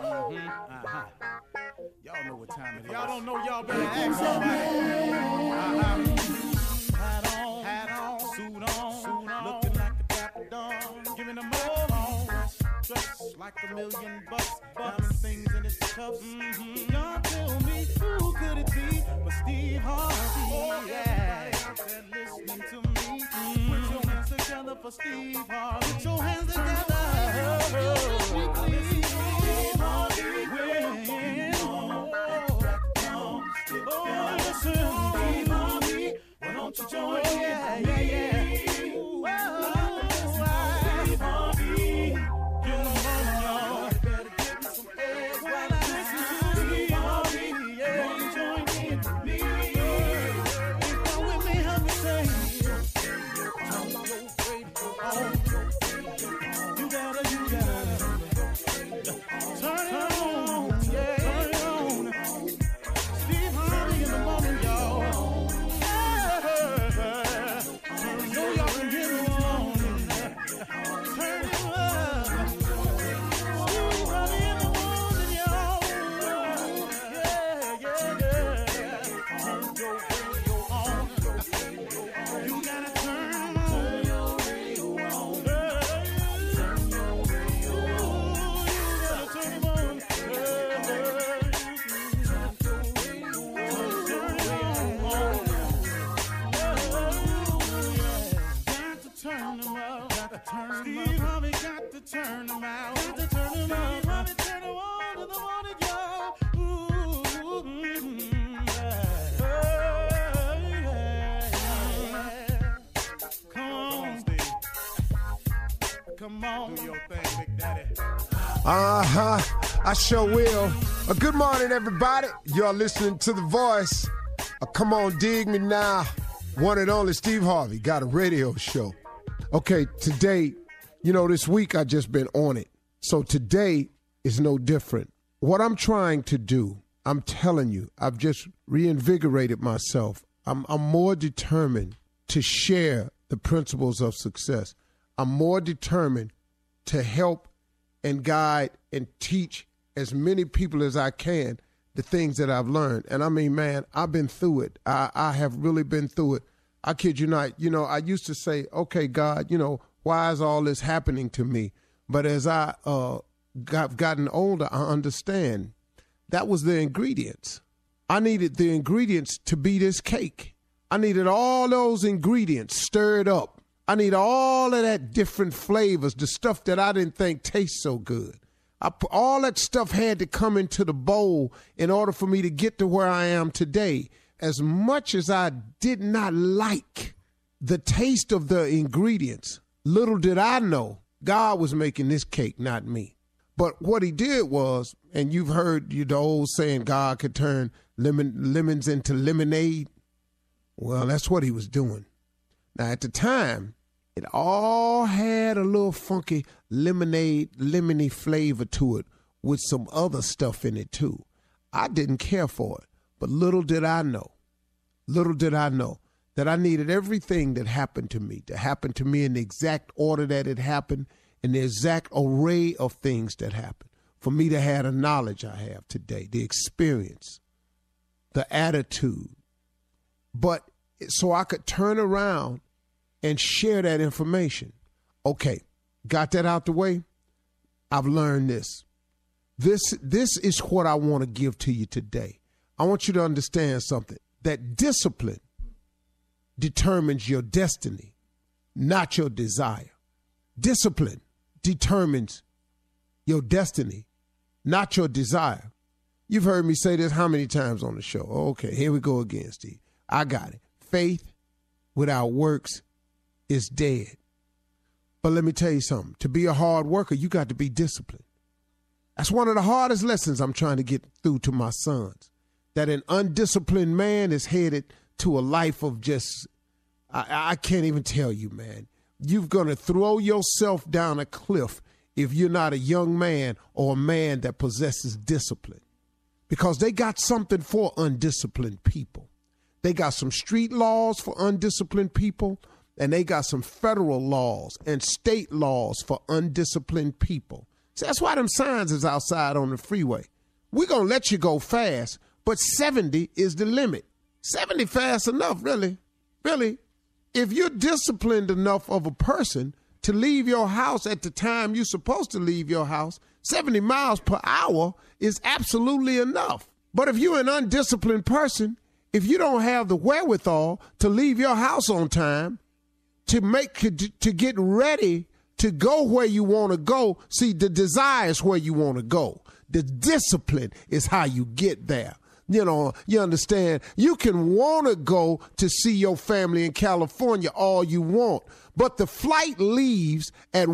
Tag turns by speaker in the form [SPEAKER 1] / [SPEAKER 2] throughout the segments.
[SPEAKER 1] Uh-huh. Y'all know what time it is. Y'all don't know y'all better act Uh-huh. Hat on, hat on, suit on, suit on. Looking like a dapper dawn. Giving them all on. Dressed like a million bucks. Diamond things in its cuffs. Mm-hmm. Y'all tell me who could it be but Steve Harvey? Oh, yeah. Mm-hmm. Everybody out there listening to me. Put your hands together for Steve Harvey. Put your hands together. Steve Harvey win. Oh, listen, Steve Harvey, why don't you join in? Oh, Yeah, yeah. Ooh, oh, Steve Harvey, you know y'all better get me some eggs while I listen to Steve Harvey. Yeah, won't you join in with me? If you're with me, help me say, I'm your radio on. You gotta, you gotta turn it on, yeah, turn it on. Steve Harvey in the morning, y'all. Yeah. You know y'all can hear me in the morning. Turn it up. Steve Harvey in the morning, y'all. Yeah, yeah, yeah. Turn your radio on. You gotta turn on. your radio on. Yeah, yeah. Turn your radio on. You gotta turn 'em on. Yeah, yeah. Steve Harvey got to turn them out. Got to turn them out. Steve Harvey turn them on to the morning, y'all. Ooh, mm, yeah. Come on, Steve. Come on. Do your thing, Big Daddy.
[SPEAKER 2] Uh huh. I sure will. Uh, good morning, everybody. You're listening to The Voice. Uh, come on, dig me now. One and only Steve Harvey got a radio show. Okay, today, you know, this week I just been on it. So today is no different. What I'm trying to do, I'm telling you, I've just reinvigorated myself. I'm, I'm more determined to share the principles of success. I'm more determined to help and guide and teach as many people as I can the things that I've learned. And I mean, man, I've been through it. I, I have really been through it. I kid you not. You know, I used to say, okay, God, you know, why is all this happening to me? But as I uh, got gotten older, I understand that was the ingredients. I needed the ingredients to be this cake. I needed all those ingredients stirred up. I need all of that different flavors, the stuff that I didn't think tastes so good. I pu- all that stuff had to come into the bowl in order for me to get to where I am today. As much as I did not like the taste of the ingredients, little did I know God was making this cake, not me. But what he did was, and you've heard you the old saying, God could turn lemon lemons into lemonade. Well, that's what he was doing. Now, at the time, it all had a little funky lemonade, lemony flavor to it with some other stuff in it, too. I didn't care for it, but little did I know, little did I know that I needed everything that happened to me to happen to me in the exact order that it happened and the exact array of things that happened for me to have the knowledge I have today, the experience, the attitude, but so I could turn around and share that information. Okay, got that out the way. I've learned this. This this is what I want to give to you today. I want you to understand something. That discipline determines your destiny, not your desire. Discipline determines your destiny, not your desire. You've heard me say this how many times on the show? Oh, Okay, here we go again, Steve. I got it. Faith without works is dead. But let me tell you something to be a hard worker, you got to be disciplined. That's one of the hardest lessons I'm trying to get through to my sons that an undisciplined man is headed to a life of just, I, I can't even tell you, man. You're going to throw yourself down a cliff if you're not a young man or a man that possesses discipline because they got something for undisciplined people. They got some street laws for undisciplined people, and they got some federal laws and state laws for undisciplined people. So that's why them signs is outside on the freeway. We're going to let you go fast, but 70 is the limit. 70 fast enough, really. Really. If you're disciplined enough of a person to leave your house at the time you're supposed to leave your house, 70 miles per hour is absolutely enough. But if you're an undisciplined person, if you don't have the wherewithal to leave your house on time, to make to get ready to go where you want to go. See, the desire is where you want to go. The discipline is how you get there. You know, you understand. You can want to go to see your family in California all you want, but the flight leaves at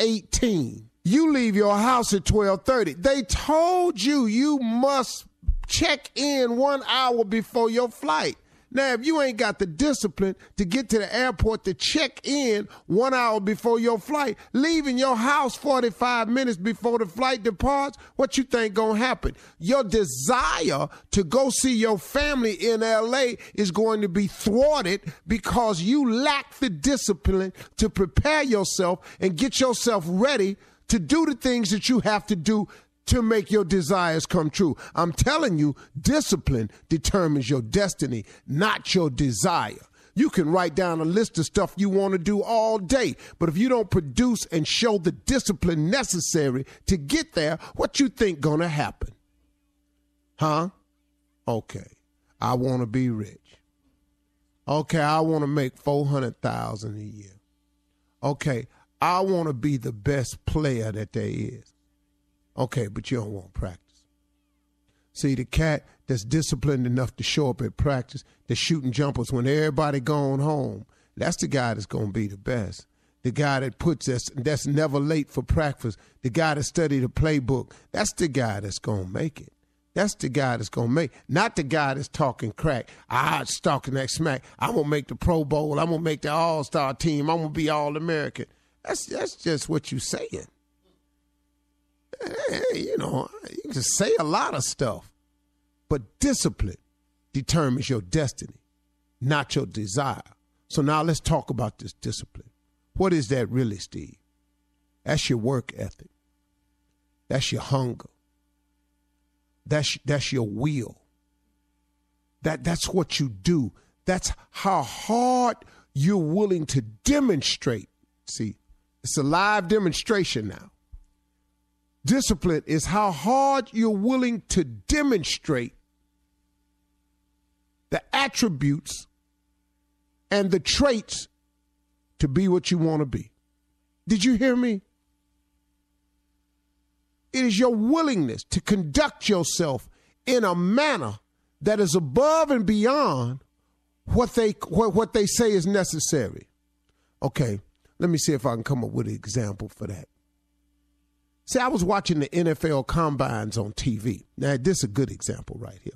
[SPEAKER 2] 1:18. You leave your house at 12:30. They told you you must check in 1 hour before your flight. Now, if you ain't got the discipline to get to the airport to check in one hour before your flight, leaving your house 45 minutes before the flight departs, what you think gonna happen? Your desire to go see your family in LA is going to be thwarted because you lack the discipline to prepare yourself and get yourself ready to do the things that you have to do to make your desires come true. I'm telling you, discipline determines your destiny, not your desire. You can write down a list of stuff you want to do all day, but if you don't produce and show the discipline necessary to get there, what you think going to happen? Huh? Okay. I want to be rich. Okay, I want to make 400,000 a year. Okay, I want to be the best player that there is. Okay, but you don't want practice. See, the cat that's disciplined enough to show up at practice, that's shooting jumpers when everybody gone home, that's the guy that's gonna be the best. The guy that puts us that's never late for practice, the guy that study the playbook, that's the guy that's gonna make it. That's the guy that's gonna make, not the guy that's talking crack. I talking that smack. I'm gonna make the Pro Bowl. I'm gonna make the All Star team. I'm gonna be All American. That's that's just what you saying hey, you know, you can say a lot of stuff, but discipline determines your destiny, not your desire. So now let's talk about this discipline. What is that really, Steve? That's your work ethic. That's your hunger. That's that's your will. That that's what you do. That's how hard you're willing to demonstrate. See, it's a live demonstration now. Discipline is how hard you're willing to demonstrate the attributes and the traits to be what you want to be. Did you hear me? It is your willingness to conduct yourself in a manner that is above and beyond what they what, what they say is necessary. Okay, let me see if I can come up with an example for that. See, I was watching the NFL combines on TV. Now, this is a good example right here.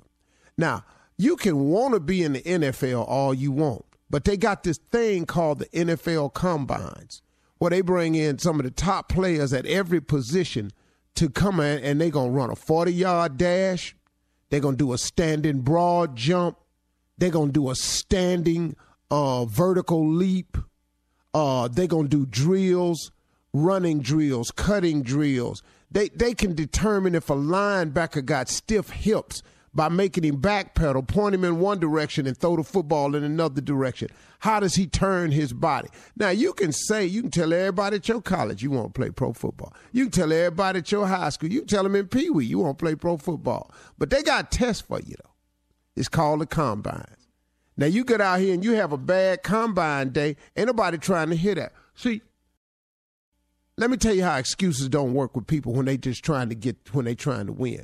[SPEAKER 2] Now, you can want to be in the NFL all you want, but they got this thing called the NFL combines where they bring in some of the top players at every position to come in and they're going to run a 40 yard dash. They're going to do a standing broad jump. They're going to do a standing uh, vertical leap. Uh, they're going to do drills, running drills, cutting drills. They, they can determine if a linebacker got stiff hips by making him backpedal, point him in one direction, and throw the football in another direction. How does he turn his body? Now, you can say, you can tell everybody at your college you want to play pro football. You can tell everybody at your high school. You can tell them in Pee Wee you want to play pro football. But they got tests for you, though. It's called the combines. Now, you get out here and you have a bad combine day. Ain't nobody trying to hear that. See, let me tell you how excuses don't work with people when they just trying to get when they trying to win.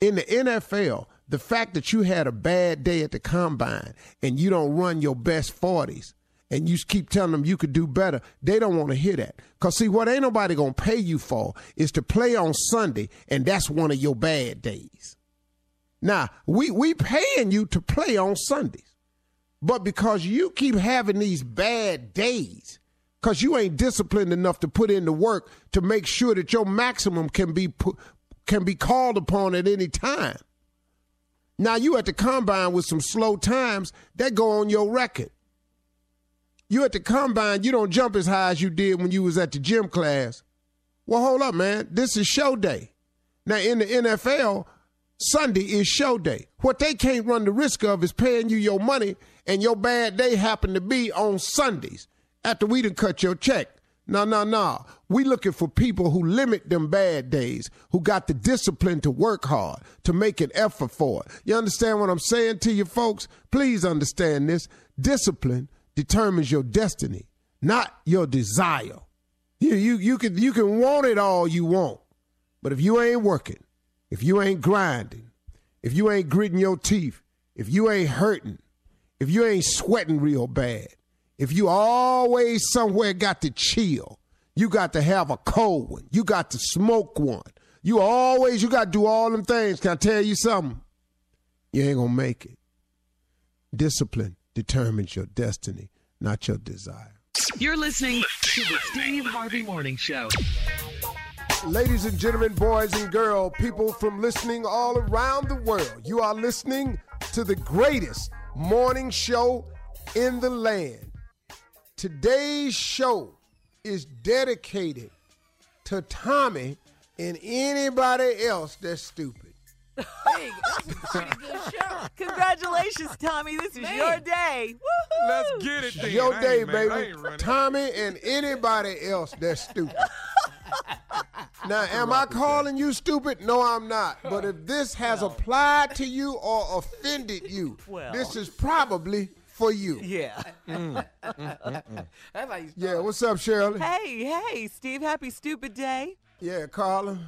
[SPEAKER 2] In the NFL, the fact that you had a bad day at the combine and you don't run your best 40s and you keep telling them you could do better, they don't want to hear that. Because, see, what ain't nobody going to pay you for is to play on Sunday, and that's one of your bad days. Now, we, we paying you to play on Sundays, but because you keep having these bad days, because you ain't disciplined enough to put in the work to make sure that your maximum can be put, can be called upon at any time. Now you at the combine with some slow times that go on your record. You at the combine, you don't jump as high as you did when you was at the gym class. Well, hold up, man. This is show day. Now in the NFL, Sunday is show day. What they can't run the risk of is paying you your money and your bad day happen to be on Sundays after we done cut your check. No, no, no. We looking for people who limit them bad days, who got the discipline to work hard, to make an effort for it. You understand what I'm saying to you folks? Please understand this. Discipline determines your destiny, not your desire. You you you can you can want it all you want. But if you ain't working, if you ain't grinding, if you ain't gritting your teeth, if you ain't hurting, if you ain't sweating real bad, if you always somewhere got to chill, you got to have a cold one, you got to smoke one, you always you got to do all them things. Can I tell you something? You ain't gonna make it. Discipline determines your destiny, not your desire.
[SPEAKER 3] You're listening to the Steve Harvey Morning Show.
[SPEAKER 2] Ladies and gentlemen, boys and girls, people from listening all around the world, you are listening to the greatest morning show in the land. Today's show is dedicated to Tommy and anybody else that's stupid.
[SPEAKER 4] Hey, that's a pretty good show. Congratulations, Tommy. This is your day. Woohoo!
[SPEAKER 5] Let's get it, then.
[SPEAKER 2] Your
[SPEAKER 5] I
[SPEAKER 2] day,
[SPEAKER 5] ain't, man, I
[SPEAKER 2] baby.
[SPEAKER 5] ain't running.
[SPEAKER 2] Tommy and anybody else that's stupid. now, am I calling you stupid? No, I'm not. But if this has applied to you or offended you,
[SPEAKER 4] Well.
[SPEAKER 2] this is probably for you. Mm,
[SPEAKER 4] Yeah.
[SPEAKER 6] That's how you
[SPEAKER 2] Yeah, what's up, Shirley?
[SPEAKER 4] Hey, hey, Steve. Happy stupid day.
[SPEAKER 2] Yeah, Carla.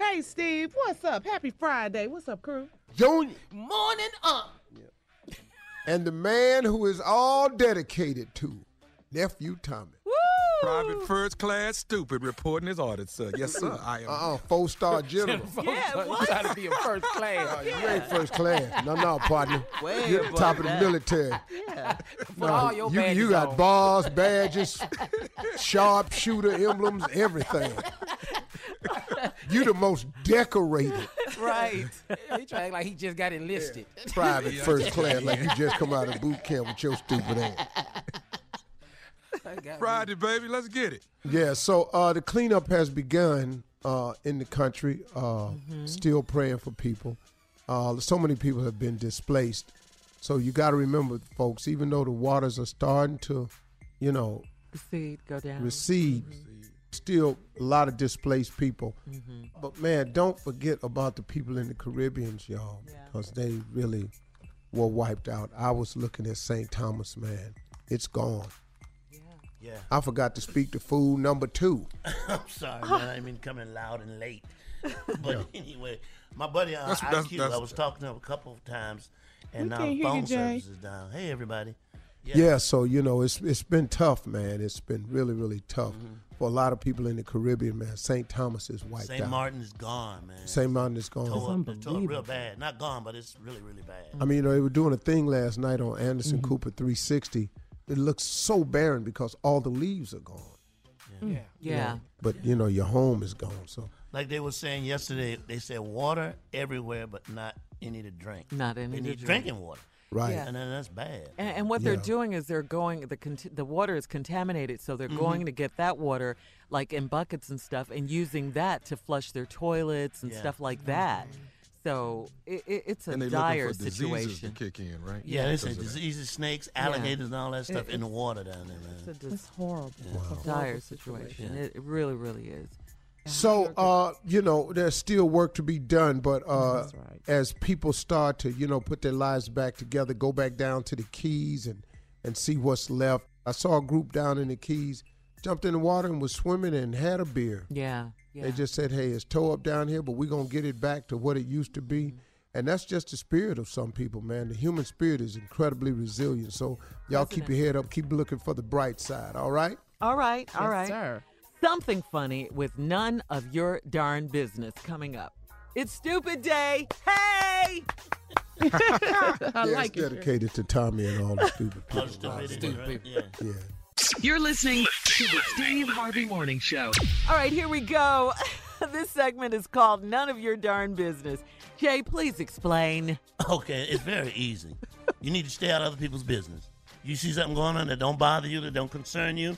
[SPEAKER 7] Hey, Steve, what's up? Happy Friday. What's up, crew?
[SPEAKER 2] Junior.
[SPEAKER 7] Morning up.
[SPEAKER 2] And the man who is all dedicated to, nephew Tommy.
[SPEAKER 4] Woo!
[SPEAKER 5] Private first class stupid reporting his audit, sir. Yes, sir. I am.
[SPEAKER 2] Uh-uh, four-star general.
[SPEAKER 4] Yeah,
[SPEAKER 6] You
[SPEAKER 4] what?
[SPEAKER 6] got to be in first class.
[SPEAKER 2] You ain't first class. No, no, partner.
[SPEAKER 6] Way
[SPEAKER 2] You're the
[SPEAKER 6] above
[SPEAKER 2] top of the
[SPEAKER 6] that.
[SPEAKER 2] military.
[SPEAKER 6] Put all your
[SPEAKER 2] you,
[SPEAKER 6] badges
[SPEAKER 2] you got
[SPEAKER 6] on.
[SPEAKER 2] bars, badges, sharpshooter emblems, everything. You the most decorated
[SPEAKER 6] right. He trying like he just got enlisted.
[SPEAKER 2] private first class, like you just come out of boot camp with your stupid ass.
[SPEAKER 6] I got
[SPEAKER 5] Friday, baby. Let's get it.
[SPEAKER 2] Yeah, so uh, the cleanup has begun uh, in the country. Uh, Still praying for people. Uh, so many people have been displaced. So you got to remember, folks, even though the waters are starting to, you know,
[SPEAKER 4] Proceed, go down.
[SPEAKER 2] recede, still a lot of displaced people.
[SPEAKER 4] Mhm.
[SPEAKER 2] But man, don't forget about the people in the Caribbeans, y'all, because they really were wiped out. I was looking at St. Thomas, man. It's gone.
[SPEAKER 8] Yeah.
[SPEAKER 2] I forgot to speak to food number two.
[SPEAKER 8] I'm sorry, man. I mean, coming loud and late. But anyway, my buddy uh,
[SPEAKER 2] That's- that's-
[SPEAKER 8] IQ,
[SPEAKER 2] that's-
[SPEAKER 8] I was talking to him a couple of times,
[SPEAKER 7] We
[SPEAKER 8] and our
[SPEAKER 7] can't hear you,
[SPEAKER 8] phone
[SPEAKER 7] Jay.
[SPEAKER 8] service is down. Hey, everybody.
[SPEAKER 2] Yeah. so you know it's it's been tough, man. It's been really really tough for a lot of people in the Caribbean, man. St. Thomas is wiped
[SPEAKER 8] St.
[SPEAKER 2] out.
[SPEAKER 8] Martin's gone, man.
[SPEAKER 2] St. Martin is gone.
[SPEAKER 8] Tore up, it tore up real bad. Not gone, but it's really, really bad.
[SPEAKER 2] I mean, you know, they were doing a thing last night on Anderson Cooper 360. It looks so barren because all the leaves are gone.
[SPEAKER 8] Yeah.
[SPEAKER 2] you know. But you know, your home is gone. So
[SPEAKER 8] Like they were saying yesterday, they said water everywhere, but not any to drink.
[SPEAKER 4] Not any
[SPEAKER 8] They
[SPEAKER 4] to
[SPEAKER 8] need
[SPEAKER 4] drink.
[SPEAKER 8] drinking water.
[SPEAKER 4] Right. Yeah.
[SPEAKER 8] And then that's bad.
[SPEAKER 4] And, and what they're
[SPEAKER 8] Yeah.
[SPEAKER 4] doing is they're going the cont- the water is contaminated, so they're
[SPEAKER 5] Mm-hmm.
[SPEAKER 8] Mhm.
[SPEAKER 4] going to get that water like in buckets and stuff, and using that to flush their toilets and
[SPEAKER 8] Yeah.
[SPEAKER 4] stuff like that. So it, it, it's a
[SPEAKER 5] Mm-hmm. and they
[SPEAKER 4] dire
[SPEAKER 5] looking for diseases
[SPEAKER 4] situation.
[SPEAKER 5] to kick in, right?
[SPEAKER 8] Yeah, they say
[SPEAKER 5] Because of that.
[SPEAKER 8] diseases, snakes,
[SPEAKER 4] Yeah.
[SPEAKER 8] alligators, and all that
[SPEAKER 4] It-
[SPEAKER 8] stuff in the
[SPEAKER 4] it's-
[SPEAKER 8] water down there, man.
[SPEAKER 4] It's, a dis- horrible.
[SPEAKER 8] Wow.
[SPEAKER 4] a dire situation. It, it really, really is.
[SPEAKER 2] So uh, you know, there's still work to be done, but uh,
[SPEAKER 4] That's right.
[SPEAKER 2] as people start to you know put their lives back together, go back down to the Keys and and see what's left. I saw a group down in the Keys jumped in the water and was swimming and had a beer.
[SPEAKER 4] Yeah.
[SPEAKER 2] They just said, "Hey, it's toe up down here, but we're gonna get it back to what it used to be."
[SPEAKER 4] Mm-hmm.
[SPEAKER 2] And that's just the spirit of some people, man. The human spirit is incredibly resilient. So y'all keep your head up, keep looking for the bright side. All right.
[SPEAKER 4] All right, all
[SPEAKER 2] Yes,
[SPEAKER 4] right.
[SPEAKER 2] sir.
[SPEAKER 4] Something funny with none of your darn business coming up. It's stupid day. Hey!
[SPEAKER 2] Yeah, it's dedicated to Tommy and all the stupid people. Yeah.
[SPEAKER 3] You're listening to the Steve Harvey Morning Show.
[SPEAKER 4] All right, here we go. this segment is called None of Your Darn Business. Jay, please explain.
[SPEAKER 8] Okay, it's very easy. You need to stay out of other people's business. You see something going on that don't bother you, that don't concern you,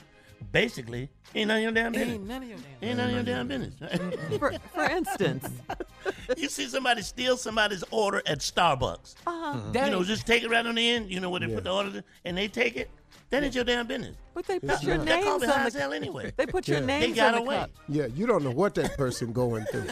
[SPEAKER 8] basically, ain't none of your damn business.
[SPEAKER 4] Ain't none of your damn
[SPEAKER 8] Ain't none of your damn business.
[SPEAKER 4] for, for instance,
[SPEAKER 8] you see somebody steal somebody's order at Starbucks.
[SPEAKER 4] Uh-huh.
[SPEAKER 8] You
[SPEAKER 4] That
[SPEAKER 8] know,
[SPEAKER 4] ain't-
[SPEAKER 8] just take it right on the end. You know where they
[SPEAKER 4] Yeah.
[SPEAKER 8] put the order and they take it. That ain't your damn business.
[SPEAKER 4] But they
[SPEAKER 8] It's
[SPEAKER 4] put your
[SPEAKER 8] not. That
[SPEAKER 4] names
[SPEAKER 8] call
[SPEAKER 4] on
[SPEAKER 8] me
[SPEAKER 4] the
[SPEAKER 8] high as hell anyway.
[SPEAKER 4] They put your
[SPEAKER 8] Yeah.
[SPEAKER 4] names
[SPEAKER 8] They got
[SPEAKER 4] on the
[SPEAKER 8] away.
[SPEAKER 4] cup.
[SPEAKER 2] Yeah, you don't know what that person going through.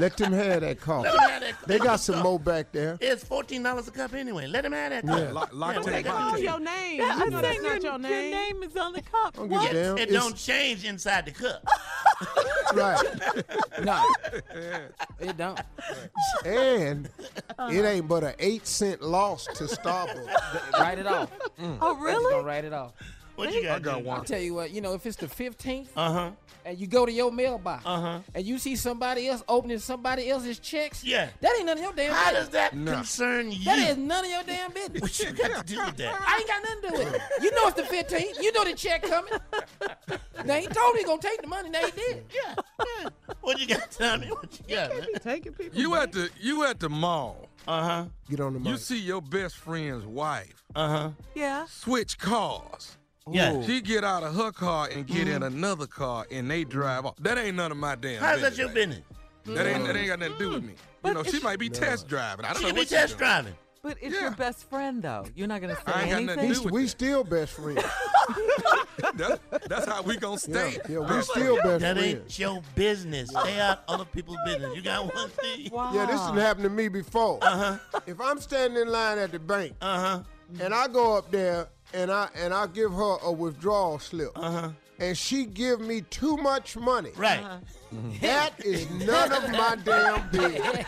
[SPEAKER 2] Let them have that coffee.
[SPEAKER 8] Let 'em have that
[SPEAKER 2] They got
[SPEAKER 8] coffee.
[SPEAKER 2] some more back there.
[SPEAKER 8] It's fourteen dollars a cup anyway. Let him have that.
[SPEAKER 2] Yeah.
[SPEAKER 8] cup.
[SPEAKER 2] Lo-
[SPEAKER 7] But
[SPEAKER 8] what
[SPEAKER 7] they
[SPEAKER 8] they gonna
[SPEAKER 7] call
[SPEAKER 8] do?
[SPEAKER 7] your name.
[SPEAKER 4] Yeah,
[SPEAKER 7] You
[SPEAKER 4] I'm
[SPEAKER 7] know that's
[SPEAKER 4] saying your,
[SPEAKER 7] not your
[SPEAKER 4] your
[SPEAKER 7] name.
[SPEAKER 4] name is on the cup.
[SPEAKER 2] give a
[SPEAKER 8] Yes,
[SPEAKER 2] damn.
[SPEAKER 8] It
[SPEAKER 2] It's-
[SPEAKER 8] don't change inside the cup.
[SPEAKER 2] Right.
[SPEAKER 6] No. it don't.
[SPEAKER 2] And it ain't but an eight cent loss to Starbucks.
[SPEAKER 6] Write it off.
[SPEAKER 4] Oh,
[SPEAKER 6] really? Gonna write it off.
[SPEAKER 8] What you got? Jay?
[SPEAKER 6] I'll tell you what, you know, if it's the 15th
[SPEAKER 8] Uh-huh.
[SPEAKER 6] and you go to your mailbox
[SPEAKER 8] Uh-huh.
[SPEAKER 6] and you see somebody else opening somebody else's checks,
[SPEAKER 8] Yeah.
[SPEAKER 6] that ain't none of your damn
[SPEAKER 8] How
[SPEAKER 6] business.
[SPEAKER 8] does that concern you?
[SPEAKER 6] That is none of your damn business.
[SPEAKER 8] What you got to do with that?
[SPEAKER 6] I ain't got nothing to do with it. You know it's the 15th. You know the check coming. they ain't told me gonna take the money. They did.
[SPEAKER 8] Yeah. What you got? Tell me what you got. man?
[SPEAKER 5] You at the you at the mall.
[SPEAKER 8] Uh huh.
[SPEAKER 2] Get on the
[SPEAKER 5] You see your best friend's wife.
[SPEAKER 8] Uh huh.
[SPEAKER 4] Yeah.
[SPEAKER 5] Switch cars.
[SPEAKER 8] Yeah. Ooh.
[SPEAKER 5] She get out of her car and get in another car and they drive off. That ain't none of my damn.
[SPEAKER 8] How's Mm-hmm. that
[SPEAKER 5] business.
[SPEAKER 8] your business?
[SPEAKER 5] That ain't
[SPEAKER 2] Mm.
[SPEAKER 5] that ain't got nothing to do with me. You know, she might be test driving. I don't
[SPEAKER 8] She
[SPEAKER 5] know
[SPEAKER 8] could be
[SPEAKER 5] what she doing.
[SPEAKER 8] test driving.
[SPEAKER 4] But it's your best friend, though. You're not going to say
[SPEAKER 5] I ain't got nothing to
[SPEAKER 4] anything.
[SPEAKER 5] do with
[SPEAKER 2] we still best friends.
[SPEAKER 5] That- that's how we gonna stay.
[SPEAKER 2] yeah, we still best
[SPEAKER 8] That
[SPEAKER 2] friends.
[SPEAKER 8] ain't your business. Stay out other people's business. You got one thing.
[SPEAKER 2] Yeah, this has happened to me before. Uh-huh. If I'm standing in line at the bank,
[SPEAKER 8] uh-huh.
[SPEAKER 2] and I go up there and I and I give her a withdrawal slip, uh-huh. and she give me too much money,
[SPEAKER 8] Right.
[SPEAKER 4] Uh-huh.
[SPEAKER 8] Mm-hmm.
[SPEAKER 2] That is none of my damn business.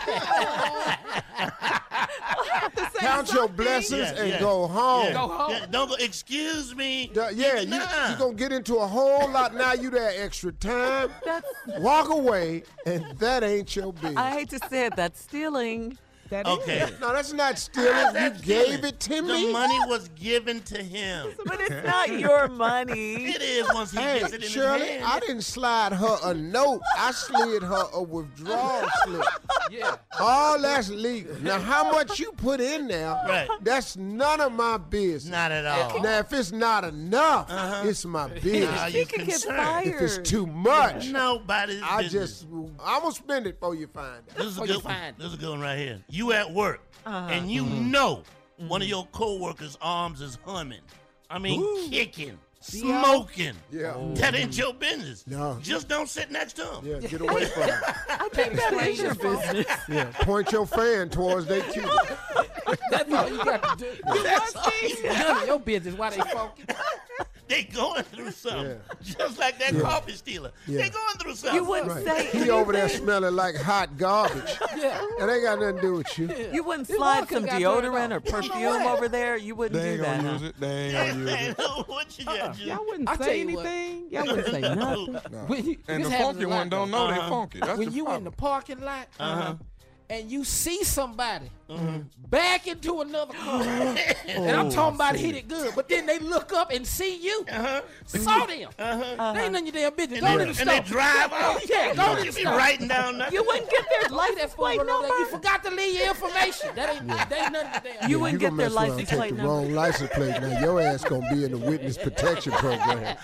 [SPEAKER 2] Count your blessings
[SPEAKER 8] Yeah,
[SPEAKER 2] and
[SPEAKER 8] yeah.
[SPEAKER 2] go home.
[SPEAKER 8] Yeah. Yeah, don't go. Excuse me.
[SPEAKER 2] Uh, yeah, you,
[SPEAKER 8] Nah.
[SPEAKER 2] you gonna get into a whole lot now. You that extra time, walk away, and that ain't your business.
[SPEAKER 4] I hate to say it, that's stealing.
[SPEAKER 7] That is.
[SPEAKER 8] Okay.
[SPEAKER 2] No, that's not stealing. You
[SPEAKER 8] That's
[SPEAKER 2] gave
[SPEAKER 8] stealing.
[SPEAKER 2] it to me?
[SPEAKER 8] The money was given to him.
[SPEAKER 4] But it's not your money.
[SPEAKER 8] It is once he
[SPEAKER 2] Hey,
[SPEAKER 8] gets it in
[SPEAKER 2] Shirley,
[SPEAKER 8] his hand.
[SPEAKER 2] I didn't slide her a note. I slid her a withdrawal slip.
[SPEAKER 6] Yeah.
[SPEAKER 2] All that's legal. Now, how much you put in there,
[SPEAKER 8] Right.
[SPEAKER 2] that's none of my business.
[SPEAKER 8] Not at all. Uh-huh.
[SPEAKER 2] Now, if it's not enough, it's my
[SPEAKER 8] Now
[SPEAKER 2] business.
[SPEAKER 8] you
[SPEAKER 4] could get
[SPEAKER 8] concerned.
[SPEAKER 4] fired.
[SPEAKER 2] If it's too much,
[SPEAKER 8] Nobody's
[SPEAKER 2] I
[SPEAKER 8] business.
[SPEAKER 2] just, I'm going to spend it before you find out.
[SPEAKER 8] This is a
[SPEAKER 2] Before you
[SPEAKER 8] good one.
[SPEAKER 2] find
[SPEAKER 8] This is a good one right here. You at work
[SPEAKER 4] Uh-huh.
[SPEAKER 8] and you
[SPEAKER 2] Mm-hmm.
[SPEAKER 8] know
[SPEAKER 4] Mm-hmm.
[SPEAKER 8] one of your coworkers' arms is humming. I mean, kicking,
[SPEAKER 2] Yeah.
[SPEAKER 8] smoking.
[SPEAKER 2] Yeah.
[SPEAKER 4] Oh.
[SPEAKER 8] That ain't your business.
[SPEAKER 2] No.
[SPEAKER 8] Just don't sit next to him.
[SPEAKER 2] Yeah, get away from it.
[SPEAKER 4] I think that is your business.
[SPEAKER 2] Yeah, point your fan towards their cue.
[SPEAKER 6] That's all you got to do. That's all. None of your business. Why they funky?
[SPEAKER 8] They going through something. Just like that coffee stealer.
[SPEAKER 2] Yeah.
[SPEAKER 8] They going through something.
[SPEAKER 4] You wouldn't
[SPEAKER 2] Right.
[SPEAKER 4] say
[SPEAKER 2] He over there smelling like hot garbage.
[SPEAKER 6] Yeah.
[SPEAKER 2] That ain't got nothing to do with you.
[SPEAKER 4] You wouldn't
[SPEAKER 6] Your
[SPEAKER 4] slide
[SPEAKER 6] walker
[SPEAKER 4] some
[SPEAKER 6] got turned
[SPEAKER 4] deodorant or
[SPEAKER 6] off.
[SPEAKER 4] perfume over there. You wouldn't
[SPEAKER 5] They
[SPEAKER 4] do
[SPEAKER 5] ain't
[SPEAKER 4] that.
[SPEAKER 5] gonna use
[SPEAKER 4] Huh?
[SPEAKER 5] it. They ain't gonna use it.
[SPEAKER 8] what you got, Jim?
[SPEAKER 7] Y'all wouldn't
[SPEAKER 6] I tell
[SPEAKER 7] say
[SPEAKER 6] you what.
[SPEAKER 7] anything. Y'all wouldn't say nothing.
[SPEAKER 6] When you,
[SPEAKER 5] And
[SPEAKER 6] this
[SPEAKER 5] the
[SPEAKER 6] happens
[SPEAKER 5] funky
[SPEAKER 6] a lot,
[SPEAKER 5] one don't
[SPEAKER 6] though.
[SPEAKER 5] know they funky. That's
[SPEAKER 6] when
[SPEAKER 5] the
[SPEAKER 6] you
[SPEAKER 5] problem.
[SPEAKER 6] in the parking lot uh-huh, and you see somebody
[SPEAKER 8] Mm-hmm.
[SPEAKER 6] back into another car, and I'm talking about hit it good, but then they look up and see you, saw them. They ain't none of your damn business. Go to the
[SPEAKER 8] Uh-huh. And they
[SPEAKER 6] store.
[SPEAKER 8] drive off.
[SPEAKER 6] Yeah, go to
[SPEAKER 8] You
[SPEAKER 6] the
[SPEAKER 8] be
[SPEAKER 6] store.
[SPEAKER 8] writing down nothing.
[SPEAKER 4] You wouldn't get their
[SPEAKER 6] Leave that
[SPEAKER 4] license
[SPEAKER 6] phone
[SPEAKER 4] plate
[SPEAKER 6] over
[SPEAKER 4] number.
[SPEAKER 6] there. You forgot to leave your information. That ain't, that ain't nothing to damn.
[SPEAKER 4] You
[SPEAKER 2] Yeah,
[SPEAKER 4] wouldn't
[SPEAKER 2] gonna
[SPEAKER 4] get their
[SPEAKER 2] mess around and
[SPEAKER 4] license
[SPEAKER 2] take
[SPEAKER 4] plate
[SPEAKER 2] the
[SPEAKER 4] number.
[SPEAKER 2] wrong license plate. Now your ass gonna be in the witness protection program.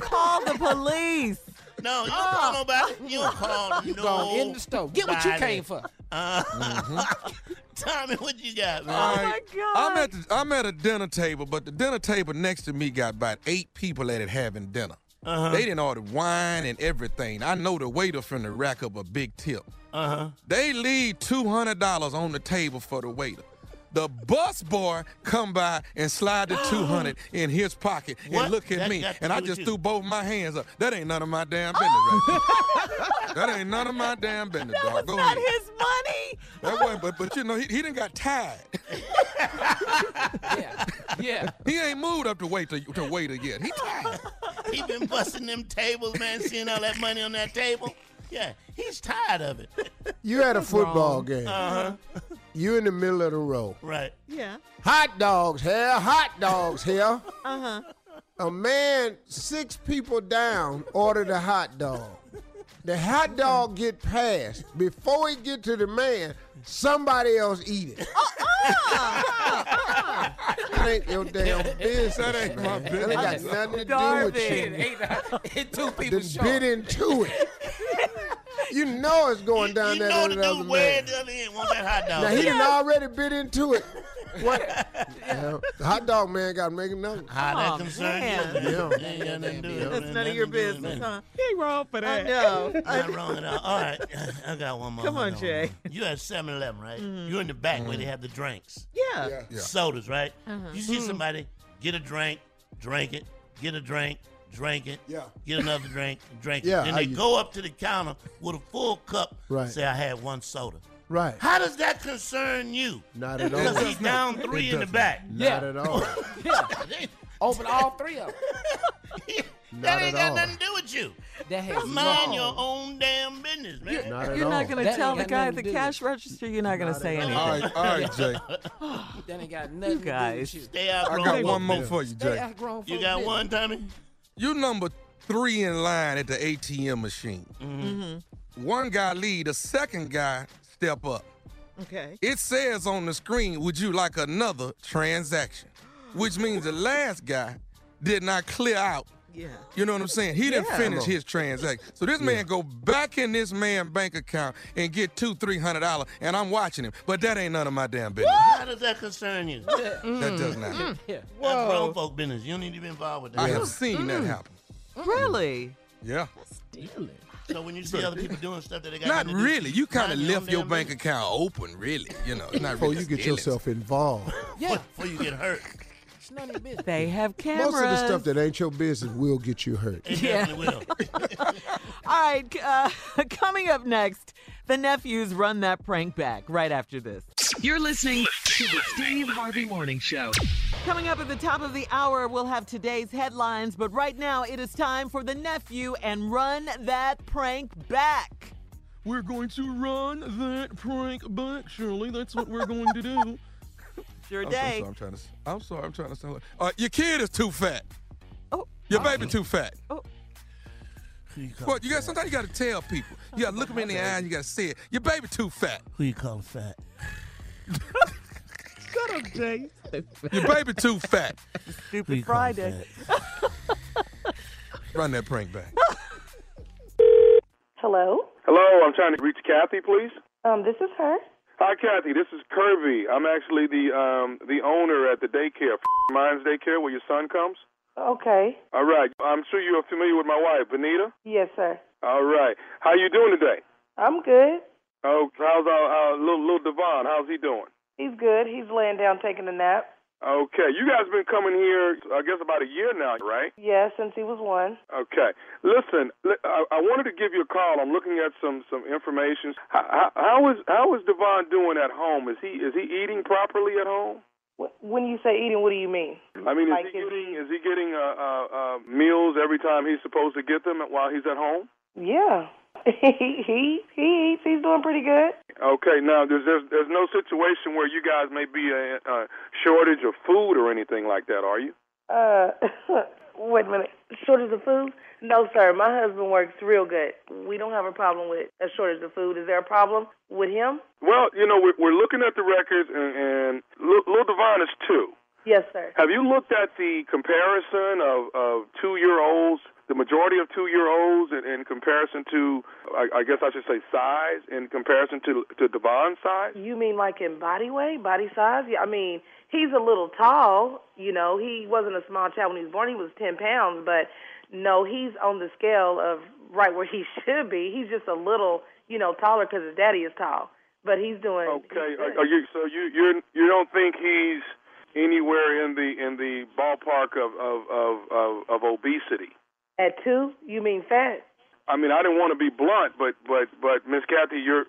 [SPEAKER 4] Call the police. Oh.
[SPEAKER 8] No, you don't call nobody. You don't call
[SPEAKER 6] You gone in the store. Get what you
[SPEAKER 8] nobody.
[SPEAKER 6] came for.
[SPEAKER 8] Uh, Tommy, what you got, man?
[SPEAKER 5] All
[SPEAKER 4] Oh, my
[SPEAKER 5] right.
[SPEAKER 4] God.
[SPEAKER 5] I'm at the, I'm at a dinner table, but the dinner table next to me got about eight people at it having dinner.
[SPEAKER 8] Uh-huh.
[SPEAKER 5] They didn't order wine and everything. I know the waiter finna rack up a big tip. Uh-huh. They leave two hundred dollars on the table for the waiter. The bus boy come by and slide the two hundred in his pocket
[SPEAKER 8] What?
[SPEAKER 5] and look at
[SPEAKER 8] That
[SPEAKER 5] me,
[SPEAKER 8] got to
[SPEAKER 5] and
[SPEAKER 8] do
[SPEAKER 5] I
[SPEAKER 8] with
[SPEAKER 5] just
[SPEAKER 8] you.
[SPEAKER 5] threw both my hands up. That ain't none of my damn business. Right there. that ain't none of my damn business.
[SPEAKER 4] That
[SPEAKER 5] dog.
[SPEAKER 4] was
[SPEAKER 5] Go
[SPEAKER 4] not
[SPEAKER 5] ahead.
[SPEAKER 4] his money.
[SPEAKER 5] That wasn't, but but you know he he didn't got tired.
[SPEAKER 6] Yeah, yeah.
[SPEAKER 5] He ain't moved up to wait to, to waiter yet. He tired.
[SPEAKER 8] He been busting them tables, man, seeing all that money on that table. Yeah, he's tired of it.
[SPEAKER 2] You at a football
[SPEAKER 4] wrong.
[SPEAKER 2] game. Uh-huh. You in the middle of the row.
[SPEAKER 8] Right.
[SPEAKER 7] Yeah.
[SPEAKER 2] Hot dogs here, hot dogs here. Uh-huh. A man six people down ordered a hot dog. The hot dog get passed. Before it get to the man, somebody else eat it. That ain't your damn business.
[SPEAKER 5] That ain't my
[SPEAKER 2] man. That ain't
[SPEAKER 5] business.
[SPEAKER 2] got nothing to do with you.
[SPEAKER 4] Darby.
[SPEAKER 6] Ain't two people
[SPEAKER 2] then
[SPEAKER 6] short.
[SPEAKER 2] bit into it. You know it's going
[SPEAKER 8] You,
[SPEAKER 2] down
[SPEAKER 8] you
[SPEAKER 2] there
[SPEAKER 8] know
[SPEAKER 2] to
[SPEAKER 8] the
[SPEAKER 2] the other
[SPEAKER 8] dude way
[SPEAKER 2] man.
[SPEAKER 8] at the other end want that hot dog.
[SPEAKER 2] Now he done already bit into it. What? Yeah, the hot dog man got to make another.
[SPEAKER 8] How
[SPEAKER 4] Oh,
[SPEAKER 8] that concern
[SPEAKER 4] man.
[SPEAKER 8] you?
[SPEAKER 2] Yeah.
[SPEAKER 8] Ain't got nothing to do with it.
[SPEAKER 4] That's none of your
[SPEAKER 8] Nothing to do with
[SPEAKER 4] business,
[SPEAKER 8] it.
[SPEAKER 4] huh?
[SPEAKER 7] He ain't wrong for
[SPEAKER 4] I
[SPEAKER 7] that.
[SPEAKER 4] know.
[SPEAKER 8] Not wrong at all. All right, I got one more.
[SPEAKER 4] Come
[SPEAKER 8] I
[SPEAKER 4] on,
[SPEAKER 8] got one
[SPEAKER 4] Jay. Mm-hmm.
[SPEAKER 8] more. You at 7-Eleven, right? You're in the back where they
[SPEAKER 2] Mm-hmm.
[SPEAKER 8] have the drinks,
[SPEAKER 4] Yeah. Uh-huh. Mm.
[SPEAKER 5] Yeah.
[SPEAKER 8] sodas, right? You see somebody get a drink, drink it, get a drink, drink it,
[SPEAKER 2] Yeah.
[SPEAKER 8] get another drink, drink
[SPEAKER 2] Yeah,
[SPEAKER 8] it, and
[SPEAKER 2] I
[SPEAKER 8] they
[SPEAKER 2] used-
[SPEAKER 8] go up to the counter with a full cup.
[SPEAKER 2] Right.
[SPEAKER 8] Say, I had one soda.
[SPEAKER 2] Right.
[SPEAKER 8] How does that concern you?
[SPEAKER 2] Not at
[SPEAKER 8] Because
[SPEAKER 2] all.
[SPEAKER 8] he's down three in the
[SPEAKER 5] doesn't.
[SPEAKER 8] back.
[SPEAKER 2] Not at all.
[SPEAKER 6] Open all three of them.
[SPEAKER 8] that
[SPEAKER 2] at
[SPEAKER 8] ain't got
[SPEAKER 2] all.
[SPEAKER 8] nothing to do with you.
[SPEAKER 6] That has
[SPEAKER 8] Mind
[SPEAKER 6] no-
[SPEAKER 8] your own damn business, man.
[SPEAKER 2] Not at
[SPEAKER 4] You're
[SPEAKER 2] all.
[SPEAKER 4] not going to
[SPEAKER 6] That
[SPEAKER 4] tell
[SPEAKER 6] ain't
[SPEAKER 4] the
[SPEAKER 6] got
[SPEAKER 4] guy at
[SPEAKER 6] nothing
[SPEAKER 4] the
[SPEAKER 6] to do
[SPEAKER 4] cash register you're not going to say anything.
[SPEAKER 5] All right, all right, Jay.
[SPEAKER 6] That ain't got nothing
[SPEAKER 4] guys.
[SPEAKER 6] to do with you.
[SPEAKER 8] Stay out,
[SPEAKER 5] I
[SPEAKER 8] bro.
[SPEAKER 5] got one more for you,
[SPEAKER 6] They
[SPEAKER 5] Jay.
[SPEAKER 6] ask grown
[SPEAKER 8] You
[SPEAKER 6] folks
[SPEAKER 8] got
[SPEAKER 6] business.
[SPEAKER 8] one, Tommy?
[SPEAKER 5] You number three in line at the ATM machine.
[SPEAKER 4] Mm-hmm.
[SPEAKER 5] One guy lead, the second guy step up.
[SPEAKER 7] Okay.
[SPEAKER 5] It says on the screen, "Would you like another transaction?" Which means the last guy did not clear out.
[SPEAKER 7] Yeah.
[SPEAKER 5] You know what I'm saying? He didn't
[SPEAKER 4] Yeah.
[SPEAKER 5] finish his transaction. So this man go back in this man bank account and get two, three hundred dollars, and I'm watching him. But that ain't none of my damn business.
[SPEAKER 8] How does that concern you?
[SPEAKER 5] That does not.
[SPEAKER 8] That's grown folk business. You don't need to be involved with
[SPEAKER 5] I
[SPEAKER 8] that. Mm-hmm.
[SPEAKER 5] have seen that happen.
[SPEAKER 4] Really?
[SPEAKER 5] Yeah.
[SPEAKER 8] So when you see other people doing stuff that they got
[SPEAKER 5] Not
[SPEAKER 8] nothing to do,
[SPEAKER 5] really. You kind of
[SPEAKER 8] mind
[SPEAKER 5] left your
[SPEAKER 8] own damn
[SPEAKER 5] bank
[SPEAKER 8] business
[SPEAKER 5] account open, really. You know, it's not
[SPEAKER 2] Before
[SPEAKER 5] really
[SPEAKER 2] you get
[SPEAKER 5] stealing.
[SPEAKER 2] yourself involved,
[SPEAKER 6] Yeah,
[SPEAKER 8] Before you get hurt.
[SPEAKER 6] it's none of your business.
[SPEAKER 4] They have
[SPEAKER 2] most
[SPEAKER 4] cameras.
[SPEAKER 2] of the stuff that ain't your business will get you hurt.
[SPEAKER 8] It
[SPEAKER 4] Yeah.
[SPEAKER 8] definitely will.
[SPEAKER 4] All right, uh, coming up next, the nephews run that prank back right after this.
[SPEAKER 3] You're listening to the Steve Harvey Morning Show.
[SPEAKER 4] Coming up at the top of the hour, we'll have today's headlines, but right now it is time for the nephew and run that prank back.
[SPEAKER 1] We're going to run that prank back, Shirley. That's what we're going to do.
[SPEAKER 9] Your
[SPEAKER 5] I'm so sorry. I'm trying to. I'm sorry. I'm trying to sound like. Uh, your kid is too fat. Oh. Your
[SPEAKER 8] uh-uh.
[SPEAKER 5] baby too fat.
[SPEAKER 9] Oh.
[SPEAKER 5] But you got sometimes you got to tell people. You got to look them in the eye and you got to say it. Your baby too fat.
[SPEAKER 8] Who you call fat?
[SPEAKER 9] Shut up, Jay.
[SPEAKER 5] Your baby too fat.
[SPEAKER 9] Stupid Friday.
[SPEAKER 5] Run that prank back.
[SPEAKER 10] Hello?
[SPEAKER 11] Hello, I'm trying to reach Kathy, please.
[SPEAKER 10] Um, this is her.
[SPEAKER 11] Hi, Kathy. This is Kirby. I'm actually the um, the owner at the daycare, Mines Daycare, where your son comes.
[SPEAKER 10] Okay.
[SPEAKER 11] All right. I'm sure you are familiar with my wife, Benita.
[SPEAKER 10] Yes, sir.
[SPEAKER 11] All right. How you doing today?
[SPEAKER 10] I'm good.
[SPEAKER 11] Oh, how's our, our little little Devon? How's he doing?
[SPEAKER 10] He's good. He's laying down taking a nap.
[SPEAKER 11] Okay. You guys been coming here, I guess, about a year now, right?
[SPEAKER 10] Yeah, since he was one.
[SPEAKER 11] Okay. Listen, li- I, I wanted to give you a call. I'm looking at some some information. How, how, how is how is Devon doing at home? Is he is he eating properly at home?
[SPEAKER 10] Wh- When you say eating, what do you mean?
[SPEAKER 11] I mean, is
[SPEAKER 10] Like,
[SPEAKER 11] he getting is he getting uh, uh, uh, meals every time he's supposed to get them while he's at home?
[SPEAKER 10] Yeah. he he he eats. He's doing pretty good.
[SPEAKER 11] Okay, now there's there's, there's no situation where you guys may be a, a shortage of food or anything like that, are you?
[SPEAKER 10] Uh, wait a minute. Shortage of food? No, sir. My husband works real good. We don't have a problem with a shortage of food. Is there a problem with him?
[SPEAKER 11] Well, you know, we're, we're looking at the records, and, and Lil, Lil Devon is two.
[SPEAKER 10] Yes, sir.
[SPEAKER 11] Have you looked at the comparison of, of two year olds, the majority of two year olds, in, in comparison to, I, I guess I should say, size, in comparison to to Devon's size?
[SPEAKER 10] You mean like in body weight, body size? Yeah, I mean he's a little tall. You know, he wasn't a small child when he was born. He was ten pounds, but no, he's on the scale of right where he should be. He's just a little, you know, taller because his daddy is tall. But he's doing
[SPEAKER 11] Okay, are, are you so you you you don't think he's anywhere in the in the ballpark of of of of, of obesity?
[SPEAKER 10] at two. You mean fat?
[SPEAKER 11] I mean, I didn't want to be blunt, but but but Miss Kathy, you're.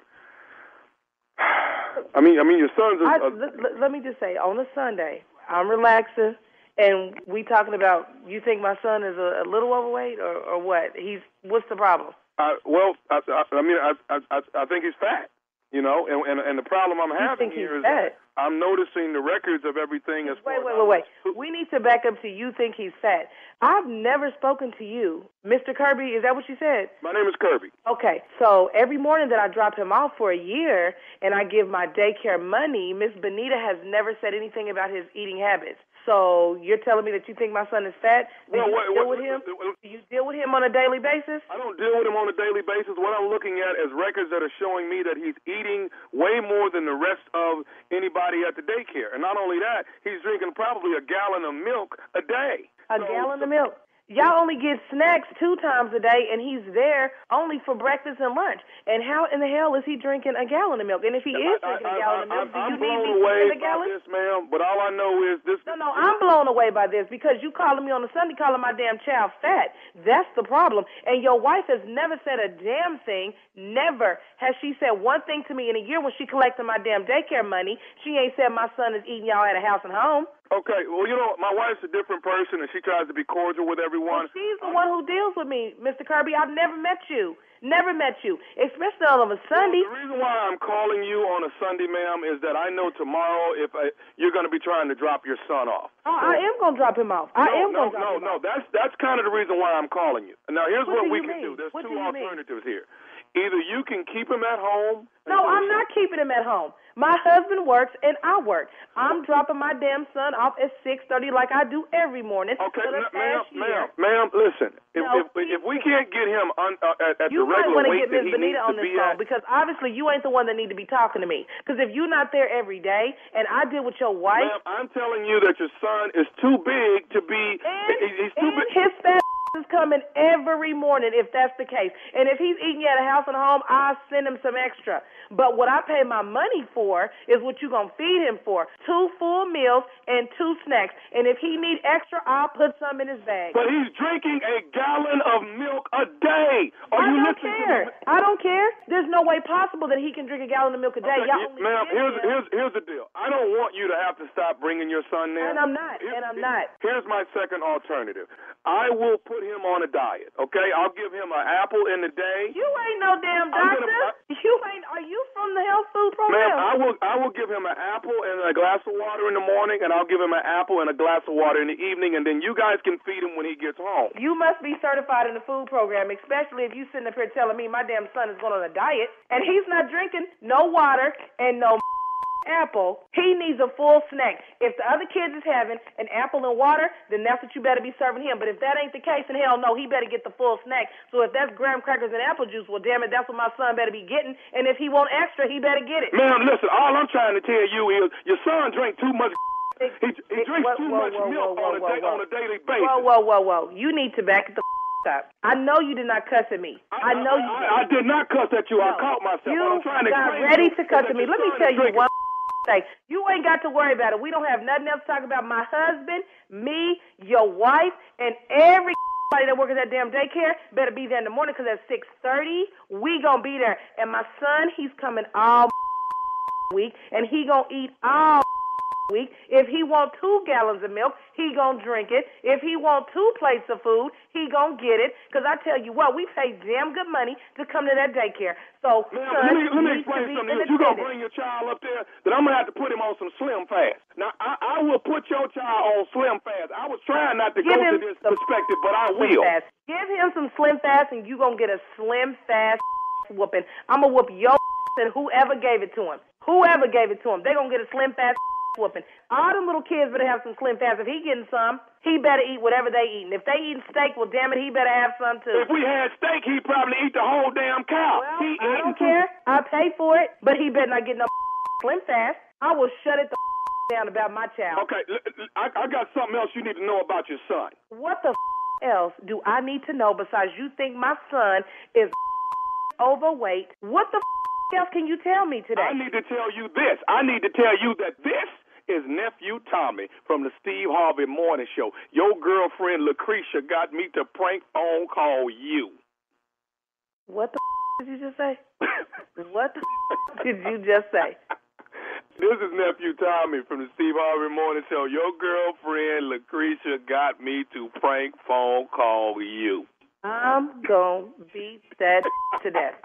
[SPEAKER 11] I mean, I mean, your son's.
[SPEAKER 10] I,
[SPEAKER 11] A, a,
[SPEAKER 10] l- l- let me just say, on a Sunday, I'm relaxing, and we talking about. You think my son is a, a little overweight, or, or what? He's what's the problem?
[SPEAKER 11] I, well, I, I, I mean, I, I I I think he's fat. You know, and and, and the problem I'm having
[SPEAKER 10] think he's
[SPEAKER 11] here is that
[SPEAKER 10] fat?
[SPEAKER 11] I'm noticing the records of everything as far
[SPEAKER 10] Wait, wait,
[SPEAKER 11] as
[SPEAKER 10] wait, wait. We need to back up to you think he's fat. I've never spoken to you, Mr. Kirby. Is that what you said?
[SPEAKER 11] My name is Kirby.
[SPEAKER 10] Okay, so every morning that I drop him off for a year and I give my daycare money, Miss Benita has never said anything about his eating habits. So you're telling me that you think my son is fat? Do
[SPEAKER 11] Well,
[SPEAKER 10] you
[SPEAKER 11] what-
[SPEAKER 10] deal
[SPEAKER 11] what-
[SPEAKER 10] with him? Do you deal with him on a daily basis?
[SPEAKER 11] I don't deal with him on a daily basis. What I'm looking at is records that are showing me that he's eating way more than the rest of anybody at the daycare. And not only that, he's drinking probably a gallon of milk a day.
[SPEAKER 10] A gallon of milk. Y'all only get snacks two times a day, and he's there only for breakfast and lunch. And how in the hell is he drinking a gallon of milk? And if he is drinking a gallon of milk, do you
[SPEAKER 11] I'm
[SPEAKER 10] need me
[SPEAKER 11] blown away
[SPEAKER 10] drinking a
[SPEAKER 11] by
[SPEAKER 10] gallon?
[SPEAKER 11] this, ma'am. But all I know is this.
[SPEAKER 10] No, no, I'm blown away by this because you calling me on a Sunday, calling my damn child fat. That's the problem. And your wife has never said a damn thing. Never has she said one thing to me in a year when she collected my damn daycare money. She ain't said my son is eating y'all at a house and home.
[SPEAKER 11] Okay, well, you know, my wife's a different person, and she tries to be cordial with everyone.
[SPEAKER 10] She's the one who deals with me, Mr. Kirby. I've never met you. Never met you, especially on a Sunday.
[SPEAKER 11] The reason why I'm calling you on a Sunday, ma'am, is that I know tomorrow if I, you're going to be trying to drop your son off.
[SPEAKER 10] Oh, I am gonna drop him off. I
[SPEAKER 11] no,
[SPEAKER 10] am
[SPEAKER 11] no,
[SPEAKER 10] gonna drop
[SPEAKER 11] no,
[SPEAKER 10] him
[SPEAKER 11] no.
[SPEAKER 10] off.
[SPEAKER 11] That's that's kind of the reason why I'm calling you. Now, here's
[SPEAKER 10] What
[SPEAKER 11] what,
[SPEAKER 10] do
[SPEAKER 11] we
[SPEAKER 10] you
[SPEAKER 11] can
[SPEAKER 10] mean?
[SPEAKER 11] do. There's
[SPEAKER 10] What
[SPEAKER 11] two
[SPEAKER 10] do you mean?
[SPEAKER 11] alternatives here. Either you can keep him at home.
[SPEAKER 10] No, I'm not keeping him at home. My husband works and I work. I'm dropping my damn son off at six thirty like I do every morning. Okay, for the
[SPEAKER 11] Ma'am,
[SPEAKER 10] past year.
[SPEAKER 11] ma'am, ma'am, listen. If,
[SPEAKER 10] No,
[SPEAKER 11] if, if we can't get him un, uh, at, at
[SPEAKER 10] You
[SPEAKER 11] the
[SPEAKER 10] might
[SPEAKER 11] regular
[SPEAKER 10] want to
[SPEAKER 11] weight
[SPEAKER 10] get
[SPEAKER 11] that he
[SPEAKER 10] Miss Benita
[SPEAKER 11] needs to
[SPEAKER 10] on this
[SPEAKER 11] be
[SPEAKER 10] phone
[SPEAKER 11] at,
[SPEAKER 10] because obviously you ain't the one that need to be talking to me. Because if you're not there every day and I deal with your wife,
[SPEAKER 11] ma'am, I'm telling you that your son is too big to be. he- he's too big.
[SPEAKER 10] his fat is coming every morning if that's the case. And if he's eating at a house and home, I send him some extra. But what I pay my money for is what you're gonna feed him for: two full meals and two snacks. And if he need extra, I'll put some in his bag.
[SPEAKER 11] But he's drinking a gallon of milk a day. Are
[SPEAKER 10] I
[SPEAKER 11] you
[SPEAKER 10] don't
[SPEAKER 11] listening to
[SPEAKER 10] care.
[SPEAKER 11] me?
[SPEAKER 10] I don't care. There's no way possible that he can drink a gallon of milk a day.
[SPEAKER 11] Okay,
[SPEAKER 10] Y'all only
[SPEAKER 11] ma'am,
[SPEAKER 10] give
[SPEAKER 11] here's,
[SPEAKER 10] him-
[SPEAKER 11] here's here's the deal. I don't want you to have to stop bringing your son there.
[SPEAKER 10] And I'm not. And I'm not.
[SPEAKER 11] Here's my second alternative. I will put him on a diet. Okay, I'll give him an apple in the day.
[SPEAKER 10] You ain't no damn
[SPEAKER 11] I'm
[SPEAKER 10] doctor.
[SPEAKER 11] gonna-
[SPEAKER 12] will I will give him an apple and a glass of water in the morning, and I'll give him an apple and a glass of water in the evening, and then you guys can feed him when he gets home.
[SPEAKER 10] You must be certified in the food program, especially if you sitting up here telling me my damn son is going on a diet and he's not drinking no water and no apple. He needs a full snack. If the other kids is having an apple and water, then that's what you better be serving him. But if that ain't the case, then hell no, he better get the full snack. So if that's graham crackers and apple juice, well damn it, that's what my son better be getting. And if he want extra, he better get it.
[SPEAKER 12] Ma'am, listen. All I'm trying to tell you is your son drank too much. He, he drinks
[SPEAKER 10] Whoa,
[SPEAKER 12] too
[SPEAKER 10] whoa,
[SPEAKER 12] much
[SPEAKER 10] whoa,
[SPEAKER 12] milk
[SPEAKER 10] whoa,
[SPEAKER 12] on, a
[SPEAKER 10] whoa,
[SPEAKER 12] day,
[SPEAKER 10] whoa.
[SPEAKER 12] on a daily basis.
[SPEAKER 10] Whoa, whoa, whoa, whoa. You need to back the up. I know you did not cuss at me. I, know you did.
[SPEAKER 12] I did not cuss at you. I caught myself.
[SPEAKER 10] You
[SPEAKER 12] What I'm trying to
[SPEAKER 10] got
[SPEAKER 12] explain
[SPEAKER 10] ready
[SPEAKER 12] to
[SPEAKER 10] to
[SPEAKER 12] you
[SPEAKER 10] cuss
[SPEAKER 12] is
[SPEAKER 10] at me.
[SPEAKER 12] that
[SPEAKER 10] Let me
[SPEAKER 12] your son is
[SPEAKER 10] tell you
[SPEAKER 12] drinking-
[SPEAKER 10] one thing. You ain't got to worry about it. We don't have nothing else to talk about. My husband, me, your wife, and every somebody that works at that damn daycare better be there in the morning because at 6.30, we going to be there. And my son, he's coming all week, and he going to eat all week. If he want two gallons of milk, he gonna drink it. If he want two plates of food, he gonna get it. Cause I tell you what, we pay damn good money to come to that daycare. So
[SPEAKER 12] Ma'am,
[SPEAKER 10] son
[SPEAKER 12] let me, let me
[SPEAKER 10] needs
[SPEAKER 12] explain
[SPEAKER 10] to be
[SPEAKER 12] something.
[SPEAKER 10] in
[SPEAKER 12] If you're going to
[SPEAKER 10] attendance.
[SPEAKER 12] bring your child up there, then I'm going to have to put him on some slim fast. Now, I, I will put your child on slim fast. I was trying not to
[SPEAKER 10] Give
[SPEAKER 12] go to
[SPEAKER 10] him
[SPEAKER 12] this perspective, but I
[SPEAKER 10] Slim
[SPEAKER 12] will.
[SPEAKER 10] Fast. Give him some Slim Fast, and you gonna get a Slim Fast whooping. I'ma whoop your and whoever gave it to him. Whoever gave it to him, they gonna get a Slim Fast whooping. All them little kids better have some Slim Fast. If he getting some, he better eat whatever they eating. If they eating steak, well, damn it, he better have some too.
[SPEAKER 12] If we had steak, he'd probably eat the whole damn cow.
[SPEAKER 10] Well,
[SPEAKER 12] he
[SPEAKER 10] I
[SPEAKER 12] eating
[SPEAKER 10] don't care. I pay for it, but he better not get no Slim Fast. I will shut it the down about my child.
[SPEAKER 12] Okay, l- l- I, I got something else you need to know about your son.
[SPEAKER 10] What the f- else do I need to know besides you think my son is overweight? What the f- else can you tell me today?
[SPEAKER 12] I need to tell you this. I need to tell you that this is nephew Tommy from the Steve Harvey Morning Show. Your girlfriend Lucretia got me to prank phone call you.
[SPEAKER 10] What the f- did you just say? what the f- did you just say?
[SPEAKER 12] This is nephew Tommy from the Steve Harvey Morning Show. Your girlfriend Lucretia got me to prank phone call you.
[SPEAKER 10] I'm gonna beat that to death.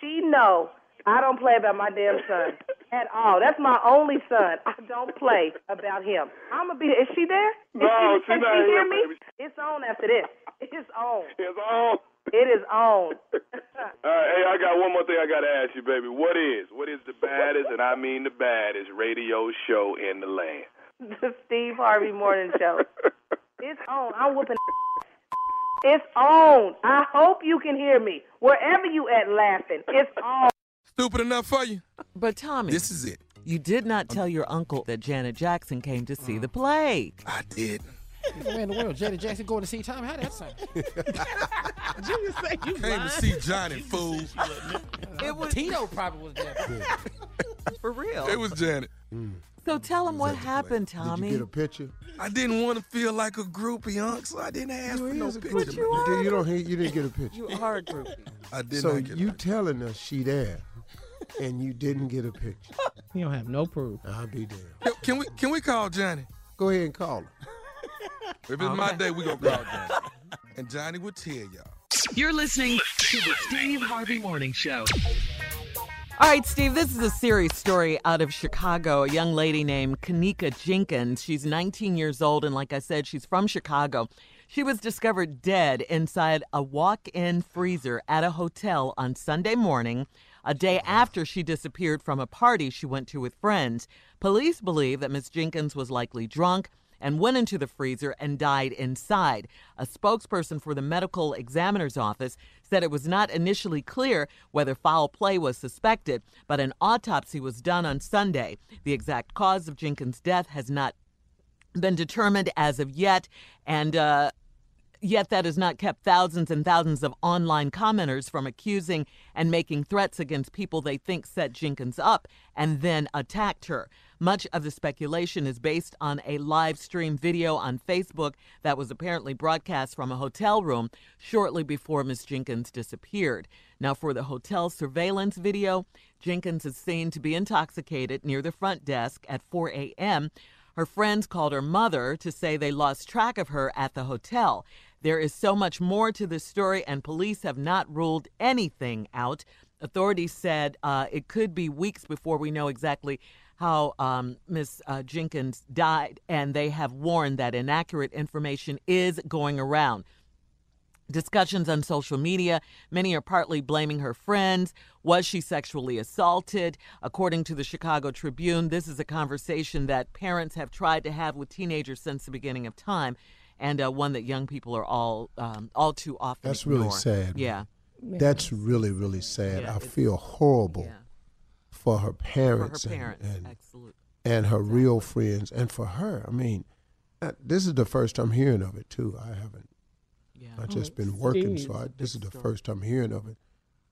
[SPEAKER 10] She know I don't play about my damn son at all. That's my only son. I don't play about him. I'm gonna be. Is she there? Is
[SPEAKER 12] No,
[SPEAKER 10] she,
[SPEAKER 12] she
[SPEAKER 10] can
[SPEAKER 12] not
[SPEAKER 10] she
[SPEAKER 12] here,
[SPEAKER 10] hear me?
[SPEAKER 12] baby.
[SPEAKER 10] It's on after this. It's on.
[SPEAKER 12] It's on.
[SPEAKER 10] It is on.
[SPEAKER 12] Uh, hey, I got one more thing I got to ask you, baby. What is what is the baddest, and I mean the baddest radio show in the land?
[SPEAKER 10] the Steve Harvey Morning Show. It's on. I'm whooping. It's on. I hope you can hear me wherever you at laughing. It's on.
[SPEAKER 5] Stupid enough for you?
[SPEAKER 4] But Tommy,
[SPEAKER 5] This is it.
[SPEAKER 4] you did not tell your uncle that Janet Jackson came to see the play.
[SPEAKER 5] I did.
[SPEAKER 6] Where in the world, Janet Jackson going to see Tommy? How that sound?
[SPEAKER 7] Did you just say you
[SPEAKER 5] Came to see Johnny, fool.
[SPEAKER 4] It was
[SPEAKER 6] Tito probably was there.
[SPEAKER 4] for real.
[SPEAKER 5] It was Janet.
[SPEAKER 4] So tell him what happened,
[SPEAKER 2] Did
[SPEAKER 4] Tommy.
[SPEAKER 2] you get a picture?
[SPEAKER 5] I didn't want to feel like a groupie, Unc, so I didn't ask for no picture.
[SPEAKER 4] you
[SPEAKER 5] man.
[SPEAKER 4] are.
[SPEAKER 2] You, did, you don't. hear- You didn't get a picture.
[SPEAKER 4] You are a groupie.
[SPEAKER 5] I did
[SPEAKER 2] so
[SPEAKER 5] not get
[SPEAKER 2] you telling us she there, and you didn't get a picture?
[SPEAKER 6] You don't have no proof.
[SPEAKER 2] I'll be damned.
[SPEAKER 5] Yo, Can we can we call Johnny?
[SPEAKER 2] Go ahead and call her.
[SPEAKER 5] If it's my day, we gonna call Johnny. And Johnny will tell y'all.
[SPEAKER 3] You're listening to the Steve Harvey Morning Show.
[SPEAKER 4] All right, Steve, this is a serious story out of Chicago. A young lady named Kanika Jenkins. She's 19 years old, and like I said, she's from Chicago. She was discovered dead inside a walk in freezer at a hotel on Sunday morning, a day after she disappeared from a party she went to with friends. Police believe that Miss Jenkins was likely drunk and went into the freezer and died inside. A spokesperson for the medical examiner's office said it was not initially clear whether foul play was suspected, but an autopsy was done on Sunday. The exact cause of Jenkins' death has not been determined as of yet, and uh, Yet that has not kept thousands and thousands of online commenters from accusing and making threats against people they think set Jenkins up and then attacked her. Much of the speculation is based on a live stream video on Facebook that was apparently broadcast from a hotel room shortly before Miss Jenkins disappeared. Now, for the hotel surveillance video, Jenkins is seen to be intoxicated near the front desk at 4 a.m. Her friends called her mother to say they lost track of her at the hotel. There is so much more to this story, and police have not ruled anything out. Authorities said uh, it could be weeks before we know exactly how um, Ms. Uh, Jenkins died, and they have warned that inaccurate information is going around discussions on social media. Many are partly blaming her friends. Was she sexually assaulted? According to the Chicago Tribune, this is a conversation that parents have tried to have with teenagers since the beginning of time, and uh, one that young people are all um, all too often.
[SPEAKER 2] That's really
[SPEAKER 4] ignore.
[SPEAKER 2] sad.
[SPEAKER 4] Yeah.
[SPEAKER 2] That's really, really sad.
[SPEAKER 4] Yeah,
[SPEAKER 2] I
[SPEAKER 4] it's-
[SPEAKER 2] feel horrible for her parents. and-
[SPEAKER 4] parents,
[SPEAKER 2] And,
[SPEAKER 4] absolutely.
[SPEAKER 2] and her real friends and for her. I mean, uh, this is the first I'm hearing of it, too. I haven't. Yeah. I've just
[SPEAKER 13] Oh,
[SPEAKER 2] been working, so
[SPEAKER 13] Steve,
[SPEAKER 2] I,
[SPEAKER 13] it's a
[SPEAKER 2] this is
[SPEAKER 13] big
[SPEAKER 2] the
[SPEAKER 13] story.
[SPEAKER 2] first I'm hearing of it.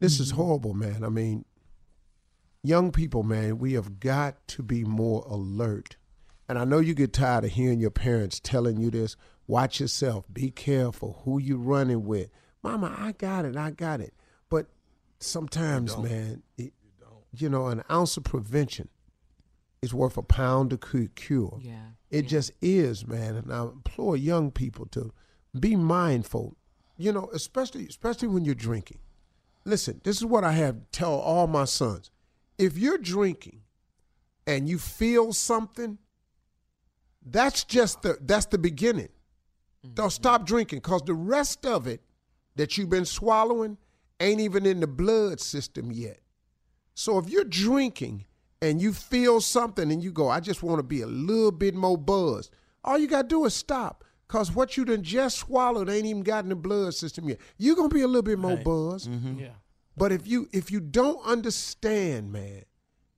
[SPEAKER 2] This is horrible, man. I mean, young people, man, we have got to be more alert. And I know you get tired of hearing your parents telling you this. Watch yourself. Be careful who you running with. Mama, I got it. I got it. But sometimes, man, it, you, know, an ounce of prevention is worth a pound of cu- cure.
[SPEAKER 4] Yeah.
[SPEAKER 2] It just is, man. And I implore young people to be mindful. You know, especially especially when you're drinking. Listen, this is what I have tell all my sons. If you're drinking and you feel something, that's just the that's the beginning. Don't stop drinking because the rest of it that you've been swallowing ain't even in the blood system yet. So if you're drinking and you feel something and you go, I just want to be a little bit more buzzed, all you got to do is stop. Because what you done just swallowed ain't even got in the blood system yet. You're going to be a little bit more buzzed.
[SPEAKER 11] Mm-hmm.
[SPEAKER 1] Yeah.
[SPEAKER 2] But if you if you don't understand, man,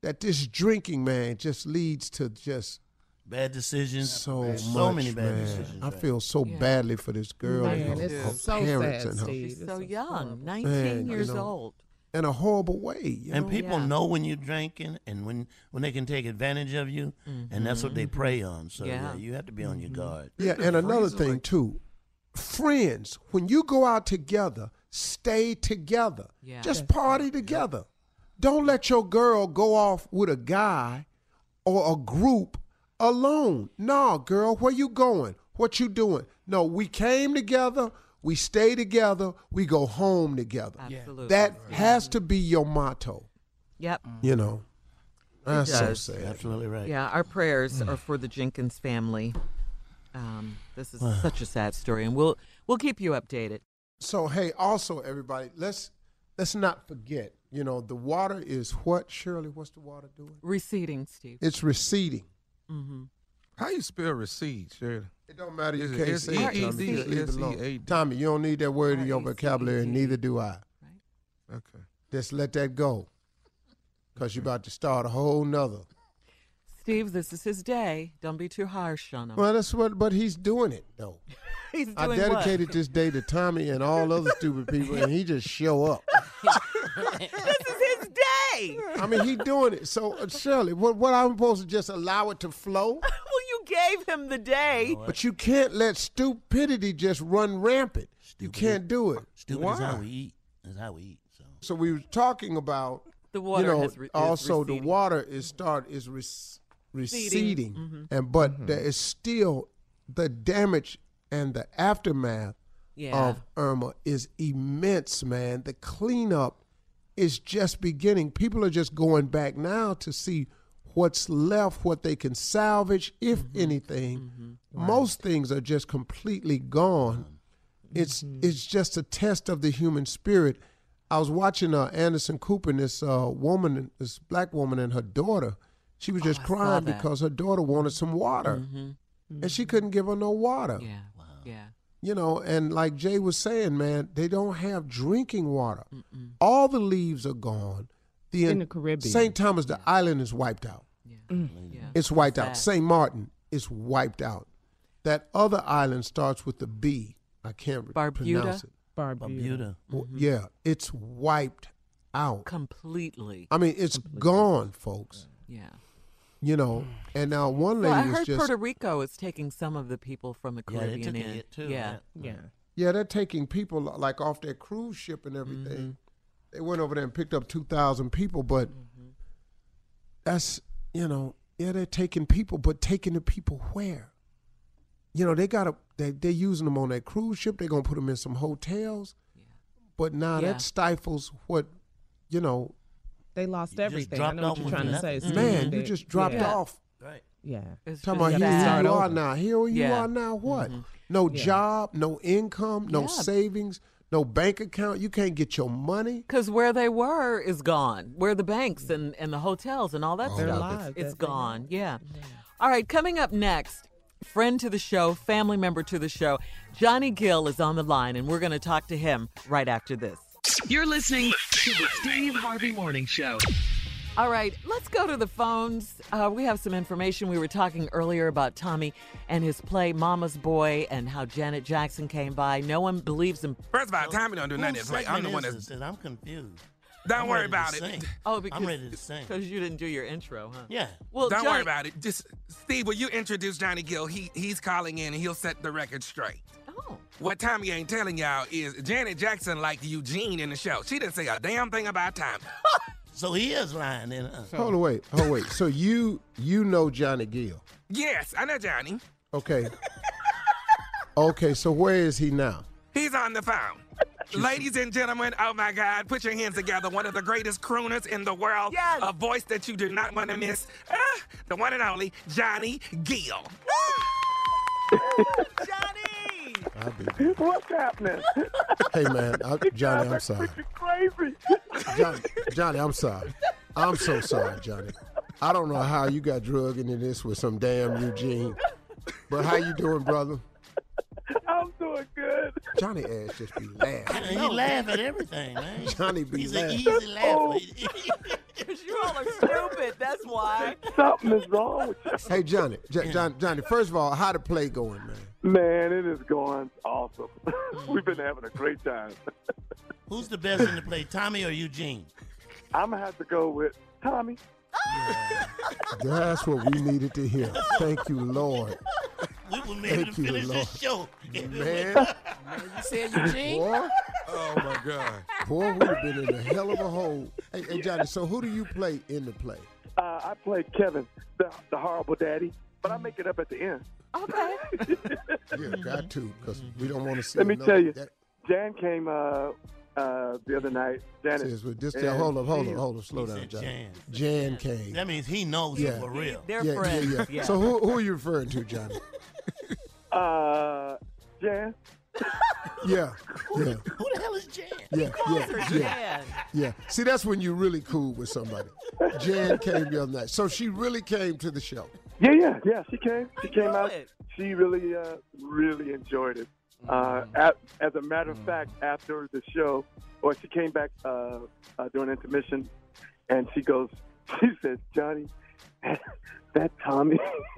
[SPEAKER 2] that this drinking, man, just leads to just
[SPEAKER 8] Bad decisions.
[SPEAKER 2] so
[SPEAKER 8] Bad-
[SPEAKER 2] much,
[SPEAKER 8] so many bad
[SPEAKER 2] man.
[SPEAKER 8] decisions.
[SPEAKER 2] I
[SPEAKER 8] right.
[SPEAKER 2] feel so badly for this girl
[SPEAKER 4] Man,
[SPEAKER 2] and her,
[SPEAKER 4] it's
[SPEAKER 2] her
[SPEAKER 4] so
[SPEAKER 2] parents
[SPEAKER 4] sad,
[SPEAKER 2] and her
[SPEAKER 4] Steve. She's so young, 19
[SPEAKER 2] Man,
[SPEAKER 4] years
[SPEAKER 2] you know,
[SPEAKER 4] old.
[SPEAKER 2] in a horrible way. you
[SPEAKER 8] and
[SPEAKER 2] know?
[SPEAKER 8] people know when you're drinking and when when they can take advantage of you, and that's what they prey on. So yeah,
[SPEAKER 2] Yeah.
[SPEAKER 8] you have to be on your
[SPEAKER 5] Mm-hmm.
[SPEAKER 8] guard.
[SPEAKER 2] Yeah, and another thing too, friends. When you go out together, stay together.
[SPEAKER 8] Yeah.
[SPEAKER 2] Just party together. Don't let your girl go off with a guy or a group alone. No, girl, where you going? What you doing? No, we came together. We stay together. We go home together.
[SPEAKER 4] Absolutely.
[SPEAKER 2] That has to be your motto.
[SPEAKER 4] Yep.
[SPEAKER 2] You know, that's so sad.
[SPEAKER 8] Absolutely right.
[SPEAKER 4] Yeah, our prayers
[SPEAKER 2] Mm.
[SPEAKER 4] are for the Jenkins family. Um, this is such a sad story, and we'll we'll keep you updated.
[SPEAKER 2] So hey, also everybody, let's let's not forget. You know, the water is what Shirley. What's the water doing?
[SPEAKER 4] Receding, Steve.
[SPEAKER 2] It's receding.
[SPEAKER 4] Mm-hmm.
[SPEAKER 5] How you spell recede, Shirley?
[SPEAKER 2] It don't matter. You
[SPEAKER 5] Is it
[SPEAKER 2] can't
[SPEAKER 5] S E
[SPEAKER 2] say it,
[SPEAKER 5] E
[SPEAKER 2] Tommy.
[SPEAKER 5] D
[SPEAKER 2] Just
[SPEAKER 5] or
[SPEAKER 2] leave it
[SPEAKER 5] S E
[SPEAKER 2] alone.
[SPEAKER 5] A D?
[SPEAKER 2] Tommy, you don't need that word in your vocabulary, and neither do I.
[SPEAKER 5] Okay.
[SPEAKER 2] Just let that go, cause you're about to start a whole nother.
[SPEAKER 4] Steve, this is his day. Don't be too harsh on him.
[SPEAKER 2] Well, that's what. But he's doing it though.
[SPEAKER 4] He's doing
[SPEAKER 2] I
[SPEAKER 4] what?
[SPEAKER 2] dedicated this day to Tommy and all other stupid people, and he just show up.
[SPEAKER 4] this is his day.
[SPEAKER 2] I mean, he doing it. So uh, Shirley, what what I'm supposed to just allow it to flow?
[SPEAKER 4] well, you gave him the day.
[SPEAKER 2] But you can't let stupidity just run rampant. You can't do it.
[SPEAKER 8] Stupid is how we eat. Is how we eat. So
[SPEAKER 2] So we were talking about
[SPEAKER 4] The water
[SPEAKER 2] You know,
[SPEAKER 4] has re- is
[SPEAKER 2] also
[SPEAKER 4] receding.
[SPEAKER 2] the water is start is re- receding,
[SPEAKER 4] Mhm.
[SPEAKER 5] Mm-hmm.
[SPEAKER 2] and but there is still the damage and the aftermath
[SPEAKER 4] Yeah.
[SPEAKER 2] of Irma is immense, man. The cleanup is just beginning. People are just going back now to see what's left, what they can salvage, if anything. Most things are just completely gone. It's
[SPEAKER 13] Mm-hmm.
[SPEAKER 2] it's just a test of the human spirit. I was watching uh, Anderson Cooper, and this uh, woman, this black woman, and her daughter. She
[SPEAKER 13] Oh,
[SPEAKER 2] was just crying
[SPEAKER 4] that.
[SPEAKER 2] because her daughter wanted some water,
[SPEAKER 13] Mm-hmm.
[SPEAKER 8] Mm-hmm.
[SPEAKER 2] and she couldn't give her no water.
[SPEAKER 4] Yeah. Yeah.
[SPEAKER 2] You know, and like Jay was saying, man, they don't have drinking water. All the leaves are gone. The
[SPEAKER 13] In the Caribbean.
[SPEAKER 2] St. Thomas, the island is wiped out. It's wiped out. St. Martin is wiped out. That other island starts with the B. I can't pronounce it.
[SPEAKER 8] Barbuda.
[SPEAKER 2] Well,
[SPEAKER 4] Mm-hmm.
[SPEAKER 2] Yeah, it's wiped out.
[SPEAKER 4] Completely.
[SPEAKER 2] I mean, it's gone, folks.
[SPEAKER 4] Yeah.
[SPEAKER 2] You know, and now one
[SPEAKER 4] So
[SPEAKER 2] lady
[SPEAKER 4] I
[SPEAKER 2] was
[SPEAKER 4] heard
[SPEAKER 2] just
[SPEAKER 4] Puerto Rico is taking some of the people from the
[SPEAKER 8] Yeah, they
[SPEAKER 4] Caribbean
[SPEAKER 8] took a
[SPEAKER 4] in.
[SPEAKER 8] hit too,
[SPEAKER 4] yeah.
[SPEAKER 8] yeah. Yeah.
[SPEAKER 2] Yeah, they're taking people like off their cruise ship and everything.
[SPEAKER 8] Mm-hmm.
[SPEAKER 2] They went over there and picked up two thousand people, but
[SPEAKER 8] Mm-hmm.
[SPEAKER 2] that's you know, yeah, they're taking people, but taking the people where? You know, they gotta they they're using them on that cruise ship. They're gonna put them in some hotels, but now
[SPEAKER 4] Yeah.
[SPEAKER 2] that stifles what you know,
[SPEAKER 7] They lost everything. I
[SPEAKER 1] dropped
[SPEAKER 7] know
[SPEAKER 1] off
[SPEAKER 7] what you're
[SPEAKER 1] with
[SPEAKER 7] trying to
[SPEAKER 1] nothing.
[SPEAKER 7] say. Steve.
[SPEAKER 2] man, you
[SPEAKER 7] They-
[SPEAKER 2] just dropped
[SPEAKER 7] yeah.
[SPEAKER 2] off.
[SPEAKER 1] Right.
[SPEAKER 7] Mm-hmm. Yeah.
[SPEAKER 4] It's
[SPEAKER 2] Talking about
[SPEAKER 4] just
[SPEAKER 2] here
[SPEAKER 4] bad.
[SPEAKER 2] you are
[SPEAKER 4] Over.
[SPEAKER 2] now. Here you
[SPEAKER 4] Yeah.
[SPEAKER 2] are now. What? No job, no income, no savings, no bank account. You can't get your money.
[SPEAKER 4] Because where they were is gone. Where the banks and, and the hotels and all that
[SPEAKER 2] Oh,
[SPEAKER 4] stuff,
[SPEAKER 2] They're
[SPEAKER 4] it's-
[SPEAKER 2] live,
[SPEAKER 4] it's
[SPEAKER 2] they're
[SPEAKER 4] gone. Yeah. All right, coming up next, friend to the show, family member to the show, Johnny Gill is on the line, and we're going to talk to him right after this.
[SPEAKER 3] You're listening to the Steve Harvey Morning Show.
[SPEAKER 4] All right, let's go to the phones. Uh, we have some information. We were talking earlier about Tommy and his play Mama's Boy and how Janet Jackson came by. No one believes him.
[SPEAKER 14] First of all, Tommy don't do nothing.
[SPEAKER 4] Whose
[SPEAKER 14] It's like I'm the
[SPEAKER 4] segment
[SPEAKER 14] one
[SPEAKER 4] is
[SPEAKER 14] that's.
[SPEAKER 1] Said, I'm confused.
[SPEAKER 14] Don't
[SPEAKER 1] I'm
[SPEAKER 14] worry
[SPEAKER 1] ready to
[SPEAKER 14] about
[SPEAKER 1] sing.
[SPEAKER 14] it.
[SPEAKER 4] Oh, because
[SPEAKER 1] I'm ready to sing.
[SPEAKER 4] Because you didn't do your intro, huh?
[SPEAKER 1] Yeah.
[SPEAKER 4] Well,
[SPEAKER 14] don't
[SPEAKER 4] Johnny-
[SPEAKER 14] worry about it. Just Steve, will you introduce Johnny Gill? He he's calling in and he'll set the record straight.
[SPEAKER 4] Oh.
[SPEAKER 14] What Tommy ain't telling y'all is Janet Jackson like Eugene in the show. She didn't say a damn thing about Tommy.
[SPEAKER 1] so he is lying then. huh?
[SPEAKER 2] Hold on, wait, hold on, wait. So you you know Johnny Gill?
[SPEAKER 14] Yes, I know Johnny.
[SPEAKER 2] Okay. okay. So where is he now?
[SPEAKER 14] He's on the phone. Ladies and gentlemen, oh my God, put your hands together. One of the greatest crooners in the world. A voice that you do not want to miss. Ah, the one and only Johnny Gill.
[SPEAKER 2] I be,
[SPEAKER 13] What's happening?
[SPEAKER 2] hey man, I, Johnny, I'm sorry.
[SPEAKER 13] Crazy.
[SPEAKER 2] Johnny, Johnny, I'm sorry. I'm so sorry, Johnny. I don't know how you got drugged into this with some damn Eugene. But how you doing, brother?
[SPEAKER 13] I'm doing good.
[SPEAKER 2] Johnny ass just be laughing.
[SPEAKER 1] He laugh at everything, man.
[SPEAKER 2] Johnny be
[SPEAKER 1] He's an
[SPEAKER 2] laughing.
[SPEAKER 1] easy
[SPEAKER 13] Oh,
[SPEAKER 1] laugh.
[SPEAKER 4] Because Oh. you all are stupid. That's why.
[SPEAKER 13] Something is wrong with you.
[SPEAKER 2] Hey Johnny, J- John, Johnny. First of all, how the play going, man?
[SPEAKER 13] Man, it is going awesome. We've been having a great time.
[SPEAKER 1] Who's the best in the play, Tommy or Eugene?
[SPEAKER 13] I'm going to have to go with Tommy.
[SPEAKER 2] That's what we needed to hear. Thank you, Lord.
[SPEAKER 1] We were able to
[SPEAKER 2] Thank you,
[SPEAKER 1] finish
[SPEAKER 2] Lord.
[SPEAKER 1] this show.
[SPEAKER 2] Man.
[SPEAKER 8] You said Eugene?
[SPEAKER 2] Boy,
[SPEAKER 14] Oh my God.
[SPEAKER 2] boy, we'd have been in a hell of a hole. Hey, hey, Johnny. So who do you play in the play?
[SPEAKER 13] Uh, I play Kevin, the, the horrible daddy, but I make it up at the end.
[SPEAKER 4] Okay.
[SPEAKER 2] Yeah, got to, because we don't want to see.
[SPEAKER 13] Let me
[SPEAKER 2] another-
[SPEAKER 13] tell you,
[SPEAKER 2] that-
[SPEAKER 13] Jan came uh, uh, the other night. Janet.
[SPEAKER 2] Says, well, this,
[SPEAKER 13] and
[SPEAKER 2] hold up, hold up,
[SPEAKER 13] she-
[SPEAKER 2] hold up, slow
[SPEAKER 1] He
[SPEAKER 2] down,
[SPEAKER 1] said
[SPEAKER 2] John. Jan.
[SPEAKER 1] Jan.
[SPEAKER 2] came.
[SPEAKER 1] That means he knows you
[SPEAKER 2] Yeah.
[SPEAKER 1] for real.
[SPEAKER 4] They're
[SPEAKER 2] yeah,
[SPEAKER 4] friends.
[SPEAKER 2] yeah, yeah, So who, who are you referring to, Johnny?
[SPEAKER 13] Uh, Jan.
[SPEAKER 2] Yeah, yeah,
[SPEAKER 1] Who the hell is Jan?
[SPEAKER 2] yeah, yeah, yeah, yeah. See, that's when you're really cool with somebody. Jan came the other night, so she really came to the show.
[SPEAKER 13] Yeah, yeah, yeah. She came. She came
[SPEAKER 4] know
[SPEAKER 13] out.
[SPEAKER 4] it.
[SPEAKER 13] She really, uh, really enjoyed it. Uh, at, as a matter of fact, after the show, or she came back uh, uh, during intermission, and she goes, she says, Johnny, that Tommy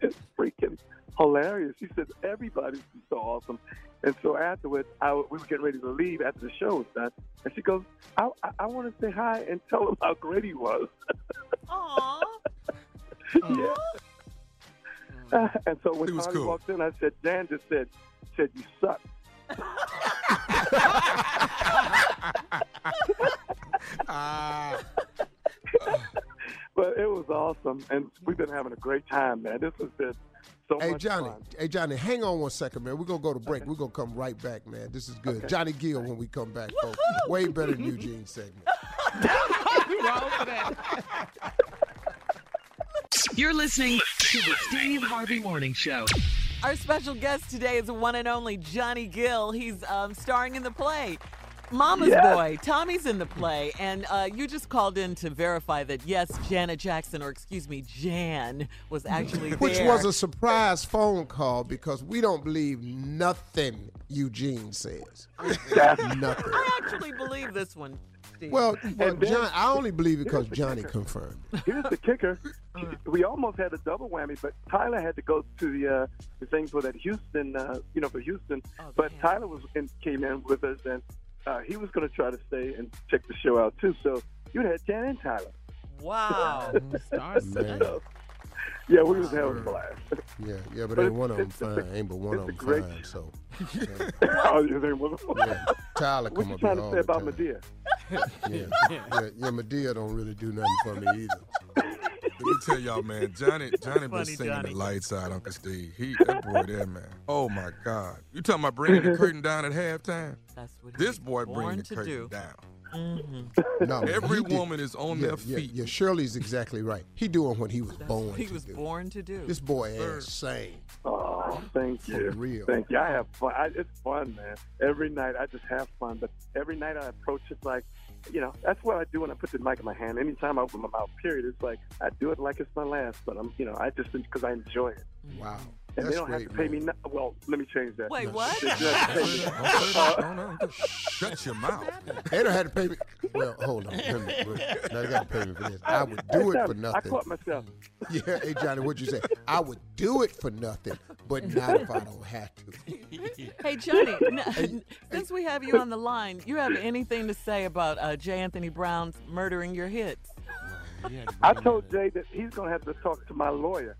[SPEAKER 13] is freaking hilarious. She said everybody's so awesome. And so afterwards, I w we were getting ready to leave after the show was done, and she goes, I, I, I want to say hi and tell him how great he was.
[SPEAKER 4] Aw.
[SPEAKER 13] Yeah. and so when
[SPEAKER 14] It was
[SPEAKER 13] Tommy
[SPEAKER 14] cool.
[SPEAKER 13] walked in, I said, Dan just said, said you suck.
[SPEAKER 14] Ah.
[SPEAKER 13] But it was awesome, and we've been having a great time, man. This has been so
[SPEAKER 2] Hey,
[SPEAKER 13] much
[SPEAKER 2] Johnny.
[SPEAKER 13] fun.
[SPEAKER 2] Hey, Johnny. Hang on one second, man. We're gonna go to break. We're gonna come right back, man. This is good. Johnny Gill when we come back, folks. Way better than Eugene segment.
[SPEAKER 3] You're listening to the Steve Harvey Morning Show.
[SPEAKER 4] Our special guest today is the one and only Johnny Gill. He's um, starring in the play. Mama's
[SPEAKER 13] Yes.
[SPEAKER 4] Boy, Tommy's in the play, and uh, you just called in to verify that yes, Janet Jackson, or excuse me, Jan, was actually
[SPEAKER 2] Which
[SPEAKER 4] there.
[SPEAKER 2] was a surprise phone call because we don't believe nothing Eugene says. nothing.
[SPEAKER 4] I actually believe this one. Steve.
[SPEAKER 2] Well, well
[SPEAKER 13] And then-
[SPEAKER 2] John, I only believe it because Johnny confirmed. it.
[SPEAKER 13] Here's the kicker:
[SPEAKER 14] Uh.
[SPEAKER 13] we almost had a double whammy, but Tyler had to go to the uh, the thing for that Houston, uh, you know, for Houston. but Tyler was in, came in with us, and uh, he was going to try to stay and check the show out too. So you had Jan and Tyler.
[SPEAKER 4] wow.
[SPEAKER 2] Man.
[SPEAKER 13] Yeah, we was having a blast.
[SPEAKER 2] Yeah, yeah, but
[SPEAKER 13] But
[SPEAKER 2] ain't one of them
[SPEAKER 13] it's- it's a-
[SPEAKER 2] fine. Ain't but one
[SPEAKER 13] it's
[SPEAKER 2] of
[SPEAKER 13] a
[SPEAKER 2] them
[SPEAKER 13] great-
[SPEAKER 2] fine. So
[SPEAKER 13] oh, you think wonderful?
[SPEAKER 2] yeah. Tyler
[SPEAKER 13] What
[SPEAKER 2] come
[SPEAKER 13] you
[SPEAKER 2] up here
[SPEAKER 13] trying to
[SPEAKER 2] all
[SPEAKER 13] say
[SPEAKER 2] the
[SPEAKER 13] about
[SPEAKER 2] time.
[SPEAKER 13] Medea?
[SPEAKER 2] Yeah, yeah, yeah. Medea don't really do nothing for me either.
[SPEAKER 14] Let me tell y'all, man, Johnny Johnny been
[SPEAKER 4] Funny,
[SPEAKER 14] singing
[SPEAKER 4] Johnny.
[SPEAKER 14] the lights out, Uncle Steve. He that boy there, man. Oh my God. You talking about bringing the curtain down at halftime?
[SPEAKER 4] That's what he was
[SPEAKER 14] This boy
[SPEAKER 4] born
[SPEAKER 14] bringing the
[SPEAKER 4] to do.
[SPEAKER 14] curtain down.
[SPEAKER 1] Mm-hmm.
[SPEAKER 2] No,
[SPEAKER 5] Every
[SPEAKER 2] he did-
[SPEAKER 5] woman is on
[SPEAKER 2] yeah,
[SPEAKER 5] their
[SPEAKER 2] yeah,
[SPEAKER 5] feet.
[SPEAKER 2] Yeah, Shirley's exactly right. He doing what he was born.
[SPEAKER 4] He
[SPEAKER 2] to
[SPEAKER 4] was
[SPEAKER 2] do.
[SPEAKER 4] born to do.
[SPEAKER 2] This boy ass sang.
[SPEAKER 13] Oh, thank you.
[SPEAKER 2] real.
[SPEAKER 13] Thank you. I have fun. I, it's fun, man. Every night I just have fun, but every night I approach it like, you know, that's what I do when I put the mic in my hand. Anytime I open my mouth, period, it's like I do it like it's my last, but I'm, you know, I just because I enjoy it.
[SPEAKER 2] Wow.
[SPEAKER 13] And
[SPEAKER 2] That's
[SPEAKER 13] they don't have to
[SPEAKER 2] great,
[SPEAKER 13] pay me. No- well, let me change that.
[SPEAKER 2] Wait, what?
[SPEAKER 13] They do have to pay me-
[SPEAKER 5] Shut your mouth.
[SPEAKER 2] They don't have to pay me. Well, hold on. Wait a minute. Wait. Now they got to pay me for this. I would do it for
[SPEAKER 13] Uh, I
[SPEAKER 2] nothing.
[SPEAKER 13] caught myself.
[SPEAKER 2] Yeah, hey Johnny, what'd you say? I would do it for nothing, but not if I don't have to.
[SPEAKER 4] Hey, Johnny, n- since we have you on the line, you have anything to say about uh, J. Anthony Brown's murdering your hits?
[SPEAKER 13] I told Jay that he's gonna have to talk to my lawyer.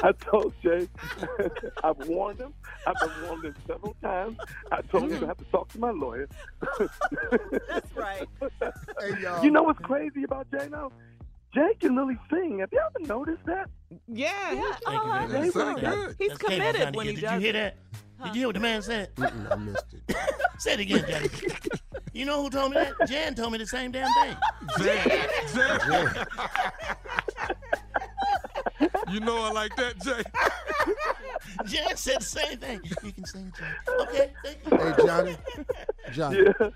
[SPEAKER 13] I told Jay, I've warned him. I've been warned him several times. I told him I have to talk to my lawyer.
[SPEAKER 4] That's right.
[SPEAKER 13] You know what's crazy about Jay now? Jay can really sing. Have you ever noticed that?
[SPEAKER 7] Yeah.
[SPEAKER 4] yeah.
[SPEAKER 13] uh-huh.
[SPEAKER 8] very much.
[SPEAKER 13] Jay
[SPEAKER 8] That's
[SPEAKER 13] really does.
[SPEAKER 8] good. He's That's Kate, committed Johnny, when he did you does hear it. that? Did you hear what the man said?
[SPEAKER 2] Mm-mm, I missed it.
[SPEAKER 8] Say it again, Johnny. you know who told me that? Jan told me the same damn thing.
[SPEAKER 5] Jan. Jan. you know I like that, Jay.
[SPEAKER 8] Jan said the same thing. You can sing, Jan. Okay, thank you.
[SPEAKER 2] Hey Johnny, Johnny.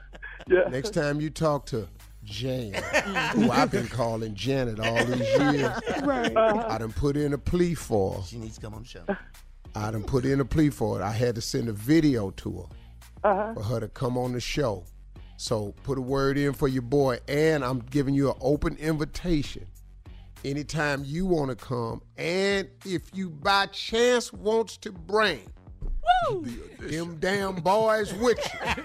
[SPEAKER 13] Yeah.
[SPEAKER 2] Next time you talk to Jan,
[SPEAKER 1] Mm-hmm.
[SPEAKER 2] who I've been calling Janet all these years,
[SPEAKER 13] Right.
[SPEAKER 2] I done put in a plea for. her.
[SPEAKER 8] She needs to come on the show.
[SPEAKER 2] I done put in a plea for it. I had to send a video to her
[SPEAKER 13] Uh-huh.
[SPEAKER 2] for her to come on the show. So put a word in for your boy, and I'm giving you an open invitation. Anytime you want to come, and if you by chance wants to bring them damn boys with you.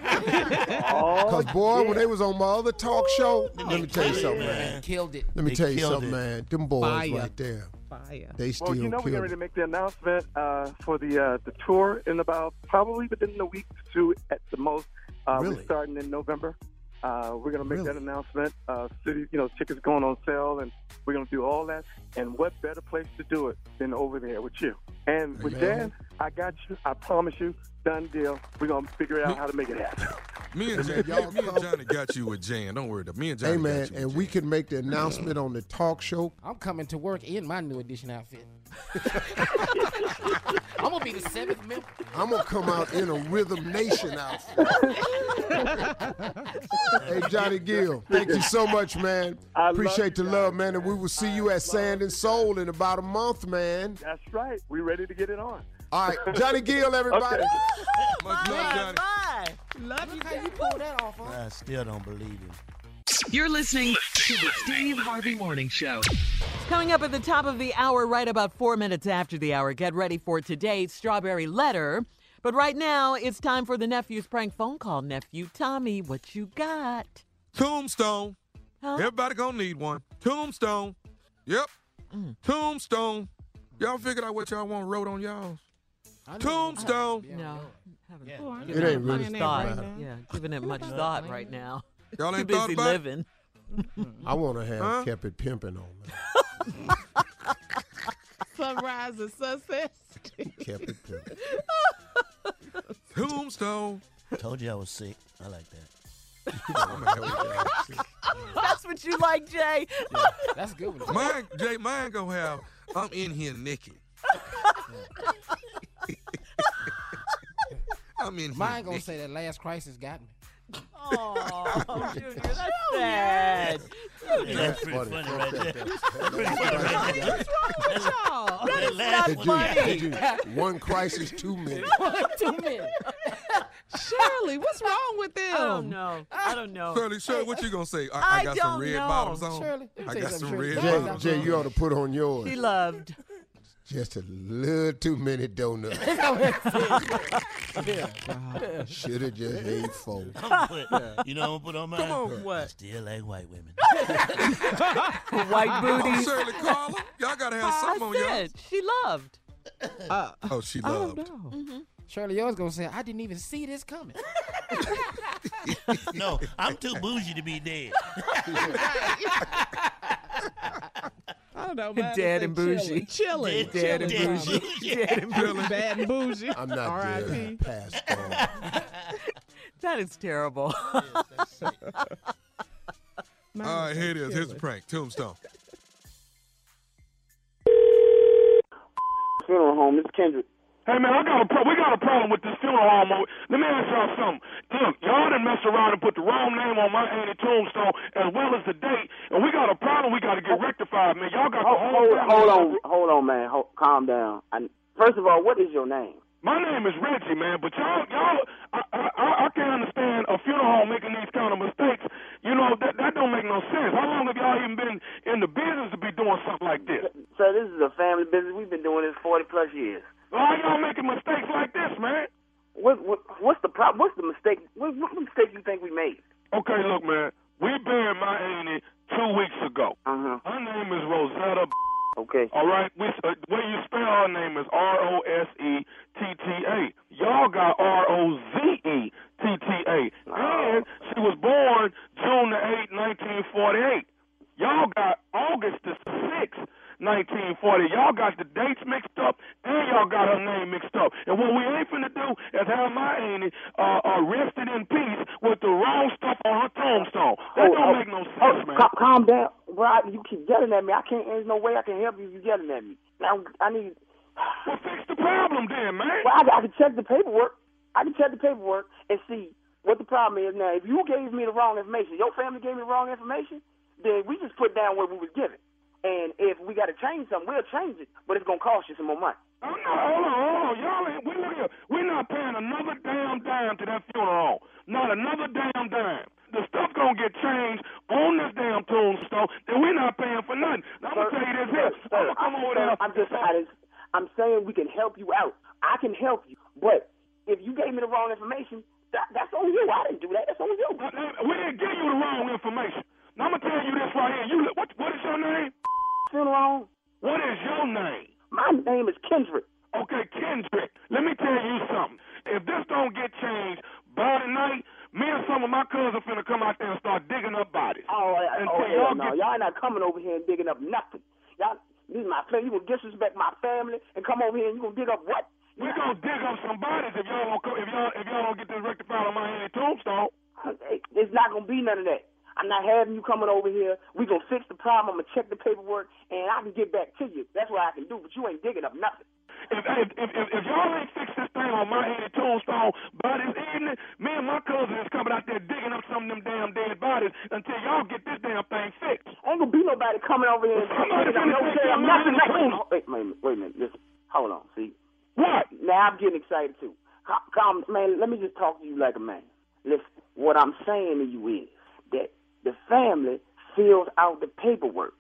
[SPEAKER 6] Oh,
[SPEAKER 2] Because, boy, when they was on my other talk show, let me tell you something, man.
[SPEAKER 6] Killed it.
[SPEAKER 2] Let me
[SPEAKER 13] They
[SPEAKER 2] tell you
[SPEAKER 13] killed
[SPEAKER 2] something,
[SPEAKER 13] it.
[SPEAKER 2] man. Them boys
[SPEAKER 13] Fire.
[SPEAKER 2] right there.
[SPEAKER 7] Fire.
[SPEAKER 2] They still
[SPEAKER 13] Well, you know
[SPEAKER 2] killed
[SPEAKER 13] we're getting
[SPEAKER 2] it.
[SPEAKER 13] ready to make the announcement uh, for the uh, the tour in about probably within the week to two at the most. Uh,
[SPEAKER 2] Really?
[SPEAKER 13] We're starting in November. Uh, we're gonna make that
[SPEAKER 2] Really?
[SPEAKER 13] announcement. Uh, city, you know, tickets going on sale, and we're gonna do all that. And what better place to do it than over there with you? And with
[SPEAKER 2] Amen.
[SPEAKER 13] Dan, I got you. I promise you, done deal. We're gonna figure out how to make it happen.
[SPEAKER 5] Me and,
[SPEAKER 2] Hey, man,
[SPEAKER 5] Jan,
[SPEAKER 2] y'all
[SPEAKER 5] me and
[SPEAKER 2] come.
[SPEAKER 5] Johnny got you with Jan. Don't worry. about it. Me and Johnny
[SPEAKER 2] Hey,
[SPEAKER 5] got
[SPEAKER 2] man,
[SPEAKER 5] you.
[SPEAKER 2] and we can make the announcement on the talk show.
[SPEAKER 6] Mm-hmm. I'm coming to work in my new edition outfit. I'm gonna be the seventh member.
[SPEAKER 2] I'm gonna come out in a Rhythm Nation outfit. hey, Johnny Gill, thank you so much, man.
[SPEAKER 13] I love
[SPEAKER 2] Appreciate the
[SPEAKER 13] you guys,
[SPEAKER 2] love, man, and we will see you at Sand and Soul in about a month, man.
[SPEAKER 13] That's right. We're ready to get it on.
[SPEAKER 2] All right, Johnny Gill, everybody.
[SPEAKER 13] Okay.
[SPEAKER 5] Much love, Johnny.
[SPEAKER 7] Love you,
[SPEAKER 6] How you pull that off, huh?
[SPEAKER 8] I still don't believe him.
[SPEAKER 3] You're listening to the Steve Harvey Morning Show.
[SPEAKER 4] Coming up at the top of the hour, right about four minutes after the hour, get ready for today's Strawberry Letter. But right now, it's time for the nephew's prank phone call. Nephew Tommy, what you got?
[SPEAKER 5] Tombstone.
[SPEAKER 4] Huh?
[SPEAKER 5] Everybody gonna need one. Tombstone. Yep.
[SPEAKER 4] Mm.
[SPEAKER 5] Tombstone. Y'all figured out what y'all want wrote on y'all. Tombstone.
[SPEAKER 4] No, haven't.
[SPEAKER 7] It
[SPEAKER 4] given
[SPEAKER 2] ain't really
[SPEAKER 4] much
[SPEAKER 2] thinking
[SPEAKER 4] thought.
[SPEAKER 2] about it.
[SPEAKER 4] Yeah, giving it much thought right now.
[SPEAKER 5] Y'all
[SPEAKER 4] Too
[SPEAKER 5] ain't thought
[SPEAKER 4] busy
[SPEAKER 5] about it?
[SPEAKER 4] living.
[SPEAKER 2] I want to have
[SPEAKER 5] Huh?
[SPEAKER 2] kept it pimping on, man.
[SPEAKER 7] Sunrise and sunset.
[SPEAKER 2] kept it pimping.
[SPEAKER 5] Tombstone.
[SPEAKER 8] Told you I was sick. I like that.
[SPEAKER 4] That's what you like, Jay.
[SPEAKER 6] That's a good one.
[SPEAKER 5] Mine, Jay, mine gonna have, I'm in here naked. I'm in here
[SPEAKER 6] Mine gonna
[SPEAKER 5] naked.
[SPEAKER 6] say that last crisis got me.
[SPEAKER 4] Oh, Junior, that's sad.
[SPEAKER 8] Yeah, that's pretty
[SPEAKER 2] Funny.
[SPEAKER 8] funny, right there.
[SPEAKER 7] Y'all.
[SPEAKER 8] That
[SPEAKER 2] They
[SPEAKER 8] last
[SPEAKER 2] do,
[SPEAKER 8] one.
[SPEAKER 2] they do. One crisis, two minutes.
[SPEAKER 6] Two minutes.
[SPEAKER 7] Shirley, what's wrong with them?
[SPEAKER 4] I don't know. I don't know.
[SPEAKER 5] Shirley, Shirley, what you gonna say? I,
[SPEAKER 4] I
[SPEAKER 5] got
[SPEAKER 4] don't
[SPEAKER 5] some red
[SPEAKER 4] know,
[SPEAKER 5] bottoms on.
[SPEAKER 6] Shirley, let me
[SPEAKER 5] I
[SPEAKER 6] tell you
[SPEAKER 5] got
[SPEAKER 6] something,
[SPEAKER 5] some
[SPEAKER 6] Shirley.
[SPEAKER 5] red
[SPEAKER 6] That
[SPEAKER 2] Jay,
[SPEAKER 5] bottoms
[SPEAKER 2] Jay,
[SPEAKER 5] on.
[SPEAKER 2] you ought to put on
[SPEAKER 4] She
[SPEAKER 2] yours.
[SPEAKER 4] loved.
[SPEAKER 2] Just a little too many donuts.
[SPEAKER 6] Yeah.
[SPEAKER 2] Should have just ate four.
[SPEAKER 8] I'm gonna put, you know I'm gonna put on mine? Come
[SPEAKER 5] on.
[SPEAKER 8] I still like white women.
[SPEAKER 4] White
[SPEAKER 5] Oh,
[SPEAKER 4] booties.
[SPEAKER 5] Shirley Carla, y'all gotta have
[SPEAKER 4] I
[SPEAKER 5] something on y'all.
[SPEAKER 4] said she loved. Uh.
[SPEAKER 5] Oh, she
[SPEAKER 7] I don't
[SPEAKER 5] loved.
[SPEAKER 7] know.
[SPEAKER 6] Mm-hmm. Shirley yours gonna say, I didn't even see this coming.
[SPEAKER 8] No, I'm too bougie to be dead.
[SPEAKER 7] I don't know. mine
[SPEAKER 4] Dead
[SPEAKER 7] say
[SPEAKER 4] and bougie.
[SPEAKER 7] Chilling.
[SPEAKER 8] Dead,
[SPEAKER 4] Dead and
[SPEAKER 8] Chilling.
[SPEAKER 4] bougie. Dead and bougie.
[SPEAKER 7] Bad and bougie.
[SPEAKER 2] I'm not
[SPEAKER 7] R.I.P.
[SPEAKER 2] dead. I passed on.
[SPEAKER 4] That is terrible.
[SPEAKER 5] All right, here it is. Here's a prank. Tombstone.
[SPEAKER 12] funeral home. It's Kendrick. Hey man, I got a pro- we got a problem with this funeral home. over- Let me ask y'all something. Look, y'all done messed around and put the wrong name on my auntie tombstone as well as the date, and we got a problem. We got to get rectified, man. Y'all got the whole
[SPEAKER 15] Hold,
[SPEAKER 12] family-
[SPEAKER 15] hold on, hold on, man. Hold, calm down. I, first of all, what is your name?
[SPEAKER 12] My name is Reggie, man, but y'all, y'all, I, I- I, I can't understand a funeral home making these kind of mistakes. You know that that don't make no sense. How long have y'all even been in the business to be doing something like this?
[SPEAKER 15] So this is a family business. We've been doing this forty plus years.
[SPEAKER 12] Why y'all making mistakes like this, man?
[SPEAKER 15] What, what what's the problem? What's the mistake? What, what mistake you think we made?
[SPEAKER 12] Okay, look, man. We buried my auntie two weeks ago.
[SPEAKER 15] Uh-huh.
[SPEAKER 12] Her name is Rosetta.
[SPEAKER 15] Okay.
[SPEAKER 12] All right. We, uh, the way you spell her name is R O S E T T A. Y'all got R O Z E T T A. And she was born June the 8th, 1948. Y'all got August the 6th, 1940. Y'all got the dates mixed up and y'all got her name mixed up. And what we ain't finna do is have my auntie uh, uh, rested in peace with the wrong stuff on her tombstone. That
[SPEAKER 15] Oh,
[SPEAKER 12] don't
[SPEAKER 15] oh,
[SPEAKER 12] make no
[SPEAKER 15] oh,
[SPEAKER 12] sense, man.
[SPEAKER 15] ca- calm down, bro. I- You keep yelling at me. I can't. There's no way I can help you. You yelling at me. Now I need.
[SPEAKER 12] Well, fix the problem, then, man.
[SPEAKER 15] Well, I, I can check the paperwork. I can check the paperwork and see what the problem is. Now, if you gave me the wrong information, your family gave me the wrong information, then we just put down what we was given. And if we got to change something, we'll change it, but it's gonna cost you some more money.
[SPEAKER 12] Hold on, hold on. Y'all ain't, we look here. We're not paying another damn dime to that funeral home. Not another damn dime. The stuff gonna get changed on this damn tombstone, and we're not paying for nothing. Now, I'm gonna tell you this here.
[SPEAKER 15] Sir,
[SPEAKER 12] I'm
[SPEAKER 15] sir,
[SPEAKER 12] gonna come
[SPEAKER 15] I'm,
[SPEAKER 12] over
[SPEAKER 15] sir,
[SPEAKER 12] there.
[SPEAKER 15] I'm just, I just, I'm saying we can help you out. I can help you, but if you gave me the wrong information, that, that's on you. I didn't do that. That's on you.
[SPEAKER 12] uh, We didn't give you the wrong information. Now, I'm gonna tell you this right here. You, what, what is your name?
[SPEAKER 15] Funeral.
[SPEAKER 12] What is your name?
[SPEAKER 15] My name is Kendrick.
[SPEAKER 12] Okay, Kendrick. Let me tell you something. If this don't get changed by tonight, me and some of my cousins finna come out there and start digging up bodies.
[SPEAKER 15] Oh,
[SPEAKER 12] And
[SPEAKER 15] oh
[SPEAKER 12] so
[SPEAKER 15] hell
[SPEAKER 12] y'all
[SPEAKER 15] no.
[SPEAKER 12] get-
[SPEAKER 15] Y'all not coming over here and digging up nothing. Y'all, this is my family. You gonna disrespect my family and come over here and you gonna dig up what?
[SPEAKER 12] We're gonna dig up some bodies if y'all don't come, if y'all if y'all don't get this rectified on my hand tombstone.
[SPEAKER 15] It- It's not gonna be none of that. I'm not having you coming over here. We gonna fix the problem. I'm gonna check the paperwork and I can get back to you. That's what I can do. But you ain't digging up nothing.
[SPEAKER 12] If if if, if, if y'all ain't fix this thing on my hand tombstone by this evening, me and my cousin is coming out there digging up some of them damn dead bodies until y'all get this damn thing fixed.
[SPEAKER 15] Ain't gonna be nobody coming over here and
[SPEAKER 12] Somebody
[SPEAKER 15] digging up no
[SPEAKER 12] finna take
[SPEAKER 15] damn
[SPEAKER 12] your
[SPEAKER 15] nothing.
[SPEAKER 12] money.
[SPEAKER 15] Wait, wait, wait a minute. Wait a minute. Listen. Hold on. See.
[SPEAKER 12] What?
[SPEAKER 15] Now I'm getting excited too. Calm, calm, man. Let me just talk to you like a man. Listen, what I'm saying to you is that the family fills out the paperwork,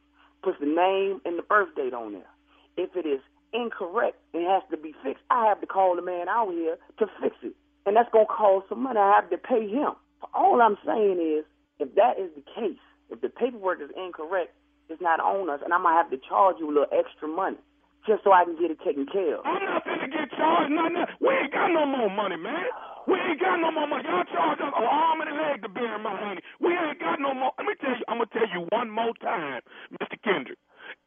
[SPEAKER 15] puts the name and the birth date on there. If it is incorrect and has to be fixed, I have to call the man out here to fix it, and that's gonna cost some money. I have to pay him. All I'm saying is, if that is the case, if the paperwork is incorrect, it's not on us, and I might have to charge you a little extra money just so I can get it taken care of.
[SPEAKER 12] I'm not finna get charged nothing. else. We ain't got no more money, man. We ain't got no more money. Y'all charge us an arm and a leg to bury my honey. We ain't got no more. Let me tell you. I'm gonna tell you one more time, Mr. Kendrick.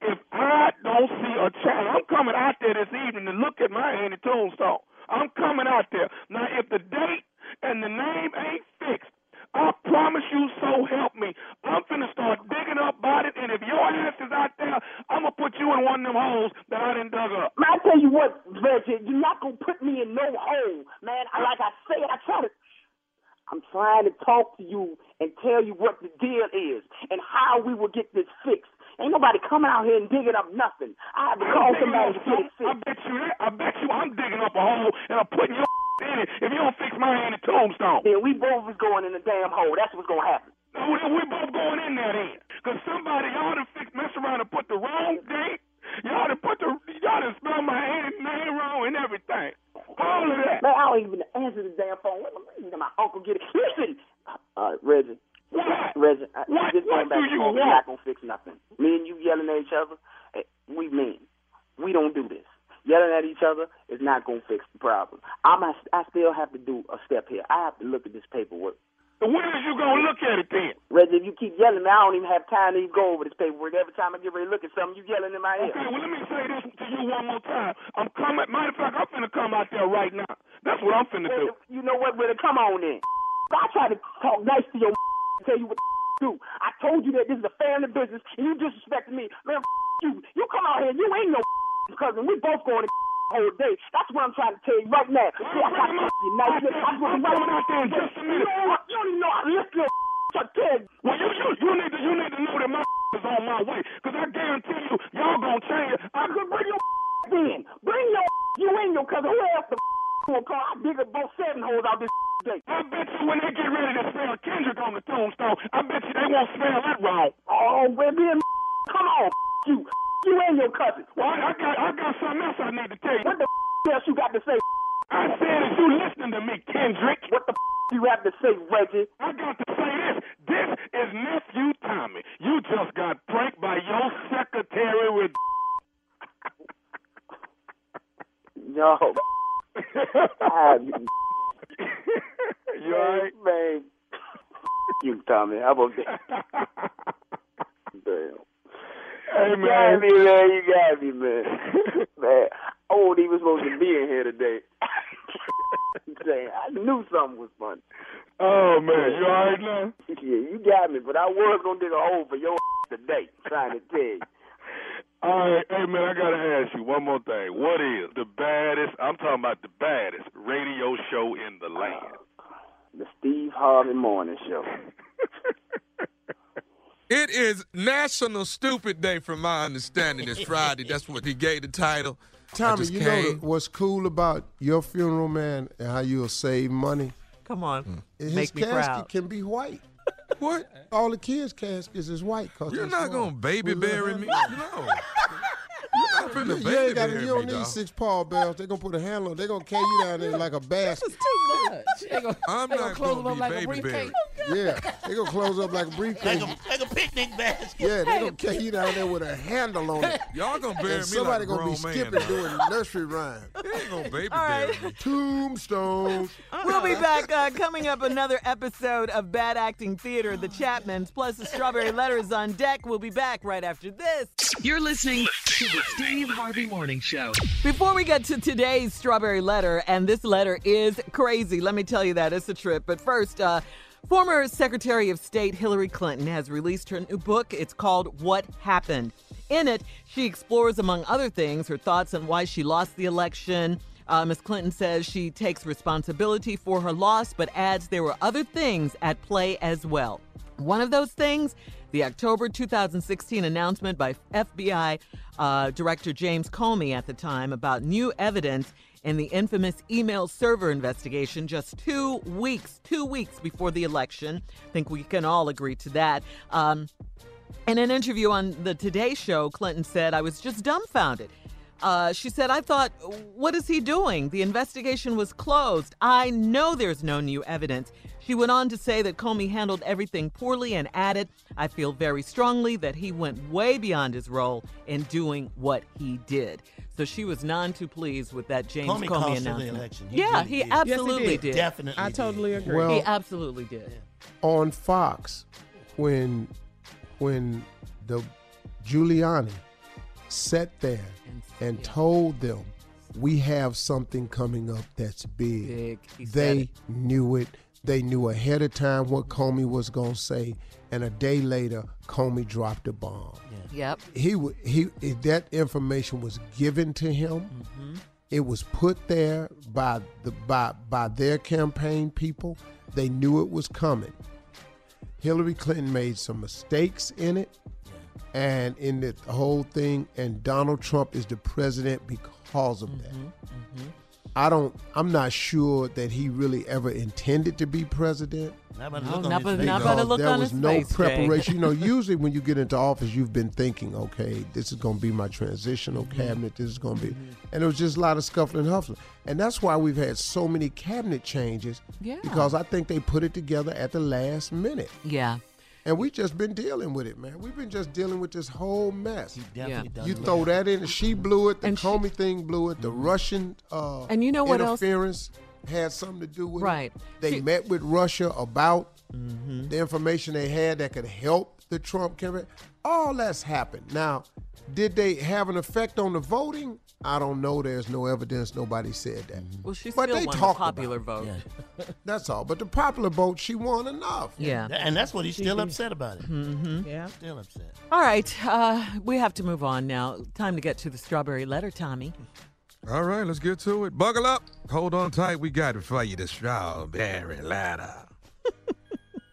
[SPEAKER 12] If I don't see a child, I'm coming out there this evening to look at my auntie tombstone. I'm coming out there now. If the date and the name ain't fixed, I promise you. So help me, I'm finna start digging up bodies. And if your ass is out there, I'm gonna put you in one of them holes that I done dug up.
[SPEAKER 15] Man, I tell you what, Reggie, you're not gonna put me in no hole, man. I, like I said, I try to. I'm trying to talk to you and tell you what the deal is and how we will get this fixed. Ain't nobody coming out here and digging up nothing. I have to call
[SPEAKER 12] digging
[SPEAKER 15] somebody to
[SPEAKER 12] up
[SPEAKER 15] get it
[SPEAKER 12] some- I
[SPEAKER 15] fixed.
[SPEAKER 12] bet you that. I bet you I'm digging up a hole and I'm putting your in it if you don't fix my hand and tombstone.
[SPEAKER 15] Then we both is going in the damn hole. That's what's gonna happen.
[SPEAKER 12] No, then we both going in there then. Because somebody, y'all done fix, mess around and put the wrong date. Y'all done put the, y'all done spelled my hand and name wrong and everything. All of that.
[SPEAKER 15] Man, I don't even answer the damn phone. What the reason my uncle get it? Listen, all right, Reggie.
[SPEAKER 12] What?
[SPEAKER 15] Reggie, I,
[SPEAKER 12] What?
[SPEAKER 15] just going back
[SPEAKER 12] What do
[SPEAKER 15] and
[SPEAKER 12] you
[SPEAKER 15] forth, we're
[SPEAKER 12] want?
[SPEAKER 15] not gonna fix nothing. Me and you yelling at each other, eh, we men. We don't do this. Yelling at each other is not gonna fix the problem. I'm a, I still have to do a step here. I have to look at this paperwork.
[SPEAKER 12] When is you gonna look at it then?
[SPEAKER 15] Reggie, if you keep yelling, I don't even have time to even go over this paperwork. Every time I get ready to look at something, you yelling in my ear.
[SPEAKER 12] Okay, well let me say this to you one more time. I'm coming. Matter of fact, I'm finna come out there right now. That's what I'm finna do.
[SPEAKER 15] You know what? Well, come on then. I try to talk nice to your and tell you what to do. I told you that this is a family business, and you disrespecting me. Man, you. You come out here, you ain't no cousin. We both going to whole day. That's what I'm trying to tell you right now. See, I got to you nice. I'm going to right now. You don't you don't even know how to listen to a fuck kid.
[SPEAKER 12] Well, you, you, you, need to, you need to know that my is on my way. Because I guarantee you, y'all going to change. I could bring your
[SPEAKER 15] in. Bring your you in your cousin. Who else the gonna call? I dig up both seven holes out this day.
[SPEAKER 12] I bet you when they get ready to spell Kendrick on the tombstone, I bet you they won't spell that wrong.
[SPEAKER 15] Oh, baby, and come on, you, you and your cousin.
[SPEAKER 12] Well, I, I got I got something else I need to tell you.
[SPEAKER 15] What the else you got to say?
[SPEAKER 12] I said, if you listening to me, Kendrick.
[SPEAKER 15] What the you have to say, Reggie?
[SPEAKER 12] I got to say this. This is nephew Tommy. You just got pranked by your secretary with.
[SPEAKER 15] No. Ah, you-
[SPEAKER 12] You alright?
[SPEAKER 15] Man, you, Tommy. How about that? Damn.
[SPEAKER 12] Hey,
[SPEAKER 15] you got
[SPEAKER 12] man.
[SPEAKER 15] me, man. You got me, man. man, I wasn't even supposed to be in here today. Dang, I knew something was funny.
[SPEAKER 12] Oh, man. You all right now?
[SPEAKER 15] Yeah, you got me, but I was gonna dig a hole for your today. Trying to tell you.
[SPEAKER 12] All right, hey man, I gotta ask you one more thing. What is the baddest? I'm talking about the baddest radio show in the land.
[SPEAKER 15] The Steve Harvey Morning Show.
[SPEAKER 5] It is National Stupid Day, from my understanding. It's Friday. That's what he gave the title. I
[SPEAKER 2] Tommy,
[SPEAKER 5] just
[SPEAKER 2] you
[SPEAKER 5] came.
[SPEAKER 2] know the- what's cool about your funeral, man, and how you'll save money?
[SPEAKER 4] Come on.
[SPEAKER 5] Mm.
[SPEAKER 2] His
[SPEAKER 4] Make me
[SPEAKER 2] casket
[SPEAKER 4] proud.
[SPEAKER 2] can be white. what? All the kids' caskets is white. you
[SPEAKER 5] You're not gonna baby bury me. No. You're not finna
[SPEAKER 2] you
[SPEAKER 5] baby
[SPEAKER 2] ain't got,
[SPEAKER 5] bury
[SPEAKER 2] you
[SPEAKER 5] me,
[SPEAKER 2] don't need
[SPEAKER 5] dog.
[SPEAKER 2] six paw bells. They're gonna put a handle. on. They're gonna carry you down there like a basket.
[SPEAKER 5] I'm
[SPEAKER 2] they gonna
[SPEAKER 5] not
[SPEAKER 2] close
[SPEAKER 5] gonna,
[SPEAKER 2] them up
[SPEAKER 5] be
[SPEAKER 2] like a
[SPEAKER 5] baby
[SPEAKER 2] briefcase.
[SPEAKER 5] buried.
[SPEAKER 2] Yeah, they're gonna close up like a briefcase.
[SPEAKER 8] Like a picnic basket.
[SPEAKER 2] Yeah, they're gonna carry you down there with a handle on it.
[SPEAKER 5] Y'all gonna bury
[SPEAKER 2] and
[SPEAKER 5] me
[SPEAKER 2] somebody
[SPEAKER 5] like a
[SPEAKER 2] gonna be
[SPEAKER 5] grown man,
[SPEAKER 2] skipping
[SPEAKER 5] dog.
[SPEAKER 2] doing nursery rhyme.
[SPEAKER 5] They ain't gonna Oh, baby
[SPEAKER 4] All
[SPEAKER 5] bury
[SPEAKER 4] right.
[SPEAKER 5] me.
[SPEAKER 2] Tombstones.
[SPEAKER 4] We'll be back uh, coming up another episode of Bad Acting Theater, The Chapmans, plus the Strawberry Letter is on deck. We'll be back right after this.
[SPEAKER 3] You're listening to the Steve Harvey Morning Show.
[SPEAKER 4] Before we get to today's Strawberry Letter, and this letter is crazy, let me tell you that it's a trip. But first, uh, former Secretary of State Hillary Clinton has released her new book. It's called What Happened. In it, she explores, among other things, her thoughts on why she lost the election. Uh, Ms. Clinton says she takes responsibility for her loss, but adds there were other things at play as well. One of those things, the October 2016 announcement by FBI uh, Director James Comey at the time about new evidence in the infamous email server investigation just two weeks, two weeks before the election. I think we can all agree to that. Um, in an interview on the Today Show, Clinton said, I was just dumbfounded. Uh, she said, I thought, what is he doing? The investigation was closed. I know there's no new evidence. She went on to say that Comey handled everything poorly and added, I feel very strongly that he went way beyond his role in doing what he did. So she was none too pleased with that James
[SPEAKER 8] Comey
[SPEAKER 4] Comey,
[SPEAKER 8] cost her the
[SPEAKER 4] announcement.
[SPEAKER 8] election. He
[SPEAKER 4] yeah,
[SPEAKER 8] really
[SPEAKER 4] he
[SPEAKER 8] did. Yes, he
[SPEAKER 4] absolutely
[SPEAKER 8] did.
[SPEAKER 4] did.
[SPEAKER 8] Definitely I did.
[SPEAKER 7] totally
[SPEAKER 2] agree. Well-
[SPEAKER 4] he absolutely did.
[SPEAKER 2] on Fox when when the Giuliani sat there and told them we have something coming up that's big.
[SPEAKER 4] He said
[SPEAKER 2] They
[SPEAKER 4] it.
[SPEAKER 2] knew it. They knew ahead of time what Comey was going to say and a day later Comey dropped a bomb.
[SPEAKER 4] Yep.
[SPEAKER 2] He wa- he that information was given to him.
[SPEAKER 4] Mm-hmm.
[SPEAKER 5] Hmm?
[SPEAKER 2] It was put there by the by by their campaign people. They knew it was coming. Hillary Clinton made some mistakes in it and in the whole thing and Donald Trump is the president because of that. I don't I'm not sure that he really ever intended to be president.
[SPEAKER 8] Not by the
[SPEAKER 4] No,
[SPEAKER 8] look on
[SPEAKER 4] not
[SPEAKER 8] his
[SPEAKER 4] by-
[SPEAKER 8] face.
[SPEAKER 4] not by
[SPEAKER 2] Because
[SPEAKER 4] the look
[SPEAKER 2] there
[SPEAKER 4] on
[SPEAKER 2] was
[SPEAKER 4] his
[SPEAKER 2] no
[SPEAKER 4] face, Jay.
[SPEAKER 2] preparation. you know, usually when you get into office, you've been thinking, okay, this is going to be my transitional
[SPEAKER 4] Mm-hmm.
[SPEAKER 2] cabinet. This is going to be, and it was just a lot of scuffling and huffling, and that's why we've had so many cabinet changes.
[SPEAKER 4] Yeah.
[SPEAKER 2] because I think they put it together at the last minute,
[SPEAKER 4] Yeah.
[SPEAKER 2] and we've just been dealing with it, man. We've been just dealing with this whole mess.
[SPEAKER 8] Definitely done
[SPEAKER 2] You
[SPEAKER 8] the
[SPEAKER 2] throw
[SPEAKER 8] look.
[SPEAKER 2] that in, she blew it. The
[SPEAKER 4] And she-
[SPEAKER 2] Comey thing blew it. The Russian uh,
[SPEAKER 4] And you know what else-
[SPEAKER 2] interference had something to do with it.
[SPEAKER 4] Right.
[SPEAKER 2] They
[SPEAKER 4] She-
[SPEAKER 8] Mm-hmm.
[SPEAKER 2] met with Russia about the information they had that could help the Trump campaign. All that's happened. Now, did they have an effect on the voting? I don't know. There's no evidence. Nobody said that.
[SPEAKER 8] Mm-hmm.
[SPEAKER 4] Well, she
[SPEAKER 2] but
[SPEAKER 4] still
[SPEAKER 2] they
[SPEAKER 4] won the
[SPEAKER 2] talked
[SPEAKER 4] popular
[SPEAKER 2] about
[SPEAKER 4] vote.
[SPEAKER 2] it. That's all. But the popular vote, she won enough.
[SPEAKER 4] Yeah.
[SPEAKER 8] And that's what he's still upset about it.
[SPEAKER 4] Mm-hmm.
[SPEAKER 7] Yeah.
[SPEAKER 8] Still upset.
[SPEAKER 4] All right, uh, we have to move on now. Time to get to the strawberry letter, Tommy.
[SPEAKER 5] All right, let's get to it. Buckle up. Hold on tight. We got it for you. The strawberry ladder.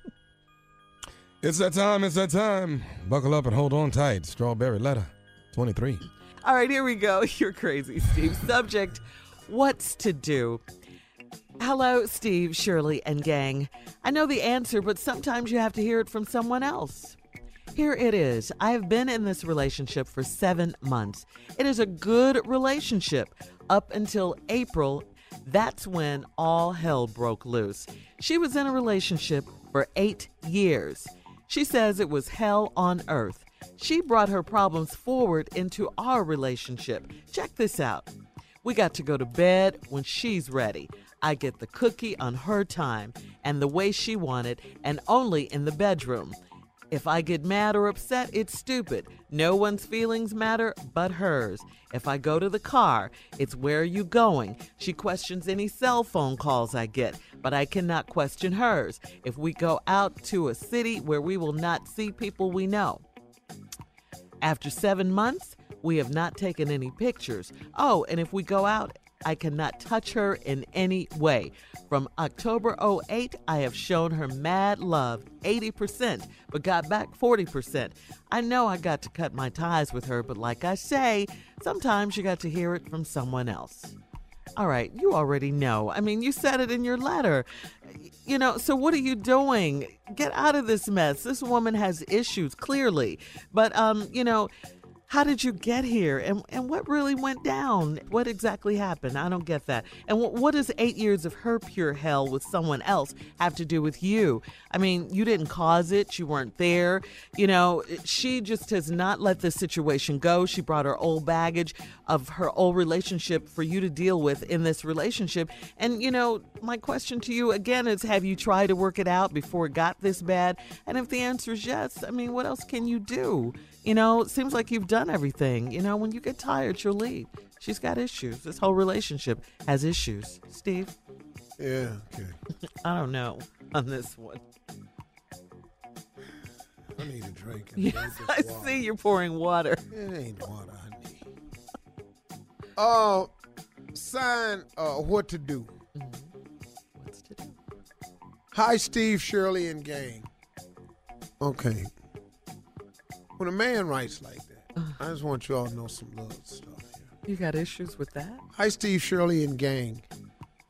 [SPEAKER 5] it's that time. It's that time. Buckle up and hold on tight. Strawberry ladder. 23.
[SPEAKER 4] All right, here we go. You're crazy, Steve. Subject What's to do? Hello, Steve, Shirley, and gang. I know the answer, but sometimes you have to hear it from someone else. Here it is. I have been in this relationship for seven months. It is a good relationship up until April. That's when all hell broke loose. She was in a relationship for eight years. She says it was hell on earth. She brought her problems forward into our relationship. Check this out. We got to go to bed when she's ready. I get the cookie on her time and the way she wanted, and only in the bedroom. If I get mad or upset, it's stupid. No one's feelings matter but hers. If I go to the car, it's where are you going? She questions any cell phone calls I get, but I cannot question hers. If we go out to a city where we will not see people we know, after seven months, we have not taken any pictures. Oh, and if we go out, I cannot touch her in any way. From October 08, I have shown her mad love 80%, but got back 40%. I know I got to cut my ties with her, but like I say, sometimes you got to hear it from someone else. All right, you already know. I mean, you said it in your letter. You know, so what are you doing? Get out of this mess. This woman has issues, clearly. But, um, you know, how did you get here? And, and what really went down? What exactly happened? I don't get that. And what, what does eight years of her pure hell with someone else have to do with you? I mean, you didn't cause it, you weren't there. You know, she just has not let this situation go. She brought her old baggage of her old relationship for you to deal with in this relationship. And, you know, my question to you again is have you tried to work it out before it got this bad? And if the answer is yes, I mean, what else can you do? You know, it seems like you've done everything. You know, when you get tired, she'll leave. She's got issues. This whole relationship has issues. Steve,
[SPEAKER 2] Yeah. Okay.
[SPEAKER 4] I don't know on this one.
[SPEAKER 2] I need a drink. and
[SPEAKER 4] Yes,
[SPEAKER 2] drink
[SPEAKER 4] I
[SPEAKER 2] this water.
[SPEAKER 4] see you're pouring water.
[SPEAKER 2] It ain't water I need. Uh, sign uh, what to do.
[SPEAKER 4] What's Mm-hmm. to do?
[SPEAKER 2] Hi, Steve, Shirley, and gang. Okay. When a man writes like that, I just want you all to know some love stuff.
[SPEAKER 4] You got issues with that?
[SPEAKER 2] Hi, Steve, Shirley, and gang.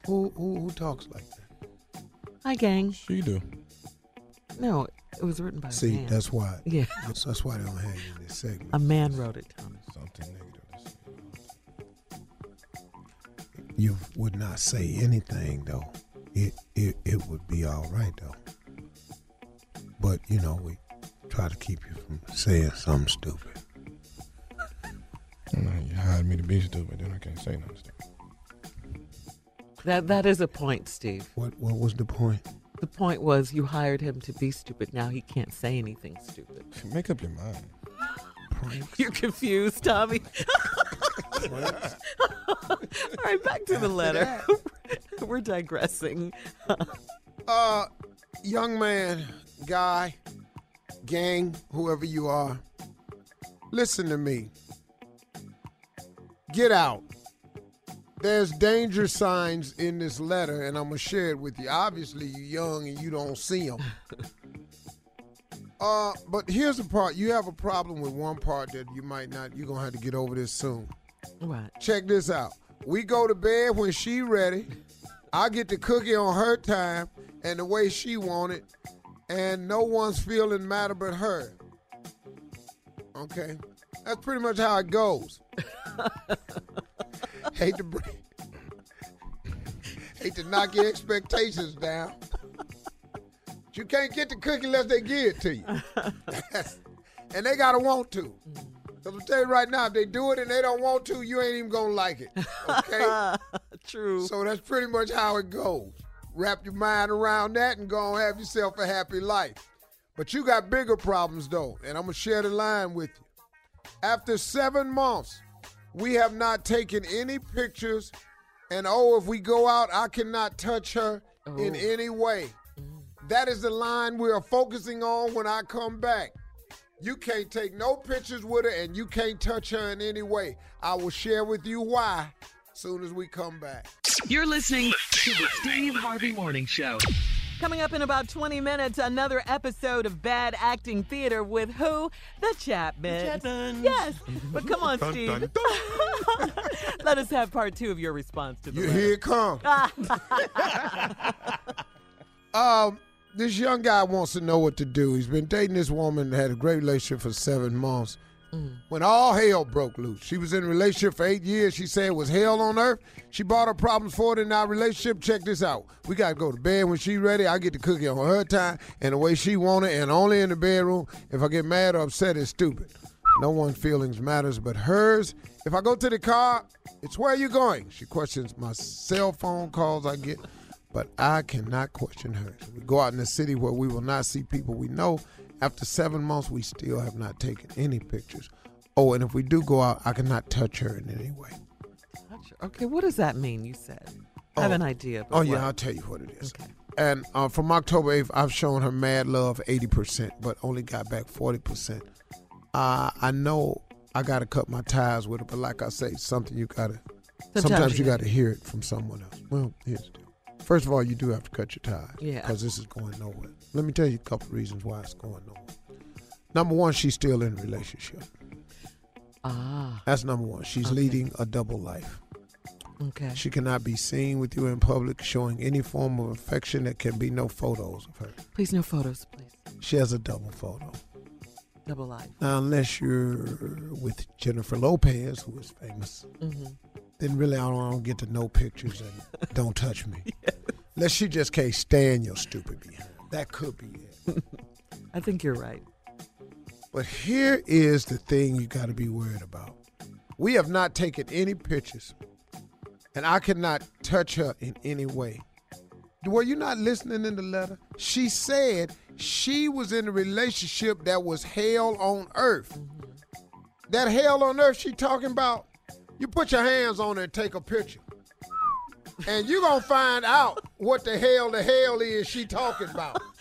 [SPEAKER 2] Who who, who talks like that?
[SPEAKER 4] Hi, gang. She
[SPEAKER 5] do.
[SPEAKER 4] No, it was written by a
[SPEAKER 2] See,
[SPEAKER 4] man.
[SPEAKER 2] that's why.
[SPEAKER 4] Yeah.
[SPEAKER 2] That's, that's why they don't have you in this segment.
[SPEAKER 4] A man wrote it, Tommy.
[SPEAKER 2] Something negative. You would not say anything though. It it, it would be all right though. But you know we try to keep you from saying something stupid.
[SPEAKER 5] you hired me to be stupid, then I can't say nothing stupid.
[SPEAKER 4] That that is a point, Steve.
[SPEAKER 2] What what was the point?
[SPEAKER 4] The point was you hired him to be stupid. Now he can't say anything stupid.
[SPEAKER 5] Make up your mind.
[SPEAKER 4] You're confused, Tommy. All right, back to the letter. We're digressing.
[SPEAKER 2] Uh, young man, guy, gang, whoever you are, listen to me. Get out. There's danger signs in this letter, and I'm gonna share it with you. Obviously, you're young and you don't see them. uh, but here's the part: you have a problem with one part that you might not. You're gonna have to get over this soon.
[SPEAKER 4] Right.
[SPEAKER 2] Check this out. We go to bed when she ready. I get the cookie on her time and the way she want it, and no one's feeling matter but her. Okay, that's pretty much how it goes. hate to bring, hate to knock your expectations down. But You can't get the cookie unless they give it to you, and they gotta want to. Cause I'm telling you right now, if they do it and they don't want to, you ain't even gonna like it. Okay.
[SPEAKER 4] True.
[SPEAKER 2] So that's pretty much how it goes. Wrap your mind around that and go and have yourself a happy life. But you got bigger problems though, and I'm gonna share the line with you. After seven months, we have not taken any pictures, and oh, if we go out, I cannot touch her in
[SPEAKER 1] Oh.
[SPEAKER 2] any way. That is the line we are focusing on when I come back. You can't take no pictures with her, and you can't touch her in any way. I will share with you why soon as we come back.
[SPEAKER 3] You're listening to the Steve Harvey Morning Show.
[SPEAKER 4] Coming up in about 20 minutes, another episode of Bad Acting Theater with who? The Chapmans. Yes. But come on,
[SPEAKER 2] Dun,
[SPEAKER 4] Steve.
[SPEAKER 2] dun,
[SPEAKER 4] Let us have part two of your response to the
[SPEAKER 2] You,
[SPEAKER 4] letter. Ah.
[SPEAKER 2] here it come. um, this young guy wants to know what to do. He's been dating this woman, had a great relationship for seven months. When all hell broke loose, she was in a relationship for eight years. She said it was hell on earth. She brought her problems forward in our relationship. Check this out. We got to go to bed when she ready. I get the cookie on her time and the way she want it and only in the bedroom. If I get mad or upset, it's stupid. No one's feelings matters but hers. If I go to the car, it's where you going? She questions my cell phone calls I get, but I cannot question hers. We go out in the city where we will not see people we know. After seven months, we still have not taken any pictures. Oh, and if we do go out, I cannot touch her in any way.
[SPEAKER 4] Okay, what does that mean, you said? I have an idea. but
[SPEAKER 2] Oh, yeah,
[SPEAKER 4] what?
[SPEAKER 2] I'll tell you what it is. And uh, from October 8th, I've shown her mad love 80%, but only got back 40%. Uh, I know I got to cut my ties with her, but like I say, something you got to,
[SPEAKER 4] Sometimes
[SPEAKER 2] sometimes,
[SPEAKER 4] you
[SPEAKER 2] you got
[SPEAKER 4] gotta-
[SPEAKER 2] to hear it from someone else. Well, here's the deal. First of all, you do have to cut your ties.
[SPEAKER 4] Yeah.
[SPEAKER 2] Because this is going nowhere. Let me tell you a couple reasons why it's going nowhere. Number one, she's still in a relationship.
[SPEAKER 4] Ah,
[SPEAKER 2] That's number one. She's leading a double life.
[SPEAKER 4] okay.
[SPEAKER 2] She cannot be seen with you in public showing any form of affection. There can be no photos of her.
[SPEAKER 4] Please, no photos, please.
[SPEAKER 2] She has a double photo.
[SPEAKER 4] Double life.
[SPEAKER 2] Now, unless you're with Jennifer Lopez, who is famous,
[SPEAKER 4] Mhm.
[SPEAKER 2] Mm-hmm. then really I don't, I don't get to know pictures and don't touch me. Unless she just can't stand your stupid behind. That could be it.
[SPEAKER 4] I think you're right.
[SPEAKER 2] But here is the thing you got to be worried about. We have not taken any pictures, and I cannot touch her in any way. Were you not listening in the letter? She said she was in a relationship that was hell on earth.
[SPEAKER 4] Mm-hmm.
[SPEAKER 2] That hell on earth she talking about, you put your hands on her and take a picture. And you gonna find out what the hell the hell is she talking about.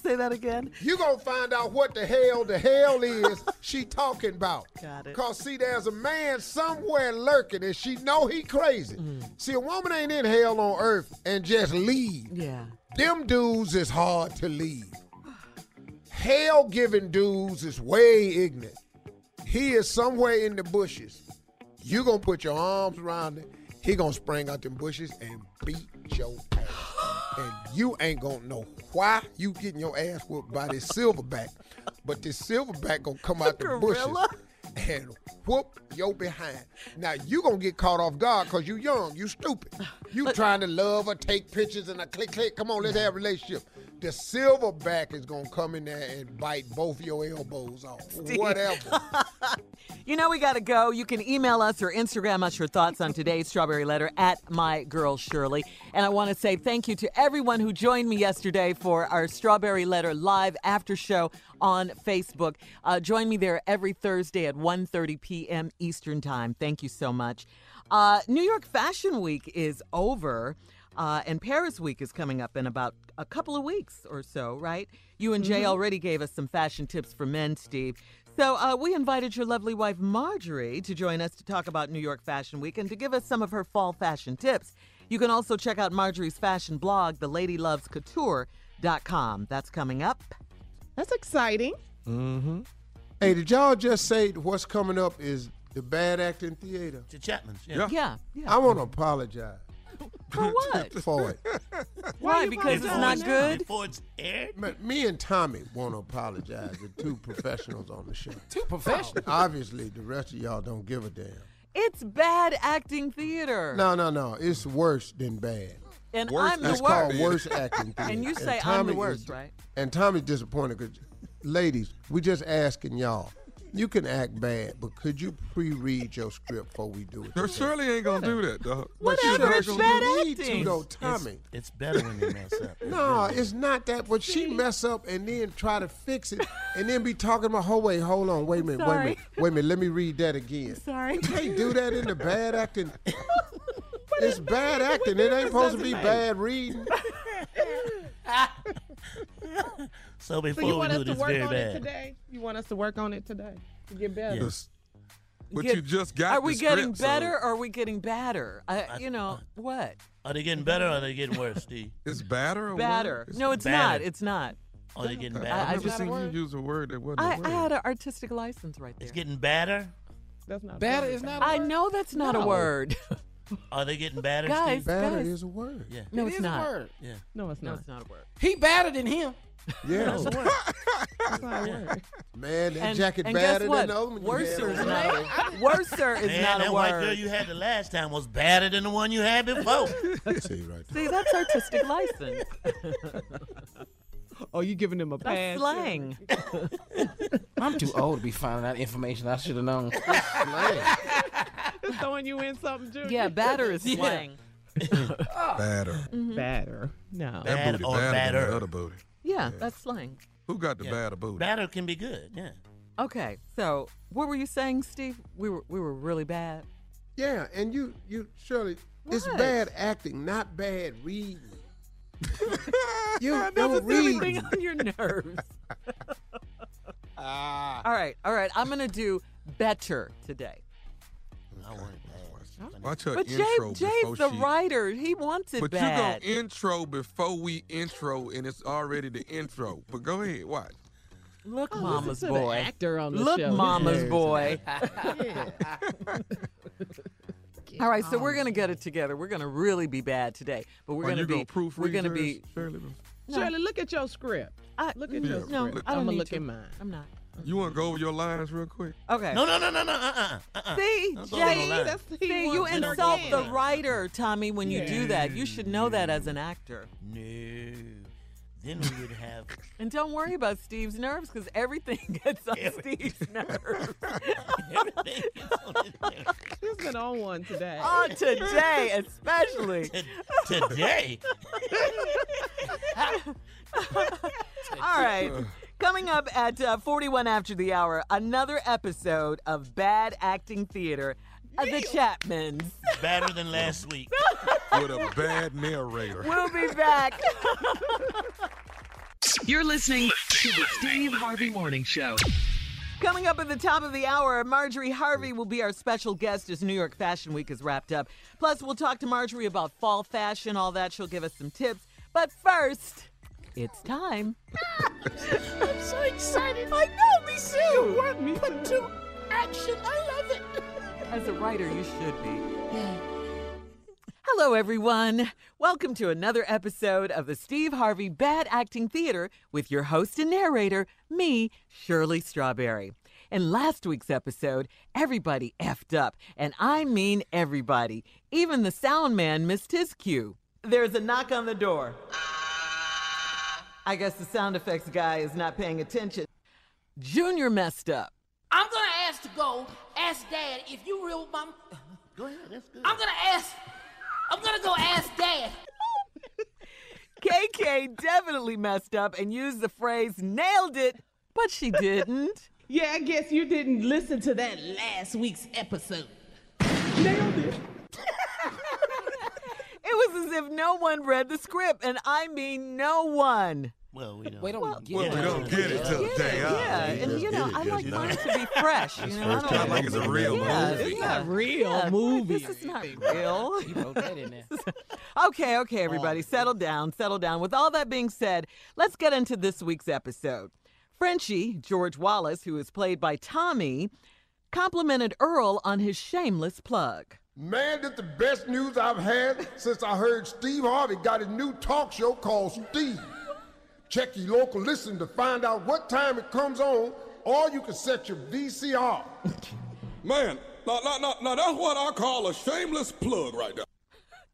[SPEAKER 4] Say that again.
[SPEAKER 2] You gonna find out what the hell the hell is she talking about.
[SPEAKER 4] Got it.
[SPEAKER 2] Cause see, there's a man somewhere lurking, and she know he crazy.
[SPEAKER 4] Mm.
[SPEAKER 2] See, a woman ain't in hell on earth and just leave.
[SPEAKER 4] Yeah.
[SPEAKER 2] Them dudes is hard to leave. Hell giving dudes is way ignorant. He is somewhere in the bushes. You gonna put your arms around him. He gonna spring out them bushes and beat your ass. And you ain't gonna know why you getting your ass whooped by this silverback. But this silverback gonna come out the bushes
[SPEAKER 1] gorilla?
[SPEAKER 2] and whoop your behind. Now you gonna get caught off guard because you young, you stupid. You trying to love her, take pictures, and a click click. Come on, let's have a relationship. The silverback is gonna come in there and bite both your elbows off.
[SPEAKER 4] Steve.
[SPEAKER 2] Whatever.
[SPEAKER 4] You know we gotta go. You can email us or Instagram us your thoughts on today's strawberry letter at my girl Shirley. And I want to say thank you to everyone who joined me yesterday for our strawberry letter live after show on Facebook. Uh, join me there every Thursday at 1:30 p.m. Eastern time. Thank you so much. Uh, New York Fashion Week is over. Uh, and Paris Week is coming up in about a couple of weeks or so, right? You and Jay
[SPEAKER 7] Mhm.
[SPEAKER 4] already gave us some fashion tips for men, Steve. So uh, we invited your lovely wife, Marjorie, to join us to talk about New York Fashion Week and to give us some of her fall fashion tips. You can also check out Marjorie's fashion blog, theladylovescouture.com. That's coming up.
[SPEAKER 7] That's exciting.
[SPEAKER 2] Mm-hmm. Hey, did y'all just say what's coming up is the bad acting theater?
[SPEAKER 8] To Chapman's,
[SPEAKER 4] yeah. Yeah, yeah.
[SPEAKER 2] I want to apologize.
[SPEAKER 4] For what?
[SPEAKER 2] For it.
[SPEAKER 4] Why? Because it's not good?
[SPEAKER 8] Before it's aired?
[SPEAKER 2] Ma- Me and Tommy want to apologize to two professionals on the show. Two
[SPEAKER 4] professionals?
[SPEAKER 2] Obviously, the rest of y'all don't give a damn.
[SPEAKER 4] It's bad acting theater.
[SPEAKER 2] No, no, no. It's worse than bad.
[SPEAKER 4] And I'm the
[SPEAKER 2] It's
[SPEAKER 4] worst.
[SPEAKER 2] called worse acting theater.
[SPEAKER 4] And you say I'm
[SPEAKER 2] Tommy
[SPEAKER 4] the worst,
[SPEAKER 2] is-
[SPEAKER 4] right?
[SPEAKER 2] And Tommy's disappointed because, ladies, we just asking y'all. You can act bad, but could you pre-read your script before we do it?
[SPEAKER 5] There surely ain't gonna do that, dog.
[SPEAKER 2] Whatever,
[SPEAKER 5] But
[SPEAKER 2] it's
[SPEAKER 5] you
[SPEAKER 2] bad
[SPEAKER 5] gonna do-
[SPEAKER 2] acting. You know, Tommy.
[SPEAKER 8] It's, it's better when they mess up.
[SPEAKER 2] No, it's not that. But she mess up and then try to fix it, and then be talking about, "Oh wait, hold on, wait a minute, wait a
[SPEAKER 8] Sorry.
[SPEAKER 2] minute, wait a minute, let me read that again."
[SPEAKER 8] Sorry.
[SPEAKER 2] you can't do that in the bad acting. it's bad acting. It ain't supposed to be
[SPEAKER 8] doesn't make-
[SPEAKER 2] bad reading.
[SPEAKER 8] So
[SPEAKER 7] So
[SPEAKER 8] before
[SPEAKER 7] you want
[SPEAKER 8] we do
[SPEAKER 7] us to
[SPEAKER 8] this,
[SPEAKER 7] work
[SPEAKER 8] very
[SPEAKER 7] on it
[SPEAKER 8] bad.
[SPEAKER 7] today? You want us to work on it today to get better?
[SPEAKER 5] Yes. But
[SPEAKER 4] Get-
[SPEAKER 5] you just got.
[SPEAKER 4] are we
[SPEAKER 5] the
[SPEAKER 4] getting
[SPEAKER 5] script, so-
[SPEAKER 4] better or are we getting badder? I, you know, what?
[SPEAKER 8] Are they getting better or are they getting worse, D?
[SPEAKER 5] It's better or
[SPEAKER 4] Badder.
[SPEAKER 5] worse?
[SPEAKER 4] No, it's not. It's not.
[SPEAKER 8] Are they getting
[SPEAKER 5] I've
[SPEAKER 8] better?
[SPEAKER 5] never seen you use a word that wasn't a
[SPEAKER 4] I,
[SPEAKER 5] word.
[SPEAKER 4] I had an artistic license right there.
[SPEAKER 8] It's getting badder.
[SPEAKER 7] That's not
[SPEAKER 4] Badder
[SPEAKER 7] word.
[SPEAKER 4] is not a I word? know that's not a
[SPEAKER 8] No.
[SPEAKER 4] word.
[SPEAKER 8] Are they getting badder?
[SPEAKER 4] Guys,
[SPEAKER 8] Steve?
[SPEAKER 4] Badder guys. is a
[SPEAKER 2] word.
[SPEAKER 8] Yeah.
[SPEAKER 4] No,
[SPEAKER 6] It
[SPEAKER 4] it's
[SPEAKER 6] is a
[SPEAKER 4] not.
[SPEAKER 6] word.
[SPEAKER 8] Yeah.
[SPEAKER 7] No, it's
[SPEAKER 4] No,
[SPEAKER 7] not.
[SPEAKER 4] it's not a word.
[SPEAKER 6] He badder than him.
[SPEAKER 2] Yeah.
[SPEAKER 6] That's a word.
[SPEAKER 2] Man, that
[SPEAKER 4] And-
[SPEAKER 2] jacket
[SPEAKER 4] and guess
[SPEAKER 2] badder
[SPEAKER 4] what?
[SPEAKER 2] than the other one. you
[SPEAKER 4] Worser
[SPEAKER 2] had
[SPEAKER 4] is
[SPEAKER 2] on.
[SPEAKER 4] not a worser is
[SPEAKER 8] Man,
[SPEAKER 4] not
[SPEAKER 8] that
[SPEAKER 4] a
[SPEAKER 8] white girl
[SPEAKER 4] word.
[SPEAKER 8] you had the last time was badder than the one you had before.
[SPEAKER 2] See right
[SPEAKER 4] See, that's artistic license.
[SPEAKER 7] Oh, you giving him a
[SPEAKER 4] That's
[SPEAKER 7] pass?
[SPEAKER 4] slang.
[SPEAKER 6] I'm too old to be finding out information I should have known.
[SPEAKER 7] It's throwing you in something, Junior.
[SPEAKER 4] Yeah, badder is
[SPEAKER 7] Yeah.
[SPEAKER 4] slang.
[SPEAKER 5] Badder.
[SPEAKER 7] Badder. No.
[SPEAKER 5] That
[SPEAKER 8] Bad
[SPEAKER 5] booty
[SPEAKER 8] or
[SPEAKER 5] badder than
[SPEAKER 8] badder.
[SPEAKER 5] the other booty.
[SPEAKER 4] Mm-hmm. Yeah, that's slang.
[SPEAKER 5] Who got the
[SPEAKER 8] Yeah.
[SPEAKER 5] badder booty?
[SPEAKER 8] Badder can be good. Yeah.
[SPEAKER 4] Okay, so what were you saying, Steve? We were we were really bad.
[SPEAKER 2] Yeah, and you, you Shirley, it's
[SPEAKER 4] What?
[SPEAKER 2] bad acting, not bad reading. you
[SPEAKER 4] That
[SPEAKER 2] don't
[SPEAKER 4] was really
[SPEAKER 2] read.
[SPEAKER 4] getting on your nerves.
[SPEAKER 8] Ah,
[SPEAKER 4] all right, all right. I'm gonna do better today.
[SPEAKER 8] I want it bad.
[SPEAKER 5] Watch her
[SPEAKER 4] but Jay,
[SPEAKER 5] intro before
[SPEAKER 4] Jay's the
[SPEAKER 5] she.
[SPEAKER 4] writer. He wants it
[SPEAKER 5] But
[SPEAKER 4] bad.
[SPEAKER 5] you gonna intro before we intro, and it's already the intro. But go ahead, watch.
[SPEAKER 4] Look,
[SPEAKER 7] Oh,
[SPEAKER 4] Mama's
[SPEAKER 7] to the
[SPEAKER 4] boy.
[SPEAKER 7] actor on the
[SPEAKER 4] Look,
[SPEAKER 7] show.
[SPEAKER 4] Mama's
[SPEAKER 7] Yeah.
[SPEAKER 4] boy. All right, so we're gonna get it together. We're gonna really be bad today, but we're
[SPEAKER 5] Are
[SPEAKER 4] gonna
[SPEAKER 5] you
[SPEAKER 4] be
[SPEAKER 5] gonna proofread
[SPEAKER 4] we're gonna
[SPEAKER 5] yours,
[SPEAKER 4] be.
[SPEAKER 5] Shirley?
[SPEAKER 7] Shirley, look at your script.
[SPEAKER 4] I,
[SPEAKER 7] Look at
[SPEAKER 5] Yeah,
[SPEAKER 7] your
[SPEAKER 4] no,
[SPEAKER 7] script.
[SPEAKER 4] I don't
[SPEAKER 7] am
[SPEAKER 4] need
[SPEAKER 7] gonna look
[SPEAKER 4] to.
[SPEAKER 7] at mine.
[SPEAKER 4] I'm not.
[SPEAKER 5] You want to go over your lines real quick?
[SPEAKER 4] Okay.
[SPEAKER 8] No, no, no, no, no, uh, uh, uh.
[SPEAKER 4] See,
[SPEAKER 8] That's all
[SPEAKER 4] Jay,
[SPEAKER 8] on the line.
[SPEAKER 7] That's he
[SPEAKER 4] see, you
[SPEAKER 7] wants it
[SPEAKER 4] insult the
[SPEAKER 7] again.
[SPEAKER 4] writer, Tommy, when you do that. You should know that as an actor.
[SPEAKER 8] No. Then we would have.
[SPEAKER 4] And don't worry about Steve's nerves because everything gets on
[SPEAKER 8] Everything.
[SPEAKER 4] Steve's nerves.
[SPEAKER 8] Everything is on his nerves.
[SPEAKER 7] She's been on one today.
[SPEAKER 4] oh, today especially.
[SPEAKER 8] Today.
[SPEAKER 4] All right. Coming up at uh, 41 after the hour, another episode of Bad Acting Theater, uh, The Chapmans.
[SPEAKER 8] Badder than last week.
[SPEAKER 5] With a bad narrator.
[SPEAKER 4] We'll be back.
[SPEAKER 3] You're listening to the Steve Harvey Morning Show.
[SPEAKER 4] Coming up at the top of the hour, Marjorie Harvey will be our special guest as New York Fashion Week is wrapped up. Plus, we'll talk to Marjorie about fall fashion, all that. She'll give us some tips. But first, it's time.
[SPEAKER 1] I'm so excited.
[SPEAKER 4] I know, me too.
[SPEAKER 1] want me but to action. I love it.
[SPEAKER 4] As a writer, you should be. Hello, everyone. Welcome to another episode of the Steve Harvey Bad Acting Theater with your host and narrator, me, Shirley Strawberry. In last week's episode, everybody effed up, and I mean everybody. Even the sound man missed his cue. There's a knock on the door. I guess the sound effects guy is not paying attention. Junior messed up.
[SPEAKER 1] I'm gonna ask to go. Ask Dad if you real mom.
[SPEAKER 8] Go ahead. That's good.
[SPEAKER 1] I'm gonna ask. I'm gonna go ask Dad.
[SPEAKER 4] KK definitely messed up and used the phrase nailed it, but she didn't.
[SPEAKER 7] Yeah, I guess you didn't listen to that last week's episode.
[SPEAKER 4] It was as if no one read the script, and I mean no one.
[SPEAKER 8] Well, we don't.
[SPEAKER 6] Wait,
[SPEAKER 4] Well-
[SPEAKER 6] don't get
[SPEAKER 5] Well,
[SPEAKER 6] it.
[SPEAKER 5] we don't get it till the day of.
[SPEAKER 4] yeah, and Uh, you know, I like mine to be fresh. You know, I don't
[SPEAKER 5] time. Like it's a real
[SPEAKER 4] yeah,
[SPEAKER 5] movie.
[SPEAKER 4] It's
[SPEAKER 7] not real
[SPEAKER 4] movie. This is not real.
[SPEAKER 6] He wrote that in there.
[SPEAKER 4] Okay, okay, everybody, settle down, settle down. With all that being said, let's get into this week's episode. Frenchie, George Wallace, who is played by Tommy, complimented Earl on his shameless plug.
[SPEAKER 2] Man, that's the best news I've had since I heard Steve Harvey got his new talk show called Steve. Check your local listen to find out what time it comes on, or you can set your VCR.
[SPEAKER 12] Man, no, no, no, no, that's what I call a shameless plug right there.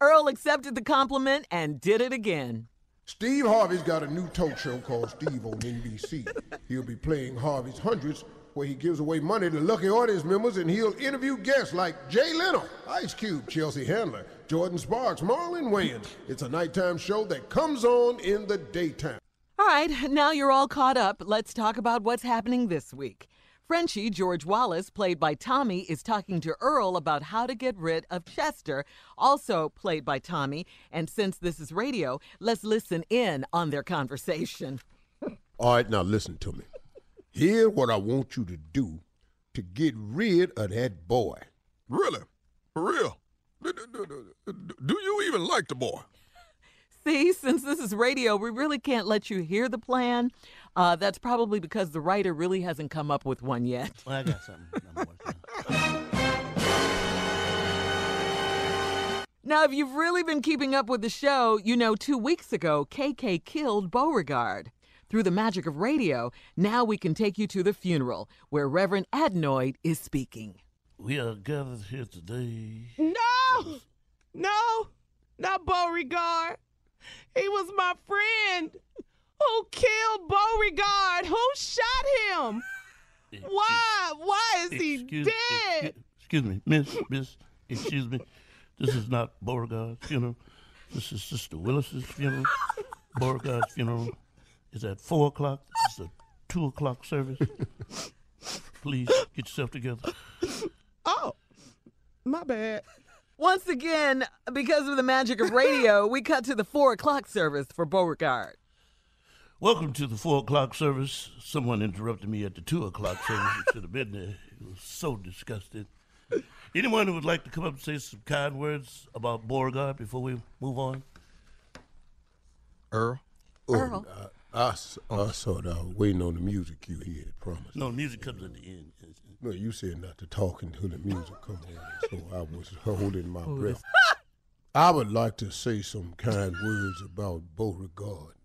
[SPEAKER 4] Earl accepted the compliment and did it again.
[SPEAKER 2] Steve Harvey's got a new talk show called Steve on NBC. He'll be playing Harvey's Hundreds, where he gives away money to lucky audience members and he'll interview guests like Jay Leno, Ice Cube, Chelsea Handler, Jordan Sparks, Marlon Wayans. It's a nighttime show that comes on in the daytime.
[SPEAKER 4] All right, now you're all caught up. Let's talk about what's happening this week. Frenchie George Wallace, played by Tommy, is talking to Earl about how to get rid of Chester, also played by Tommy. And since this is radio, let's listen in on their conversation.
[SPEAKER 2] All right, now listen to me. Here's what I want you to do to get rid of that boy.
[SPEAKER 16] Really? For real? Do you even like the boy?
[SPEAKER 4] See, since this is radio, we really can't let you hear the plan. Uh, that's probably because the writer really hasn't come up with one yet.
[SPEAKER 8] Well, I got something.
[SPEAKER 4] Now, if you've really been keeping up with the show, you know two weeks ago, KK killed Beauregard. Through the magic of radio, now we can take you to the funeral where Reverend Adnoid is speaking.
[SPEAKER 8] We are gathered here today.
[SPEAKER 7] No, no, not Beauregard. He was my friend Oh, who killed Beauregard. Who shot him? Why? Why is he
[SPEAKER 8] Excuse-
[SPEAKER 7] dead?
[SPEAKER 8] Excuse me, miss, miss, excuse me. This is not Beauregard's funeral. This is Sister Willis's funeral. Beauregard's funeral is at 4 o'clock. This is a 2 o'clock service. Please get yourself together.
[SPEAKER 4] Oh, my bad. Once again, because of the magic of radio, we cut to the four o'clock service for Beauregard.
[SPEAKER 8] Welcome to the 4 o'clock service. Someone interrupted me at the 2 o'clock service. It should have been there. It was so disgusted. Anyone who would like to come up and say some kind words about Beauregard before we move on?
[SPEAKER 2] Earl? Oh,
[SPEAKER 8] Earl.
[SPEAKER 2] I, I, s- I sort of waiting on the music you hear, I promise.
[SPEAKER 8] No, music comes at the end.
[SPEAKER 2] No, you said not to talk until the music comes on, so I was holding my
[SPEAKER 8] Oh,
[SPEAKER 2] breath.
[SPEAKER 8] this-
[SPEAKER 2] I would like to say some kind words about Beauregard.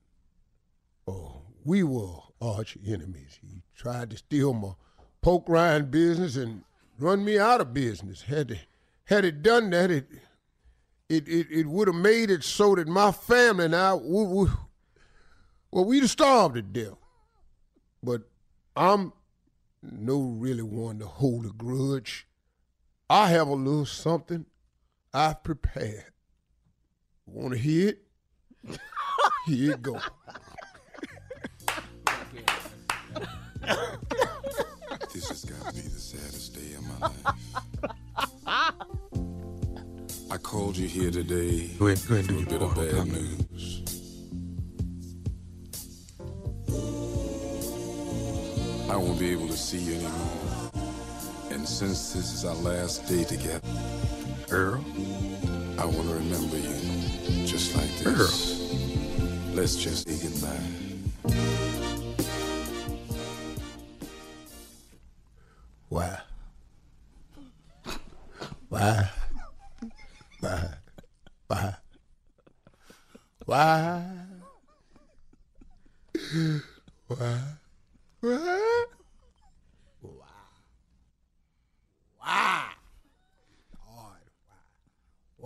[SPEAKER 2] Oh, we were arch enemies. He tried to steal my poke rind business and run me out of business. Had it, had it done that, it it it, it would have made it so that my family and I, we, we, well, we'd have starved to death. But I'm no really one to hold a grudge. I have a little something I've prepared. Want to hear it? Here it go.
[SPEAKER 17] This has got to be the saddest day of my
[SPEAKER 1] Ah!
[SPEAKER 17] life. I called you here today.
[SPEAKER 2] Go ahead, go ahead, do
[SPEAKER 17] with a
[SPEAKER 2] your
[SPEAKER 17] bit of
[SPEAKER 2] part,
[SPEAKER 17] bad
[SPEAKER 2] Tommy.
[SPEAKER 17] news. I won't be able to see you anymore. And since this is our last day together, Earl, I want to remember you just like this. Earl, let's just say goodbye.
[SPEAKER 2] Why? Why? Why? Why? Why? Why? Why? Why? Why?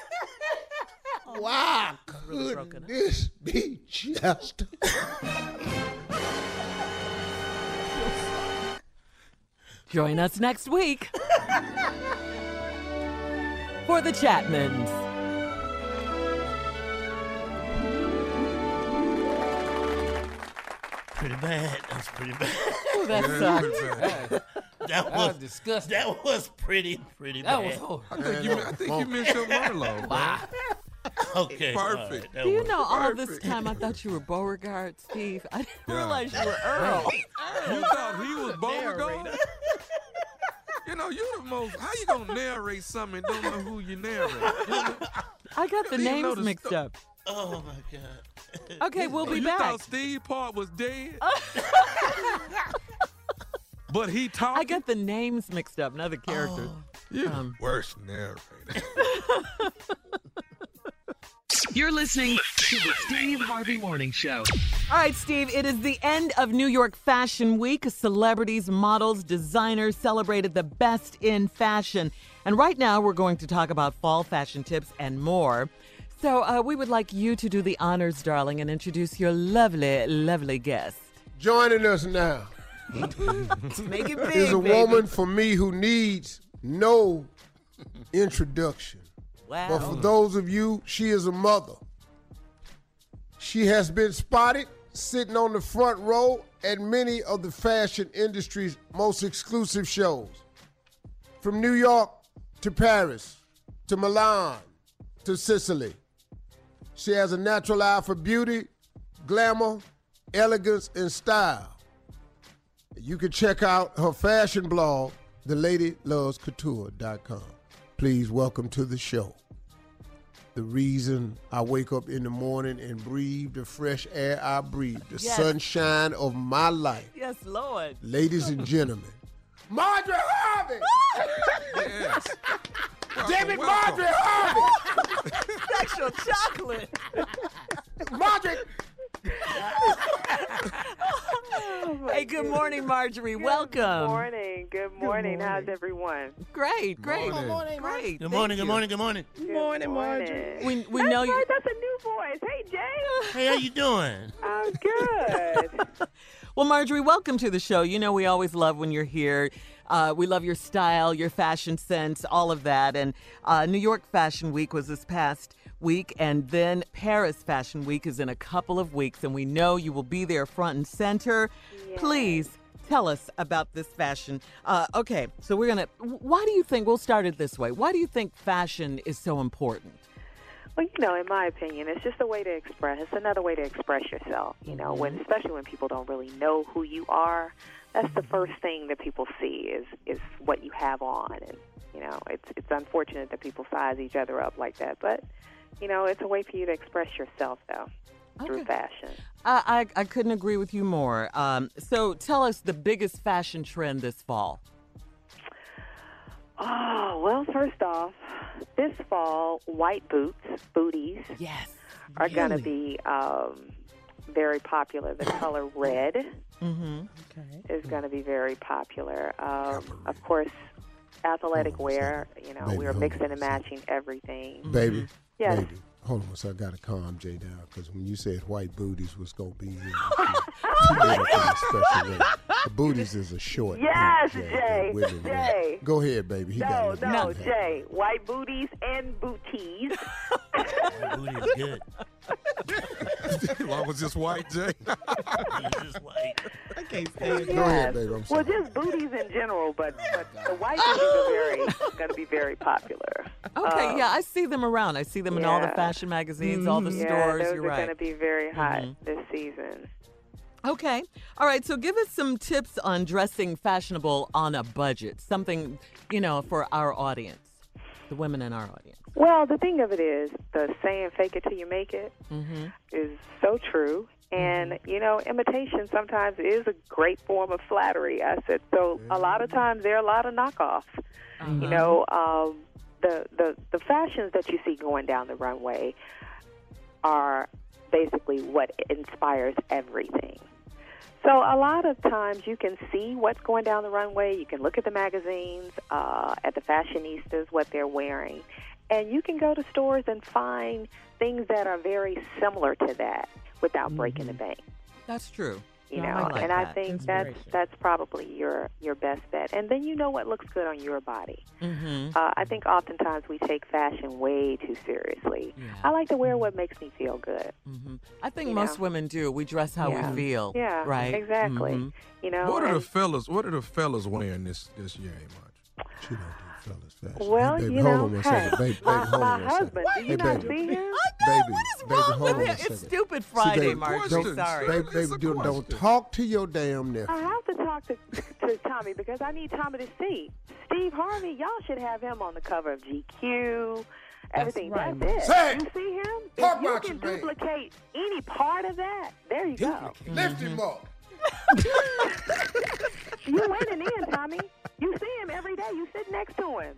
[SPEAKER 2] Why
[SPEAKER 1] Really
[SPEAKER 2] could this be just?
[SPEAKER 4] Join us next week for the Chapmans.
[SPEAKER 8] Pretty bad. That's pretty bad.
[SPEAKER 4] Oh, that Yeah, that's sucked. pretty bad.
[SPEAKER 8] that
[SPEAKER 4] That
[SPEAKER 8] was
[SPEAKER 4] was
[SPEAKER 8] disgusting. That was pretty, pretty
[SPEAKER 4] That
[SPEAKER 8] bad.
[SPEAKER 4] was horrible.
[SPEAKER 5] I think you- I think you missed your monologue,
[SPEAKER 8] Wow. Okay. all right,
[SPEAKER 5] Perfect.
[SPEAKER 8] that
[SPEAKER 4] Do you
[SPEAKER 8] was-
[SPEAKER 4] know all this time I thought you were Beauregard, Steve? I didn't
[SPEAKER 5] Yeah.
[SPEAKER 4] realize you were Earl.
[SPEAKER 5] You thought he was Beauregard? You know, you the most. How you gonna narrate something and don't know who you narrate?
[SPEAKER 4] I got the
[SPEAKER 5] You know
[SPEAKER 4] names
[SPEAKER 5] the
[SPEAKER 4] mixed
[SPEAKER 5] sto-
[SPEAKER 4] up.
[SPEAKER 8] Oh my god.
[SPEAKER 4] Okay, we'll
[SPEAKER 5] Oh,
[SPEAKER 4] be
[SPEAKER 5] you
[SPEAKER 4] back.
[SPEAKER 5] thought Steve Part was dead? but he talked. Oh,
[SPEAKER 4] I got the names mixed up, not the characters.
[SPEAKER 5] You
[SPEAKER 4] Um,
[SPEAKER 5] the worst narrator.
[SPEAKER 3] You're listening to the Steve Harvey Morning Show.
[SPEAKER 4] All right, Steve, it is the end of New York Fashion Week. Celebrities, models, designers celebrated the best in fashion. And right now, we're going to talk about fall fashion tips and more. So, uh, we would like you to do the honors, darling, and introduce your lovely, lovely guest.
[SPEAKER 2] Joining us now.
[SPEAKER 4] Make it big.
[SPEAKER 2] is a
[SPEAKER 4] baby.
[SPEAKER 2] woman for me who needs no introduction.
[SPEAKER 4] Wow.
[SPEAKER 2] But for those of you, she is a mother. She has been spotted sitting on the front row at many of the fashion industry's most exclusive shows. From New York to Paris to Milan to Sicily. She has a natural eye for beauty, glamour, elegance, and style. You can check out her fashion blog, theladylovescouture.com. Please welcome to the show. The reason I wake up in the morning and breathe the fresh air I breathe, the
[SPEAKER 4] Yes.
[SPEAKER 2] sunshine of my life.
[SPEAKER 4] Yes, Lord.
[SPEAKER 2] Ladies and gentlemen, Marjorie Harvey!
[SPEAKER 1] yes.
[SPEAKER 2] Damn it,
[SPEAKER 1] welcome.
[SPEAKER 2] Marjorie Harvey!
[SPEAKER 4] Sexual chocolate.
[SPEAKER 2] Marjorie!
[SPEAKER 4] Hey, good morning, Marjorie. Welcome.
[SPEAKER 18] Good morning. Good morning. How's everyone?
[SPEAKER 4] Great, great,
[SPEAKER 18] Morning.
[SPEAKER 4] great.
[SPEAKER 8] Good morning, good morning, good morning.
[SPEAKER 18] Good morning, Marjorie.
[SPEAKER 4] We- we
[SPEAKER 18] That's
[SPEAKER 4] know you-
[SPEAKER 18] right, That's a new voice. Hey, Jay.
[SPEAKER 8] Hey, how you doing?
[SPEAKER 18] I'm good.
[SPEAKER 4] Well, Marjorie, welcome to the show. You know, we always love when you're here. Uh, we love your style, your fashion sense, all of that. And uh, New York Fashion Week was this past week, and then Paris Fashion Week is in a couple of weeks, and we know you will be there front and center. Please tell us about this fashion. Uh, okay, so we're going to. Why do you think, we'll start it this way, why do you think fashion is so important?
[SPEAKER 18] Well, you know, in my opinion, it's just a way to express. It's another way to express yourself. You know, when especially when people don't really know who you are, that's the first thing that people see is is what you have on, and you know, it's it's unfortunate that people size each other up like that, but you know, it's a way for you to express yourself though through fashion.
[SPEAKER 4] I, I, I couldn't agree with you more. Um, so tell us the biggest fashion trend this fall.
[SPEAKER 18] Oh well, first off, this fall, white boots, booties,
[SPEAKER 4] yes,
[SPEAKER 18] are going to be um, very popular. The color red.
[SPEAKER 4] Mm-hmm.
[SPEAKER 18] is going to be very popular. Um, of course, athletic wear, you know,
[SPEAKER 2] Baby,
[SPEAKER 18] we are
[SPEAKER 2] hold
[SPEAKER 18] mixing
[SPEAKER 2] on
[SPEAKER 18] and matching everything.
[SPEAKER 2] Baby.
[SPEAKER 18] Yes.
[SPEAKER 2] Baby. Hold on, so I gotta calm Jay down because when you said white booties was gonna be here, you did it in a special way. The booties is a short.
[SPEAKER 18] Yes,
[SPEAKER 2] piece,
[SPEAKER 18] Jay.
[SPEAKER 2] Wait a minute.
[SPEAKER 18] Jay.
[SPEAKER 2] Go ahead, baby. He
[SPEAKER 18] No,
[SPEAKER 2] got
[SPEAKER 18] no,
[SPEAKER 2] nothing.
[SPEAKER 18] Jay. White booties and booties.
[SPEAKER 8] Booty's good.
[SPEAKER 5] Long as just white, Jay.
[SPEAKER 4] I can't
[SPEAKER 5] stand
[SPEAKER 18] Yes.
[SPEAKER 5] Go ahead, baby. I'm
[SPEAKER 18] well,
[SPEAKER 5] sorry.
[SPEAKER 18] just booties in general, but, but the white booties are very going to be very popular.
[SPEAKER 4] Okay,
[SPEAKER 18] Um,
[SPEAKER 4] yeah, I see them around. I see them in all the
[SPEAKER 18] yeah.
[SPEAKER 4] fashion magazines, all the
[SPEAKER 18] yeah,
[SPEAKER 4] stores.
[SPEAKER 18] those
[SPEAKER 4] You're
[SPEAKER 18] are
[SPEAKER 4] right. Mm-hmm.
[SPEAKER 18] going to be very hot this season.
[SPEAKER 4] Okay, all right. So give us some tips on dressing fashionable on a budget. Something you know for our audience, the women in our audience.
[SPEAKER 18] Well, the thing of it is, the saying "fake it till you make it"
[SPEAKER 4] Mm-hmm.
[SPEAKER 18] is so true. And, you know, imitation sometimes is a great form of flattery. I said, so a lot of times there are a lot of knockoffs. You know, um, the, the, the fashions that you see going down the runway are basically what inspires everything. So a lot of times you can see what's going down the runway. You can look at the magazines, uh, at the fashionistas, what they're wearing, and you can go to stores and find things that are very similar to that without breaking the bank.
[SPEAKER 4] That's true.
[SPEAKER 18] You
[SPEAKER 4] Mm. No,
[SPEAKER 18] know,
[SPEAKER 4] like
[SPEAKER 18] and I
[SPEAKER 4] that.
[SPEAKER 18] think that's that's probably your your best bet. And then you know what looks good on your body.
[SPEAKER 4] Mhm.
[SPEAKER 18] Uh, I think oftentimes we take fashion way too seriously. I like to wear what makes me feel good.
[SPEAKER 4] Mm-hmm.
[SPEAKER 8] Mm-hmm.
[SPEAKER 4] I think
[SPEAKER 18] you
[SPEAKER 4] most
[SPEAKER 18] know.
[SPEAKER 4] women do. We dress how
[SPEAKER 18] Yeah.
[SPEAKER 4] we feel.
[SPEAKER 18] Yeah,
[SPEAKER 4] Right.
[SPEAKER 18] exactly.
[SPEAKER 4] Mhm.
[SPEAKER 18] You know,
[SPEAKER 5] What are
[SPEAKER 18] and-
[SPEAKER 5] the fellas? What are the fellas wearing this this year,
[SPEAKER 18] Well,
[SPEAKER 2] Baby,
[SPEAKER 18] you
[SPEAKER 2] hold
[SPEAKER 18] know,
[SPEAKER 2] on one
[SPEAKER 18] hey,
[SPEAKER 2] second. Baby, baby,
[SPEAKER 18] my,
[SPEAKER 2] hold
[SPEAKER 18] my
[SPEAKER 2] on one second.
[SPEAKER 18] husband, do you
[SPEAKER 2] Hey,
[SPEAKER 18] not
[SPEAKER 2] baby. Oh,
[SPEAKER 18] see him?
[SPEAKER 2] baby, baby,
[SPEAKER 4] wrong
[SPEAKER 2] hold
[SPEAKER 4] with
[SPEAKER 2] on
[SPEAKER 4] it?
[SPEAKER 2] a
[SPEAKER 4] It's
[SPEAKER 2] second.
[SPEAKER 4] stupid
[SPEAKER 2] See,
[SPEAKER 4] Friday,
[SPEAKER 2] baby,
[SPEAKER 4] Marjorie.
[SPEAKER 2] Don't,
[SPEAKER 4] Sorry.
[SPEAKER 2] baby,
[SPEAKER 4] It's
[SPEAKER 2] baby,
[SPEAKER 4] a
[SPEAKER 2] don't, don't
[SPEAKER 4] question.
[SPEAKER 2] talk to your damn nephew.
[SPEAKER 18] I have to talk to, to Tommy because I need Tommy to see. Steve Harvey, y'all should have him on the cover of GQ. Everything. That's,
[SPEAKER 1] right.
[SPEAKER 18] it.
[SPEAKER 1] Say it.
[SPEAKER 18] You see him?
[SPEAKER 1] Talk
[SPEAKER 18] if you
[SPEAKER 1] about
[SPEAKER 18] can
[SPEAKER 1] your man.
[SPEAKER 18] duplicate any part of that, there you
[SPEAKER 4] Oh,
[SPEAKER 18] go.
[SPEAKER 2] Lift
[SPEAKER 4] Mm-hmm.
[SPEAKER 2] him up.
[SPEAKER 18] You winning in, Tommy. You see him every day. You sit next to him.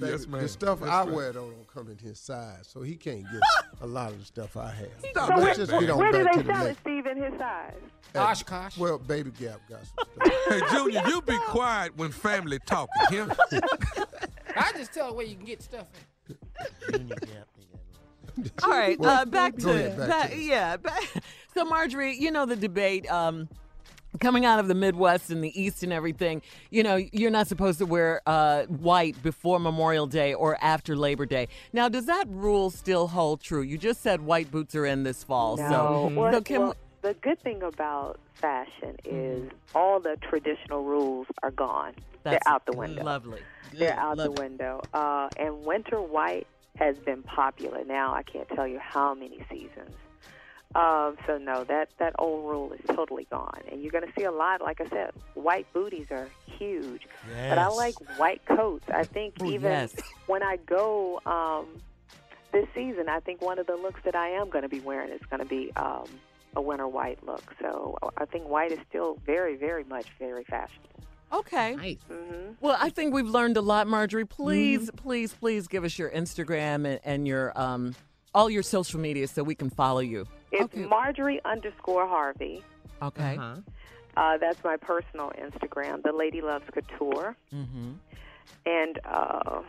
[SPEAKER 2] Baby,
[SPEAKER 5] Yes, ma'am.
[SPEAKER 2] The stuff
[SPEAKER 5] Yes,
[SPEAKER 2] I
[SPEAKER 5] ma'am.
[SPEAKER 2] wear though don't come in his size, so he can't get a lot of the stuff I have.
[SPEAKER 5] Stop
[SPEAKER 2] So
[SPEAKER 5] it,
[SPEAKER 2] let's just
[SPEAKER 5] man.
[SPEAKER 2] get on
[SPEAKER 10] Where do
[SPEAKER 2] back
[SPEAKER 10] they
[SPEAKER 2] to the
[SPEAKER 10] sell it,
[SPEAKER 2] next.
[SPEAKER 10] Steve, in his size?
[SPEAKER 2] Oshkosh. Well, Baby Gap got some
[SPEAKER 5] Hey, Junior, you be quiet when family talking. Him?
[SPEAKER 6] I just tell her where you can get stuff.
[SPEAKER 4] All right,
[SPEAKER 1] Well,
[SPEAKER 4] uh, back to
[SPEAKER 1] go ahead, back
[SPEAKER 4] back-
[SPEAKER 1] to it.
[SPEAKER 4] yeah. Back, so, Marjorie, you know the debate um, coming out of the Midwest and the East and everything. You know, you're not supposed to wear uh, white before Memorial Day or after Labor Day. Now, does that rule still hold true? You just said white boots are in this fall, so
[SPEAKER 18] No. Well,
[SPEAKER 4] so can
[SPEAKER 18] well, the good thing about fashion is all the traditional rules are gone.
[SPEAKER 4] That's
[SPEAKER 18] They're out the window.
[SPEAKER 4] Lovely.
[SPEAKER 18] They're out the
[SPEAKER 4] Lovely.
[SPEAKER 18] window. Uh, and winter white has been popular now. I can't tell you how many seasons. Um, so no, that that old rule is totally gone, and you're going to see a lot. Like I said, white booties are huge, but I
[SPEAKER 1] Yes.
[SPEAKER 18] like white coats. I think
[SPEAKER 1] Oh,
[SPEAKER 18] even
[SPEAKER 1] yes.
[SPEAKER 18] when I go um, this season, I think one of the looks that I am going to be wearing is going to be um, a winter white look. So uh, I think white is still very, very much very fashionable.
[SPEAKER 4] Okay.
[SPEAKER 18] Mm-hmm.
[SPEAKER 4] Well, I think we've learned a lot, Marjorie. Please,
[SPEAKER 1] Mm-hmm.
[SPEAKER 4] please, please give us your Instagram and, and your um, all your social media so we can follow you.
[SPEAKER 18] It's Marjorie underscore Harvey.
[SPEAKER 4] Okay.
[SPEAKER 18] Uh, that's my personal Instagram, The Lady Loves Couture.
[SPEAKER 4] Mm-hmm.
[SPEAKER 18] And uh,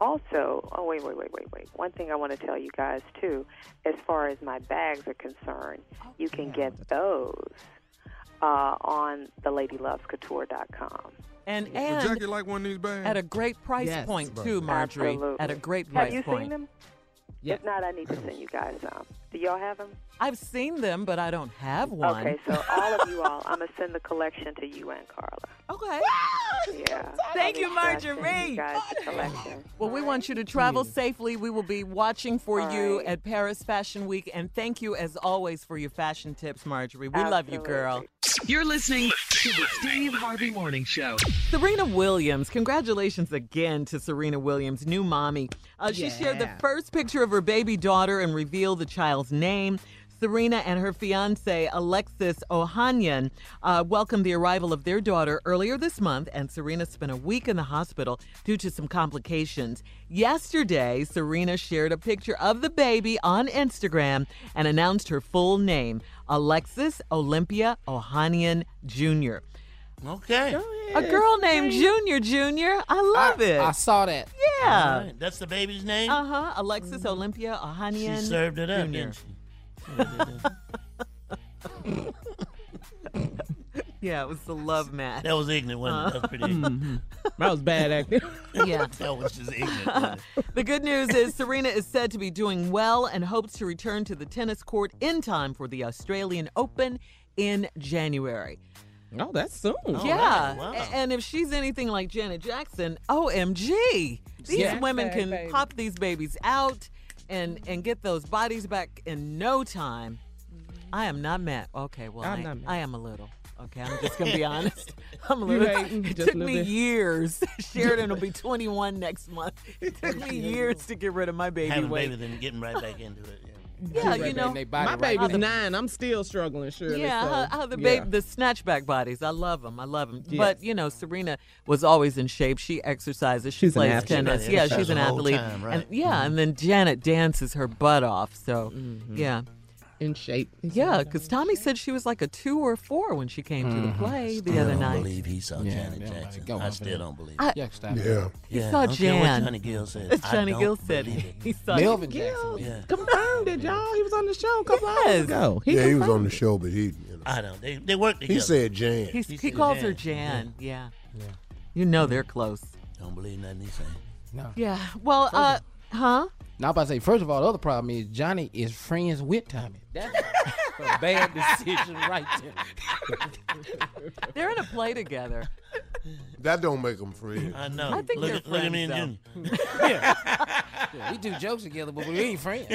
[SPEAKER 18] also, oh, wait, wait, wait, wait, wait. One thing I want to tell you guys, too, as far as my bags are concerned, you can get those uh, on theladylovescouture.com.
[SPEAKER 4] And
[SPEAKER 5] Would
[SPEAKER 4] and
[SPEAKER 5] Jackie like one of these bands?
[SPEAKER 4] at a great price
[SPEAKER 18] Yes.
[SPEAKER 4] point too, Marjorie.
[SPEAKER 18] Absolutely.
[SPEAKER 4] At a great
[SPEAKER 18] Have
[SPEAKER 4] price
[SPEAKER 18] you
[SPEAKER 4] point.
[SPEAKER 18] seen them?
[SPEAKER 4] Yes.
[SPEAKER 18] If not, I need to send you guys some. Do y'all have them?
[SPEAKER 4] I've seen them, but I don't have one.
[SPEAKER 18] Okay, so all of you all, I'm gonna send the collection to you and Carla.
[SPEAKER 4] Okay.
[SPEAKER 18] Yeah.
[SPEAKER 4] Thank
[SPEAKER 18] I'll
[SPEAKER 4] you,
[SPEAKER 18] make sure I send
[SPEAKER 4] Marjorie.
[SPEAKER 18] You guys the collection.
[SPEAKER 4] Well, we want you to travel safely. We will be watching for
[SPEAKER 18] Hmm. All
[SPEAKER 4] you
[SPEAKER 18] right.
[SPEAKER 4] at Paris Fashion Week. And thank you, as always, for your fashion tips, Marjorie. We love you, girl.
[SPEAKER 3] You're listening to the Steve Harvey Morning Show.
[SPEAKER 4] Serena Williams, congratulations again to Serena Williams, new mommy. Uh, she shared the
[SPEAKER 1] Yeah.
[SPEAKER 4] first picture of her baby daughter and revealed the child's name. Serena and her fiance, Alexis Ohanian, uh, welcomed the arrival of their daughter earlier this month, and Serena spent a week in the hospital due to some complications. Yesterday, Serena shared a picture of the baby on Instagram and announced her full name, Alexis Olympia Ohanian Jr.
[SPEAKER 8] Okay.
[SPEAKER 4] A girl named Junior Junior. I love it.
[SPEAKER 6] I saw that.
[SPEAKER 4] Yeah.
[SPEAKER 8] All right, That's the baby's name? Mm-hmm.
[SPEAKER 4] Uh huh. Alexis Olympia Ohanian.
[SPEAKER 8] She served it up,
[SPEAKER 4] Junior.
[SPEAKER 8] didn't
[SPEAKER 4] Yeah, it was the love match.
[SPEAKER 8] That was ignorant, wasn't it? That was pretty ignorant.
[SPEAKER 4] Mm-hmm. That was bad acting. Mm-hmm. Yeah.
[SPEAKER 8] that was just ignorant. wasn't it?
[SPEAKER 4] the good news is Serena is said to be doing well and hopes to return to the tennis court in time for the Australian Open in January.
[SPEAKER 19] Oh, that's soon.
[SPEAKER 4] yeah.
[SPEAKER 19] wow.
[SPEAKER 4] A- And if she's anything like Janet Jackson, OMG. These
[SPEAKER 19] Yeah.
[SPEAKER 4] women
[SPEAKER 19] Back,
[SPEAKER 4] can
[SPEAKER 19] baby.
[SPEAKER 4] pop these babies out and and get those bodies back in no time. I am not mad. Okay, well,
[SPEAKER 19] I'm
[SPEAKER 4] I,
[SPEAKER 19] not mad.
[SPEAKER 4] I am a little. Okay, I'm just gonna be honest. I'm a
[SPEAKER 19] You
[SPEAKER 4] little.
[SPEAKER 19] hating,
[SPEAKER 4] It
[SPEAKER 19] just
[SPEAKER 4] took
[SPEAKER 19] a little
[SPEAKER 4] me
[SPEAKER 19] bit.
[SPEAKER 4] years. Sheridan will be 21 next month. It took me years to get rid of my baby
[SPEAKER 8] Having a
[SPEAKER 4] weight.
[SPEAKER 8] baby, then getting right back into it.
[SPEAKER 4] Yeah, you know,
[SPEAKER 19] my baby's nine. I'm still struggling, sure.
[SPEAKER 4] yeah,
[SPEAKER 19] so,
[SPEAKER 4] how, how the
[SPEAKER 19] yeah.
[SPEAKER 4] baby, the snatchback bodies. I love them. I love them.
[SPEAKER 19] Yes.
[SPEAKER 4] But you know, Serena was always in shape. She exercises. She
[SPEAKER 19] She's an
[SPEAKER 4] plays
[SPEAKER 19] athlete.
[SPEAKER 4] tennis.
[SPEAKER 19] Right,
[SPEAKER 4] Yeah,
[SPEAKER 19] exercise
[SPEAKER 4] she's an
[SPEAKER 19] the whole
[SPEAKER 4] athlete.
[SPEAKER 19] time, right. Mm-hmm.
[SPEAKER 4] And, yeah, and then Janet dances her butt off. So, yeah.
[SPEAKER 19] In shape.
[SPEAKER 4] Yeah, because Tommy said she was like a two or four when she came to the
[SPEAKER 19] Mm-hmm.
[SPEAKER 4] play the
[SPEAKER 8] Still
[SPEAKER 4] other
[SPEAKER 8] don't
[SPEAKER 4] night.
[SPEAKER 8] believe he saw Janet Jackson.
[SPEAKER 4] go
[SPEAKER 8] I
[SPEAKER 4] up
[SPEAKER 8] still
[SPEAKER 4] there.
[SPEAKER 8] don't believe
[SPEAKER 4] I-
[SPEAKER 8] it.
[SPEAKER 4] Yeah,
[SPEAKER 6] stop
[SPEAKER 4] it.
[SPEAKER 8] Yeah.
[SPEAKER 4] He
[SPEAKER 8] I
[SPEAKER 4] saw
[SPEAKER 8] don't care what
[SPEAKER 4] Jan.
[SPEAKER 8] Johnny Gill says.
[SPEAKER 4] It's
[SPEAKER 8] I
[SPEAKER 4] Johnny
[SPEAKER 8] don't
[SPEAKER 4] Gill said
[SPEAKER 8] believe it.
[SPEAKER 4] he saw
[SPEAKER 6] Melvin
[SPEAKER 4] Gill.
[SPEAKER 8] Yeah.
[SPEAKER 7] Oh,
[SPEAKER 19] Confirmed it, y'all. He was on the show a couple hours ago.
[SPEAKER 2] yeah, he was
[SPEAKER 19] confirmed
[SPEAKER 2] on the
[SPEAKER 19] it.
[SPEAKER 2] show, but he. You know.
[SPEAKER 8] I don't. They, they work together.
[SPEAKER 2] He said Jan.
[SPEAKER 4] He's, he,
[SPEAKER 8] He said
[SPEAKER 4] calls her Jan.
[SPEAKER 8] Jan.
[SPEAKER 4] Yeah. You know they're close.
[SPEAKER 8] Don't believe nothing he's saying.
[SPEAKER 6] No.
[SPEAKER 4] Yeah. Well, uh, huh?
[SPEAKER 6] Now I'm about to say, first of all, the other problem is Johnny is friends with Tommy. That's a bad decision right there.
[SPEAKER 4] They're in a play together.
[SPEAKER 2] That don't make him free.
[SPEAKER 8] I know.
[SPEAKER 4] I think
[SPEAKER 8] look,
[SPEAKER 4] they're
[SPEAKER 8] at- look at me and
[SPEAKER 4] friends,
[SPEAKER 8] Junior.
[SPEAKER 6] Yeah, we do jokes together, but we ain't friends.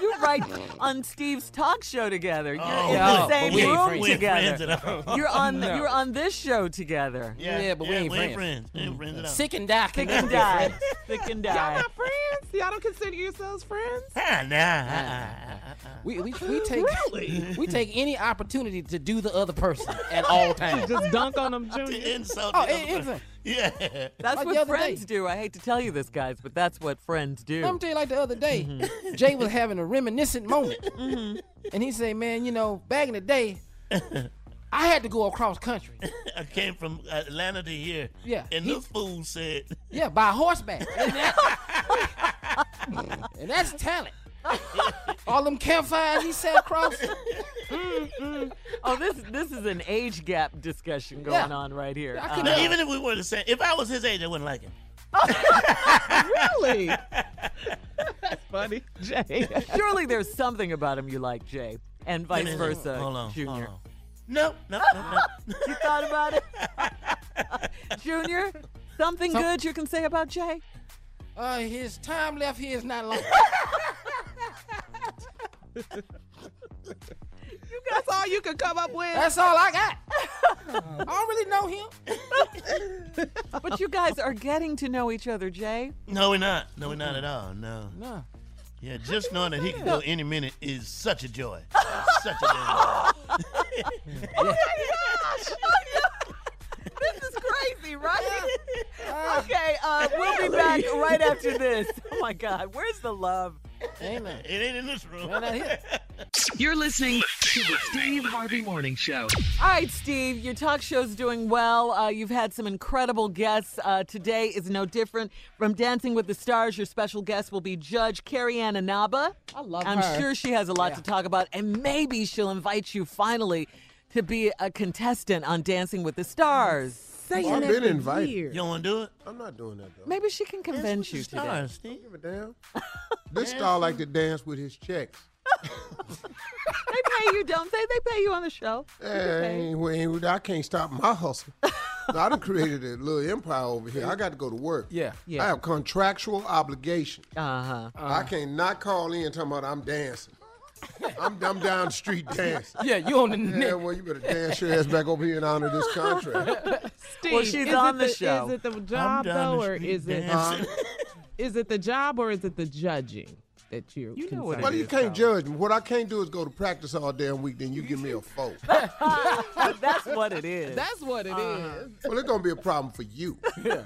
[SPEAKER 4] You're right on Steve's talk show together. You're
[SPEAKER 6] Oh,
[SPEAKER 4] in the
[SPEAKER 6] no,
[SPEAKER 4] same
[SPEAKER 6] but we ain't
[SPEAKER 4] room
[SPEAKER 6] friends. We ain't
[SPEAKER 4] together.
[SPEAKER 6] friends at all.
[SPEAKER 4] You're on
[SPEAKER 6] No.
[SPEAKER 4] you're on this show together.
[SPEAKER 6] Yeah, but we ain't friends.
[SPEAKER 8] We ain't friends at all.
[SPEAKER 6] Sick and die.
[SPEAKER 4] Sick and die. Sick and die.
[SPEAKER 6] Y'all
[SPEAKER 4] not friends?
[SPEAKER 19] Y'all don't consider yourselves friends?
[SPEAKER 6] Ah,
[SPEAKER 4] Uh,
[SPEAKER 8] uh-uh.
[SPEAKER 6] We, we, we take we take any opportunity to do the other person at all times.
[SPEAKER 19] Just dunk on them, Junior.
[SPEAKER 6] Oh, it- it's a-
[SPEAKER 4] Yeah. That's
[SPEAKER 6] Like the
[SPEAKER 4] what
[SPEAKER 6] other
[SPEAKER 4] friends
[SPEAKER 6] day.
[SPEAKER 4] do. I hate to tell you this, guys, but that's what friends do.
[SPEAKER 6] I'm gonna tell you like the other day,
[SPEAKER 19] Mm-hmm.
[SPEAKER 6] Jay was having a reminiscent moment, and he said, "Man, you know, back in the day, I had to go across country.
[SPEAKER 8] I came from Atlanta to here.
[SPEAKER 6] Yeah,
[SPEAKER 8] And the fool said,
[SPEAKER 6] yeah, by horseback, and that's talent. All them campfires he sat across.
[SPEAKER 4] Mm-mm. oh, this this is an age gap discussion going
[SPEAKER 8] Yeah.
[SPEAKER 4] on right here. Uh,
[SPEAKER 8] I could- Now, even if we were the same, if I was his age, I wouldn't like him.
[SPEAKER 4] really, that's funny, Jay. Surely there's something about him you like, Jay, and vice
[SPEAKER 8] Let me-
[SPEAKER 4] versa,
[SPEAKER 8] hold on,
[SPEAKER 4] Junior.
[SPEAKER 8] hold No, no, no, no.
[SPEAKER 4] you thought about it, Junior? Something
[SPEAKER 6] Some-
[SPEAKER 4] good you can say about Jay?
[SPEAKER 6] Uh, his time left here is not long.
[SPEAKER 19] That's all you could come up with.
[SPEAKER 6] That's all I got. I don't really know him.
[SPEAKER 4] But you guys are getting to know each other, Jay.
[SPEAKER 8] No, we're not. No, we're not at all. No.
[SPEAKER 4] No.
[SPEAKER 8] Yeah, just knowing that he can go any minute is such a joy. such a
[SPEAKER 4] Oh my gosh! Oh, yeah. This is crazy, right? okay, uh, we'll be back right after this. Oh my God, where's the love?
[SPEAKER 6] Amen.
[SPEAKER 8] It ain't in this room.
[SPEAKER 4] You're listening
[SPEAKER 3] To the Steve Harvey Morning Show.
[SPEAKER 4] All right, Steve, your talk show's doing well. Uh, you've had some incredible guests. Uh, today is no different. From Dancing with the Stars, your special guest will be Judge Carrie Ann Inaba. I
[SPEAKER 19] love
[SPEAKER 4] I'm
[SPEAKER 19] her.
[SPEAKER 4] sure she has a lot to talk about, and maybe she'll invite you finally to be a contestant on Dancing with the Stars.
[SPEAKER 2] Well, I've been invited.
[SPEAKER 8] You don't want to do it?
[SPEAKER 2] I'm not doing that though.
[SPEAKER 4] Maybe she can convince you today.
[SPEAKER 2] Don't
[SPEAKER 8] Steve.
[SPEAKER 2] give a damn. This star like to dance with his checks.
[SPEAKER 4] They pay you, don't they? They pay you on the show. You get paid.
[SPEAKER 2] Hey, we ain't- I can't stop my hustle. I done created a little empire over here. I got to go to work.
[SPEAKER 6] Yeah.
[SPEAKER 2] I have contractual obligations.
[SPEAKER 4] Uh-huh.
[SPEAKER 2] I can't not call in talking about I'm dancing. I'm, I'm down the street dancing.
[SPEAKER 6] Yeah, you on the
[SPEAKER 2] Yeah, well, you better dance your ass back over here and honor this contract.
[SPEAKER 19] Steve,
[SPEAKER 2] Well, she's
[SPEAKER 19] is it
[SPEAKER 2] on the show.
[SPEAKER 19] Is it the
[SPEAKER 2] I'm
[SPEAKER 19] job
[SPEAKER 2] down the
[SPEAKER 19] though, or
[SPEAKER 2] street
[SPEAKER 19] is it
[SPEAKER 2] dancing.
[SPEAKER 19] is it the job or is it the judging that you're you
[SPEAKER 2] Well, you can't judge me. What I can't do is go to practice all damn week, then you give me a four.
[SPEAKER 4] That's what it is. Uh-huh.
[SPEAKER 19] That's what it is.
[SPEAKER 2] Well, it's gonna be a problem for you. Yeah.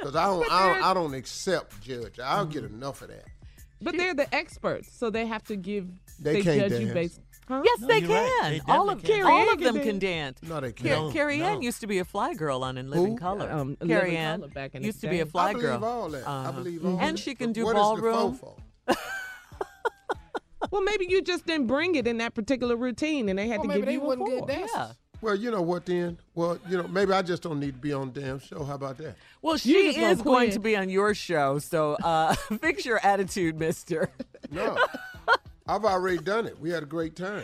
[SPEAKER 2] Cause I don't, I don't, I don't accept judge. I'll get
[SPEAKER 4] Mm-hmm.
[SPEAKER 2] enough of that.
[SPEAKER 19] But they're the experts, so they have to give.
[SPEAKER 2] They
[SPEAKER 19] They,
[SPEAKER 2] can't
[SPEAKER 19] judge you
[SPEAKER 2] dance.
[SPEAKER 19] based. Huh?
[SPEAKER 4] Yes, they can. all of
[SPEAKER 19] Carrie
[SPEAKER 4] all
[SPEAKER 19] Ann
[SPEAKER 4] of them can dance.
[SPEAKER 2] No, they
[SPEAKER 4] Car-
[SPEAKER 2] can't.
[SPEAKER 4] Carrie
[SPEAKER 2] No.
[SPEAKER 4] Ann used to be a fly girl on In Living Color.
[SPEAKER 19] um, In
[SPEAKER 4] Carrie
[SPEAKER 19] Living
[SPEAKER 4] Ann
[SPEAKER 19] Color back in the
[SPEAKER 4] used to be a
[SPEAKER 19] day.
[SPEAKER 4] fly
[SPEAKER 2] I
[SPEAKER 4] girl.
[SPEAKER 2] believe all that. I
[SPEAKER 4] Uh-huh.
[SPEAKER 2] believe all
[SPEAKER 4] And
[SPEAKER 2] that.
[SPEAKER 4] she
[SPEAKER 2] But
[SPEAKER 4] can do
[SPEAKER 2] what is the
[SPEAKER 4] ballroom.
[SPEAKER 2] fofo?
[SPEAKER 19] Well, maybe you just didn't bring it in that particular routine, and they had to
[SPEAKER 6] Well, maybe
[SPEAKER 19] give
[SPEAKER 6] they
[SPEAKER 19] you a
[SPEAKER 6] wasn't good
[SPEAKER 19] four.
[SPEAKER 6] dancers. Yeah.
[SPEAKER 2] Well, you know what then? Well, you know, maybe I just don't need to be on the damn show. How about that?
[SPEAKER 4] Well, she
[SPEAKER 19] just gonna
[SPEAKER 4] is going
[SPEAKER 19] quit.
[SPEAKER 4] to be on your show, so uh, fix your attitude, Mister.
[SPEAKER 2] No. I've already done it. We had a great time.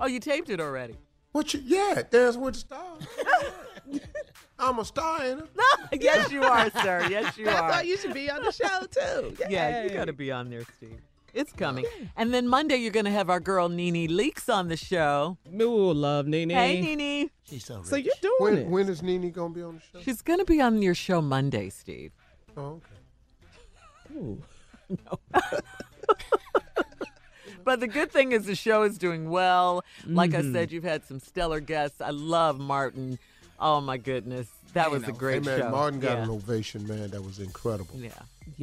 [SPEAKER 4] Oh, you taped it already.
[SPEAKER 2] What you yeah, dance with the stars. I'm a star in it.
[SPEAKER 4] yes, you are, sir. Yes, you
[SPEAKER 19] That's why
[SPEAKER 4] are.
[SPEAKER 19] you should be on the show too.
[SPEAKER 4] Yeah, you
[SPEAKER 19] Yay.
[SPEAKER 4] got to be on there, Steve. It's coming. And then Monday, you're going to have our girl Nene Leaks on the show.
[SPEAKER 19] Ooh, love Nene.
[SPEAKER 4] Hey, Nene.
[SPEAKER 8] She's so
[SPEAKER 19] So you're doing
[SPEAKER 2] When
[SPEAKER 19] it.
[SPEAKER 2] when is Nene gonna be on the show?
[SPEAKER 4] She's going to be on your show Monday, Steve.
[SPEAKER 2] Oh, okay.
[SPEAKER 4] But the good thing is the show is doing well. Like
[SPEAKER 2] Mm-hmm.
[SPEAKER 4] I said, you've had some stellar guests. I love Martin. Oh my goodness, that was a great
[SPEAKER 2] hey, man,
[SPEAKER 4] show.
[SPEAKER 2] Martin got
[SPEAKER 4] Yeah.
[SPEAKER 2] an ovation, man. That was incredible.
[SPEAKER 4] Yeah.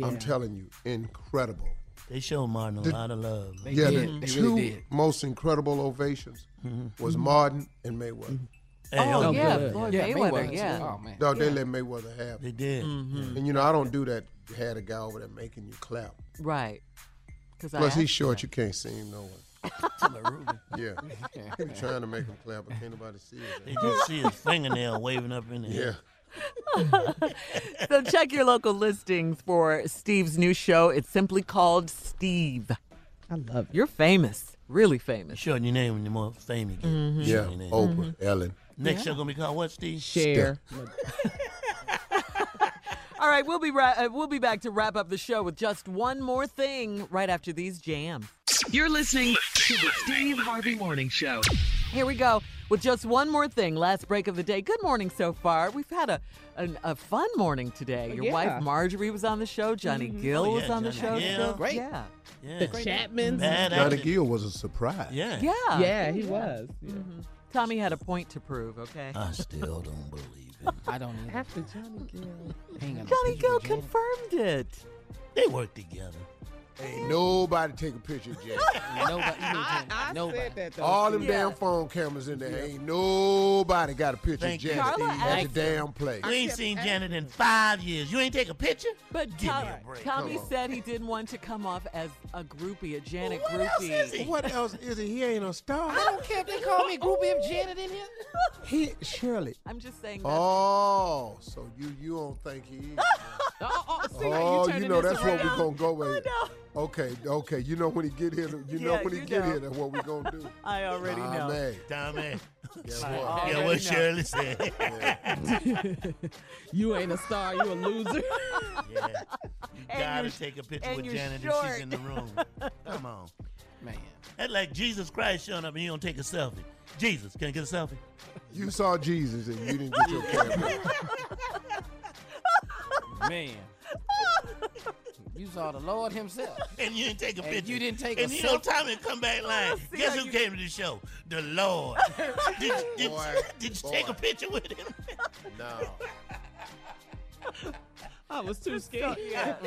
[SPEAKER 2] I'm
[SPEAKER 4] Yeah.
[SPEAKER 2] telling you, incredible.
[SPEAKER 8] They showed Martin a
[SPEAKER 2] The-
[SPEAKER 8] lot of love.
[SPEAKER 2] yeah,
[SPEAKER 8] Mhm.
[SPEAKER 2] the two most incredible ovations was Martin and Mayweather.
[SPEAKER 8] Mm-hmm. Hey, oh,
[SPEAKER 4] yeah,
[SPEAKER 8] good.
[SPEAKER 4] Floyd
[SPEAKER 6] Yeah,
[SPEAKER 4] Mayweather,
[SPEAKER 6] Mayweather,
[SPEAKER 4] yeah. Mm-hmm.
[SPEAKER 6] yeah. Oh, man.
[SPEAKER 2] Dog, they let Mayweather have.
[SPEAKER 8] They
[SPEAKER 2] it.
[SPEAKER 8] did.
[SPEAKER 2] And you know, I don't do that. Had a guy over there making you clap.
[SPEAKER 4] Right. Because
[SPEAKER 2] Plus, he's short. You can't see him. No one.
[SPEAKER 8] Ruby.
[SPEAKER 2] Yeah. I'm trying to make him clap, but can't nobody see
[SPEAKER 8] They
[SPEAKER 2] it.
[SPEAKER 8] just see his fingernail waving up in the
[SPEAKER 2] Yeah.
[SPEAKER 8] air.
[SPEAKER 4] so check your local listings for Steve's new show. It's simply called Steve.
[SPEAKER 19] I love
[SPEAKER 4] You're famous, really famous.
[SPEAKER 8] Showing your name when you're more famous. you get.
[SPEAKER 4] Mhm.
[SPEAKER 8] Shorten
[SPEAKER 2] Yeah,
[SPEAKER 8] your name.
[SPEAKER 2] Oprah, Ellen.
[SPEAKER 8] Next show gonna be called what, Steve?
[SPEAKER 19] Share.
[SPEAKER 4] All right, we'll be ra- uh, we'll be back to wrap up the show with just one more thing right after these jams.
[SPEAKER 3] You're listening to the Steve Harvey Morning Show.
[SPEAKER 4] Here we go with just one more thing. Last break of the day. Good morning so far. We've had a an, a fun morning today. Your
[SPEAKER 19] Yeah.
[SPEAKER 4] wife Marjorie was on the show. Johnny
[SPEAKER 19] Mhm.
[SPEAKER 4] Gill
[SPEAKER 19] Oh, yeah,
[SPEAKER 4] was on the
[SPEAKER 19] Johnny
[SPEAKER 4] show.
[SPEAKER 19] Gill.
[SPEAKER 4] still-
[SPEAKER 19] Great.
[SPEAKER 4] Yeah.
[SPEAKER 19] The Chapmans.
[SPEAKER 20] Johnny Gill was a surprise.
[SPEAKER 4] Yeah.
[SPEAKER 19] Yeah. Yeah, he was.
[SPEAKER 4] Mhm. Tommy had a point to prove. Okay.
[SPEAKER 20] I
[SPEAKER 4] still don't believe it.
[SPEAKER 6] I don't either.
[SPEAKER 4] After Johnny Gill.
[SPEAKER 6] Hang on.
[SPEAKER 4] Johnny Gill confirmed it.
[SPEAKER 8] They work together.
[SPEAKER 2] Ain't nobody take a picture of Jack.
[SPEAKER 6] nobody.
[SPEAKER 2] I,
[SPEAKER 6] nobody.
[SPEAKER 2] All them damn phone cameras in there. Ain't nobody got a picture
[SPEAKER 8] Thank
[SPEAKER 2] of
[SPEAKER 8] you.
[SPEAKER 2] Jack
[SPEAKER 8] Carla
[SPEAKER 2] Steve at the
[SPEAKER 8] asked-
[SPEAKER 2] damn place.
[SPEAKER 8] We ain't seen Janet in five years. You ain't take a picture?
[SPEAKER 4] But
[SPEAKER 8] Give
[SPEAKER 4] Tom,
[SPEAKER 8] me a break.
[SPEAKER 4] Tommy
[SPEAKER 8] Come on.
[SPEAKER 4] said he didn't want to come off as a groupie, a Janet
[SPEAKER 8] What
[SPEAKER 4] groupie.
[SPEAKER 8] else is he?
[SPEAKER 20] What else is he? He ain't a star.
[SPEAKER 6] I don't care if they call me groupie of Janet in here.
[SPEAKER 20] He Shirley.
[SPEAKER 4] I'm just saying.
[SPEAKER 2] Oh, so you you don't think he
[SPEAKER 4] see
[SPEAKER 2] is?
[SPEAKER 4] how you
[SPEAKER 2] oh, you
[SPEAKER 4] turning
[SPEAKER 2] know
[SPEAKER 4] this
[SPEAKER 2] that's what we're
[SPEAKER 4] around?
[SPEAKER 2] gonna go with. Okay, okay. You know when he get here, you know
[SPEAKER 4] Yeah,
[SPEAKER 2] when he
[SPEAKER 4] you
[SPEAKER 2] get
[SPEAKER 4] know.
[SPEAKER 2] here, that's what we gonna do.
[SPEAKER 4] I already know.
[SPEAKER 2] Tommy.
[SPEAKER 8] Tommy.
[SPEAKER 2] Guess
[SPEAKER 8] I
[SPEAKER 2] what?
[SPEAKER 8] Yeah, what Shirley said.
[SPEAKER 19] you ain't a star. You a loser.
[SPEAKER 8] You
[SPEAKER 19] And
[SPEAKER 8] gotta
[SPEAKER 19] you're-
[SPEAKER 8] take a picture
[SPEAKER 19] and
[SPEAKER 8] with
[SPEAKER 19] you're
[SPEAKER 8] Janet if
[SPEAKER 19] short.
[SPEAKER 8] she's in the room. Come on.
[SPEAKER 6] Man.
[SPEAKER 8] That's like Jesus Christ showing up and you don't take a selfie. Jesus, can I get a selfie?
[SPEAKER 2] You saw Jesus and you didn't get your camera.
[SPEAKER 6] Man. You saw the Lord himself.
[SPEAKER 8] And you didn't take a
[SPEAKER 6] And
[SPEAKER 8] picture.
[SPEAKER 6] you didn't take a
[SPEAKER 8] And you know
[SPEAKER 6] selfie.
[SPEAKER 8] Tommy come back lying.
[SPEAKER 6] see
[SPEAKER 8] Guess
[SPEAKER 6] how
[SPEAKER 8] who came to the show? The Lord. did, did, did you take a picture with him?
[SPEAKER 2] No.
[SPEAKER 19] I was too scared.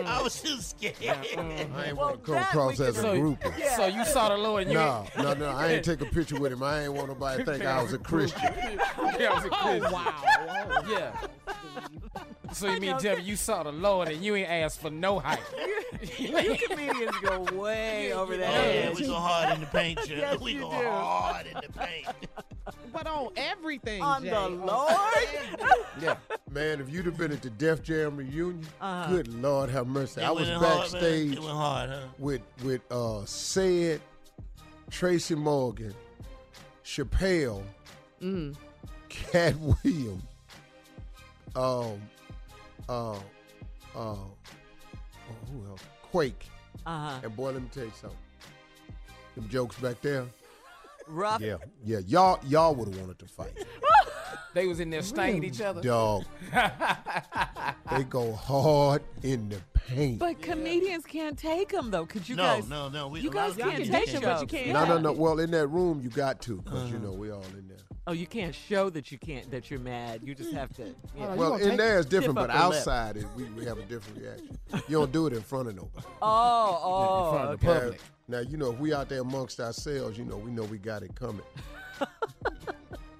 [SPEAKER 8] I was too scared.
[SPEAKER 2] I ain't Oh, want to come across as a groupie.
[SPEAKER 6] So you saw the Lord and you
[SPEAKER 2] No,
[SPEAKER 6] ain't-
[SPEAKER 2] no, no. I ain't take a picture with him. I ain't want nobody to think I was a Christian.
[SPEAKER 6] Yeah, I was a
[SPEAKER 2] Oh,
[SPEAKER 6] Christian. Yeah. So you mean tell me you saw the Lord and you ain't asked for no hype?
[SPEAKER 4] you comedians go way over that.
[SPEAKER 8] Oh, yeah, we go hard in the paint, Shirley.
[SPEAKER 4] Yes,
[SPEAKER 8] we
[SPEAKER 4] you
[SPEAKER 8] go
[SPEAKER 4] do.
[SPEAKER 8] hard in the paint.
[SPEAKER 19] But on everything,
[SPEAKER 4] On
[SPEAKER 19] Jay.
[SPEAKER 4] the Lord?
[SPEAKER 2] Yeah. Man, if you'd have been at the Def Jam reunion,
[SPEAKER 19] Uh-huh.
[SPEAKER 2] good Lord have mercy.
[SPEAKER 8] It
[SPEAKER 2] I was
[SPEAKER 8] went hard, man.
[SPEAKER 2] backstage
[SPEAKER 8] It went hard, huh?
[SPEAKER 2] with with uh Sid, Tracy Morgan, Chappelle,
[SPEAKER 8] Mm.
[SPEAKER 2] Cat Williams, um uh uh oh, who else? Quake.
[SPEAKER 4] Uh-huh.
[SPEAKER 2] And boy, let me tell you something. Them jokes back there.
[SPEAKER 4] Rough.
[SPEAKER 2] Yeah, yeah. Y'all y'all would have wanted to fight.
[SPEAKER 6] They was in there stinging each other.
[SPEAKER 2] Dog. they go hard in the paint.
[SPEAKER 4] But comedians can't take them though. Could you
[SPEAKER 2] No,
[SPEAKER 4] guys?
[SPEAKER 8] no, no. We,
[SPEAKER 4] you guys can't take them, but you can't.
[SPEAKER 2] No, no, no. Well, in that room, you got to, because
[SPEAKER 6] Uh-huh.
[SPEAKER 2] you know we all in there.
[SPEAKER 4] Oh, you can't show that you can't that you're mad. Oh, You just have to. yeah.
[SPEAKER 2] well, in there is different,
[SPEAKER 4] Tip up
[SPEAKER 2] but
[SPEAKER 4] the lip.
[SPEAKER 2] outside, it, we, we have a different reaction. You don't do it in front of nobody.
[SPEAKER 4] Oh, oh. okay.
[SPEAKER 2] Now, you know, if we out there amongst ourselves, you know, we know we got it coming.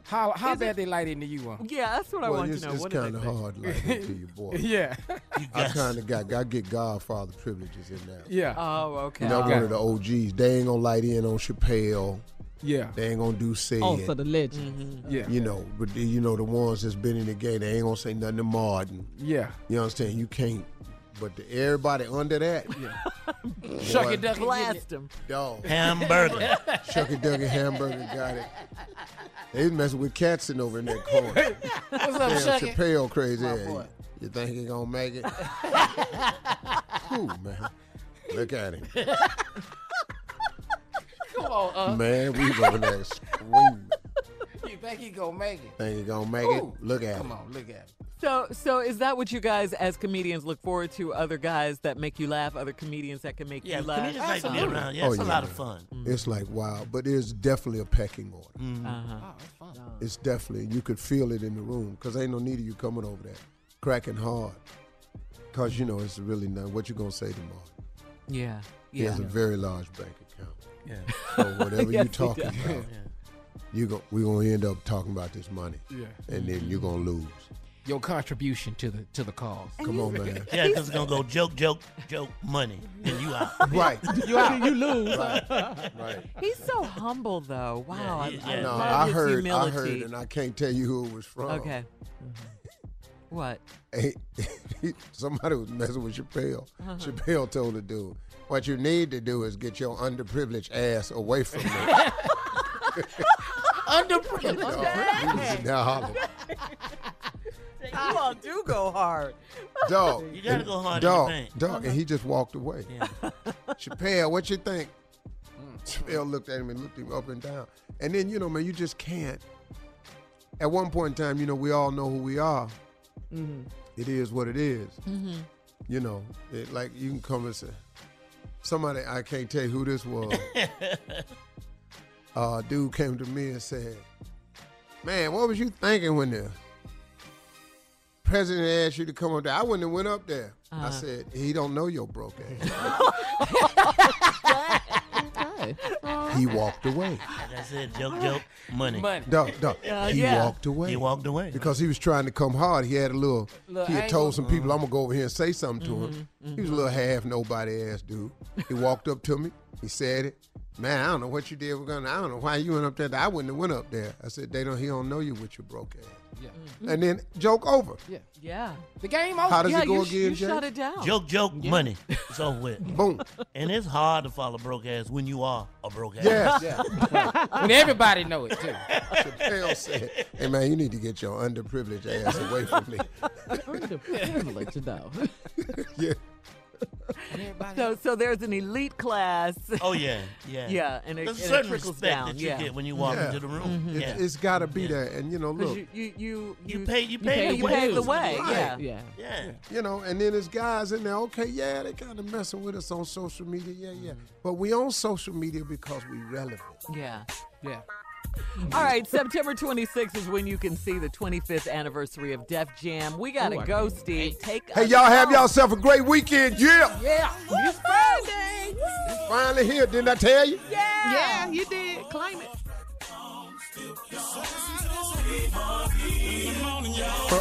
[SPEAKER 6] How how bad they light into you on?
[SPEAKER 4] Yeah, that's what I
[SPEAKER 2] well,
[SPEAKER 4] want
[SPEAKER 2] it's,
[SPEAKER 4] to know.
[SPEAKER 2] It's
[SPEAKER 4] What do they
[SPEAKER 2] kind of
[SPEAKER 4] think?
[SPEAKER 2] hard, like to you, boy.
[SPEAKER 6] Yeah.
[SPEAKER 2] I kind of got I get Godfather privileges in there.
[SPEAKER 6] Yeah.
[SPEAKER 4] Oh, okay.
[SPEAKER 2] You know, I'm one of the OGs. They ain't gonna light in on Chappelle.
[SPEAKER 6] Yeah.
[SPEAKER 2] They ain't gonna do say
[SPEAKER 19] Oh,
[SPEAKER 2] it.
[SPEAKER 19] for the legends.
[SPEAKER 4] Mm-hmm.
[SPEAKER 19] Yeah.
[SPEAKER 2] You know, but the- you know the ones that's been in the game, they ain't gonna say nothing to Martin.
[SPEAKER 6] Yeah.
[SPEAKER 2] You understand? You can't. But the, everybody under that, Boy,
[SPEAKER 6] Shuck it, duck it,
[SPEAKER 4] Blast them.
[SPEAKER 2] Dog.
[SPEAKER 8] Hamburger.
[SPEAKER 2] Shucky Ducky Hamburger got it. They was messing with Katzen over in that corner.
[SPEAKER 6] What's up,
[SPEAKER 2] Damn,
[SPEAKER 6] Shucky?
[SPEAKER 2] Chappelle crazy
[SPEAKER 6] My
[SPEAKER 2] ass.
[SPEAKER 6] boy.
[SPEAKER 2] You think he gonna make it? Ooh, man. Look at him.
[SPEAKER 6] Come on, uh.
[SPEAKER 2] Man, we going there screaming.
[SPEAKER 6] You think he gonna make it?
[SPEAKER 2] Think he gonna make
[SPEAKER 6] Ooh.
[SPEAKER 2] it? Look at
[SPEAKER 6] Come
[SPEAKER 2] him.
[SPEAKER 6] on, look at it.
[SPEAKER 4] So, so is that what you guys, as comedians, look forward to? Other guys that make you laugh, other comedians that can make
[SPEAKER 8] Yeah,
[SPEAKER 4] you laugh.
[SPEAKER 8] comedians like to be around.
[SPEAKER 4] Oh,
[SPEAKER 8] Yeah,
[SPEAKER 2] Oh,
[SPEAKER 8] it's a lot of fun.
[SPEAKER 4] Mm.
[SPEAKER 8] Mm-hmm.
[SPEAKER 2] It's like wow, but it's definitely a pecking order.
[SPEAKER 4] Uh-huh.
[SPEAKER 2] It's definitely you could feel it in the room because ain't no need of you coming over there, cracking hard, because you know it's really not what you gonna say to Mark.
[SPEAKER 4] Yeah,
[SPEAKER 2] He has a
[SPEAKER 4] yeah.
[SPEAKER 2] very large bank account.
[SPEAKER 8] Yeah.
[SPEAKER 2] So
[SPEAKER 4] Yes,
[SPEAKER 2] whatever you
[SPEAKER 4] he
[SPEAKER 2] talking
[SPEAKER 4] does.
[SPEAKER 2] about, you go we gonna end up talking about this money.
[SPEAKER 6] Yeah.
[SPEAKER 2] And then you're gonna lose.
[SPEAKER 6] Your contribution to the to the cause.
[SPEAKER 2] Come on, man.
[SPEAKER 8] Yeah, because it's going to go joke, joke, joke, money. And you out.
[SPEAKER 2] Right.
[SPEAKER 6] You out. You lose.
[SPEAKER 2] Right.
[SPEAKER 4] He's so humble, though. Wow,
[SPEAKER 8] Yeah,
[SPEAKER 4] I, I
[SPEAKER 8] yeah.
[SPEAKER 2] No,
[SPEAKER 4] love
[SPEAKER 2] I
[SPEAKER 4] his
[SPEAKER 2] heard
[SPEAKER 4] humility.
[SPEAKER 2] I heard and I can't tell you who it was from.
[SPEAKER 4] Okay.
[SPEAKER 8] Mm-hmm.
[SPEAKER 4] What?
[SPEAKER 2] Hey, Somebody was messing with Chappelle.
[SPEAKER 4] Uh-huh.
[SPEAKER 2] Chappelle told the dude, "What you need to do is get your underprivileged ass away from me."
[SPEAKER 6] Underprivileged.
[SPEAKER 2] He was in there hollering.
[SPEAKER 4] You all do go hard.
[SPEAKER 2] Dog.
[SPEAKER 8] You Uh-huh. gotta
[SPEAKER 2] and-
[SPEAKER 8] go hard in the
[SPEAKER 2] Dog.
[SPEAKER 8] paint. Mm.
[SPEAKER 2] Dog. And he just walked away. Chappelle, what you think? Chappelle looked at him and looked him up and down. And then, you know, man, you just can't. At one point in time, you know, we all know who we are.
[SPEAKER 1] Mhm.
[SPEAKER 2] It is what it is.
[SPEAKER 4] Mm-hmm.
[SPEAKER 1] Mhm.
[SPEAKER 2] You know, it, like you can come and say, somebody, I can't tell you who this was. uh, dude came to me and said, man, what was you thinking when the president asked you to come up there? I wouldn't have went up there. I
[SPEAKER 1] Uh-huh.
[SPEAKER 2] said, he don't know your broke ass. He walked away.
[SPEAKER 8] That's it. Joke, joke, money.
[SPEAKER 2] No, no. he walked away.
[SPEAKER 8] He walked away.
[SPEAKER 2] Because he was trying to come hard. He had a little,
[SPEAKER 8] Little
[SPEAKER 2] he had
[SPEAKER 8] angle.
[SPEAKER 2] told some people,
[SPEAKER 8] Mm-hmm.
[SPEAKER 2] I'm going to go over here and say something to him. He was a little half nobody ass dude. He walked up to me. He said it. Man, I don't know what you did. We're gonna, I don't know why you went up there. I wouldn't have went up there. I said, they don't, he don't know you with your broke ass.
[SPEAKER 6] Yeah.
[SPEAKER 8] Mm-hmm.
[SPEAKER 2] And then joke over.
[SPEAKER 6] Yeah.
[SPEAKER 4] Yeah.
[SPEAKER 6] The game over.
[SPEAKER 2] How does
[SPEAKER 6] Yeah,
[SPEAKER 2] it go
[SPEAKER 6] you sh-
[SPEAKER 2] again,
[SPEAKER 6] you
[SPEAKER 2] Jay?
[SPEAKER 6] shut it down.
[SPEAKER 8] Joke, joke, money. It's over with.
[SPEAKER 2] Boom.
[SPEAKER 8] And it's hard to follow broke ass when you are a broke ass.
[SPEAKER 2] Yes. Yes.
[SPEAKER 6] When everybody know it too.
[SPEAKER 2] Chappelle said, hey man, you need to get your underprivileged ass away from me.
[SPEAKER 19] Underprivileged, though.
[SPEAKER 2] yeah.
[SPEAKER 4] So, so there's an elite class.
[SPEAKER 8] Oh yeah, yeah.
[SPEAKER 4] yeah, and it,
[SPEAKER 8] There's
[SPEAKER 4] and
[SPEAKER 8] a
[SPEAKER 4] it
[SPEAKER 8] certain
[SPEAKER 4] trickles
[SPEAKER 8] respect
[SPEAKER 4] down.
[SPEAKER 8] that you
[SPEAKER 4] yeah. Mm-hmm.
[SPEAKER 8] get when you walk
[SPEAKER 2] Yeah.
[SPEAKER 8] into the room.
[SPEAKER 2] It's-
[SPEAKER 8] Yeah.
[SPEAKER 2] it's got to be there. And, you know,
[SPEAKER 4] 'Cause
[SPEAKER 2] look.
[SPEAKER 4] you, you, you, you
[SPEAKER 8] pay- you
[SPEAKER 4] pay the
[SPEAKER 2] way.
[SPEAKER 4] way. Right.
[SPEAKER 2] yeah.
[SPEAKER 8] Yeah.
[SPEAKER 2] You know, and then there's guys in there, okay, yeah, they kind of messing with us on social media, yeah, yeah.
[SPEAKER 8] Mm-hmm.
[SPEAKER 2] But we on social media because we relevant.
[SPEAKER 4] Yeah.
[SPEAKER 6] Yeah.
[SPEAKER 4] All right, September 26th is when you can see the 25th anniversary of Def Jam. We gotta
[SPEAKER 2] Ooh, I
[SPEAKER 4] go, Steve. Take
[SPEAKER 2] Hey,
[SPEAKER 4] us
[SPEAKER 2] y'all have
[SPEAKER 4] home.
[SPEAKER 2] yourself a great weekend, yeah.
[SPEAKER 4] Yeah. It's Friday.
[SPEAKER 2] Finally here, didn't I tell you?
[SPEAKER 4] Yeah.
[SPEAKER 7] Yeah, you did. Claim it.
[SPEAKER 4] For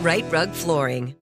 [SPEAKER 21] Right Rug Flooring.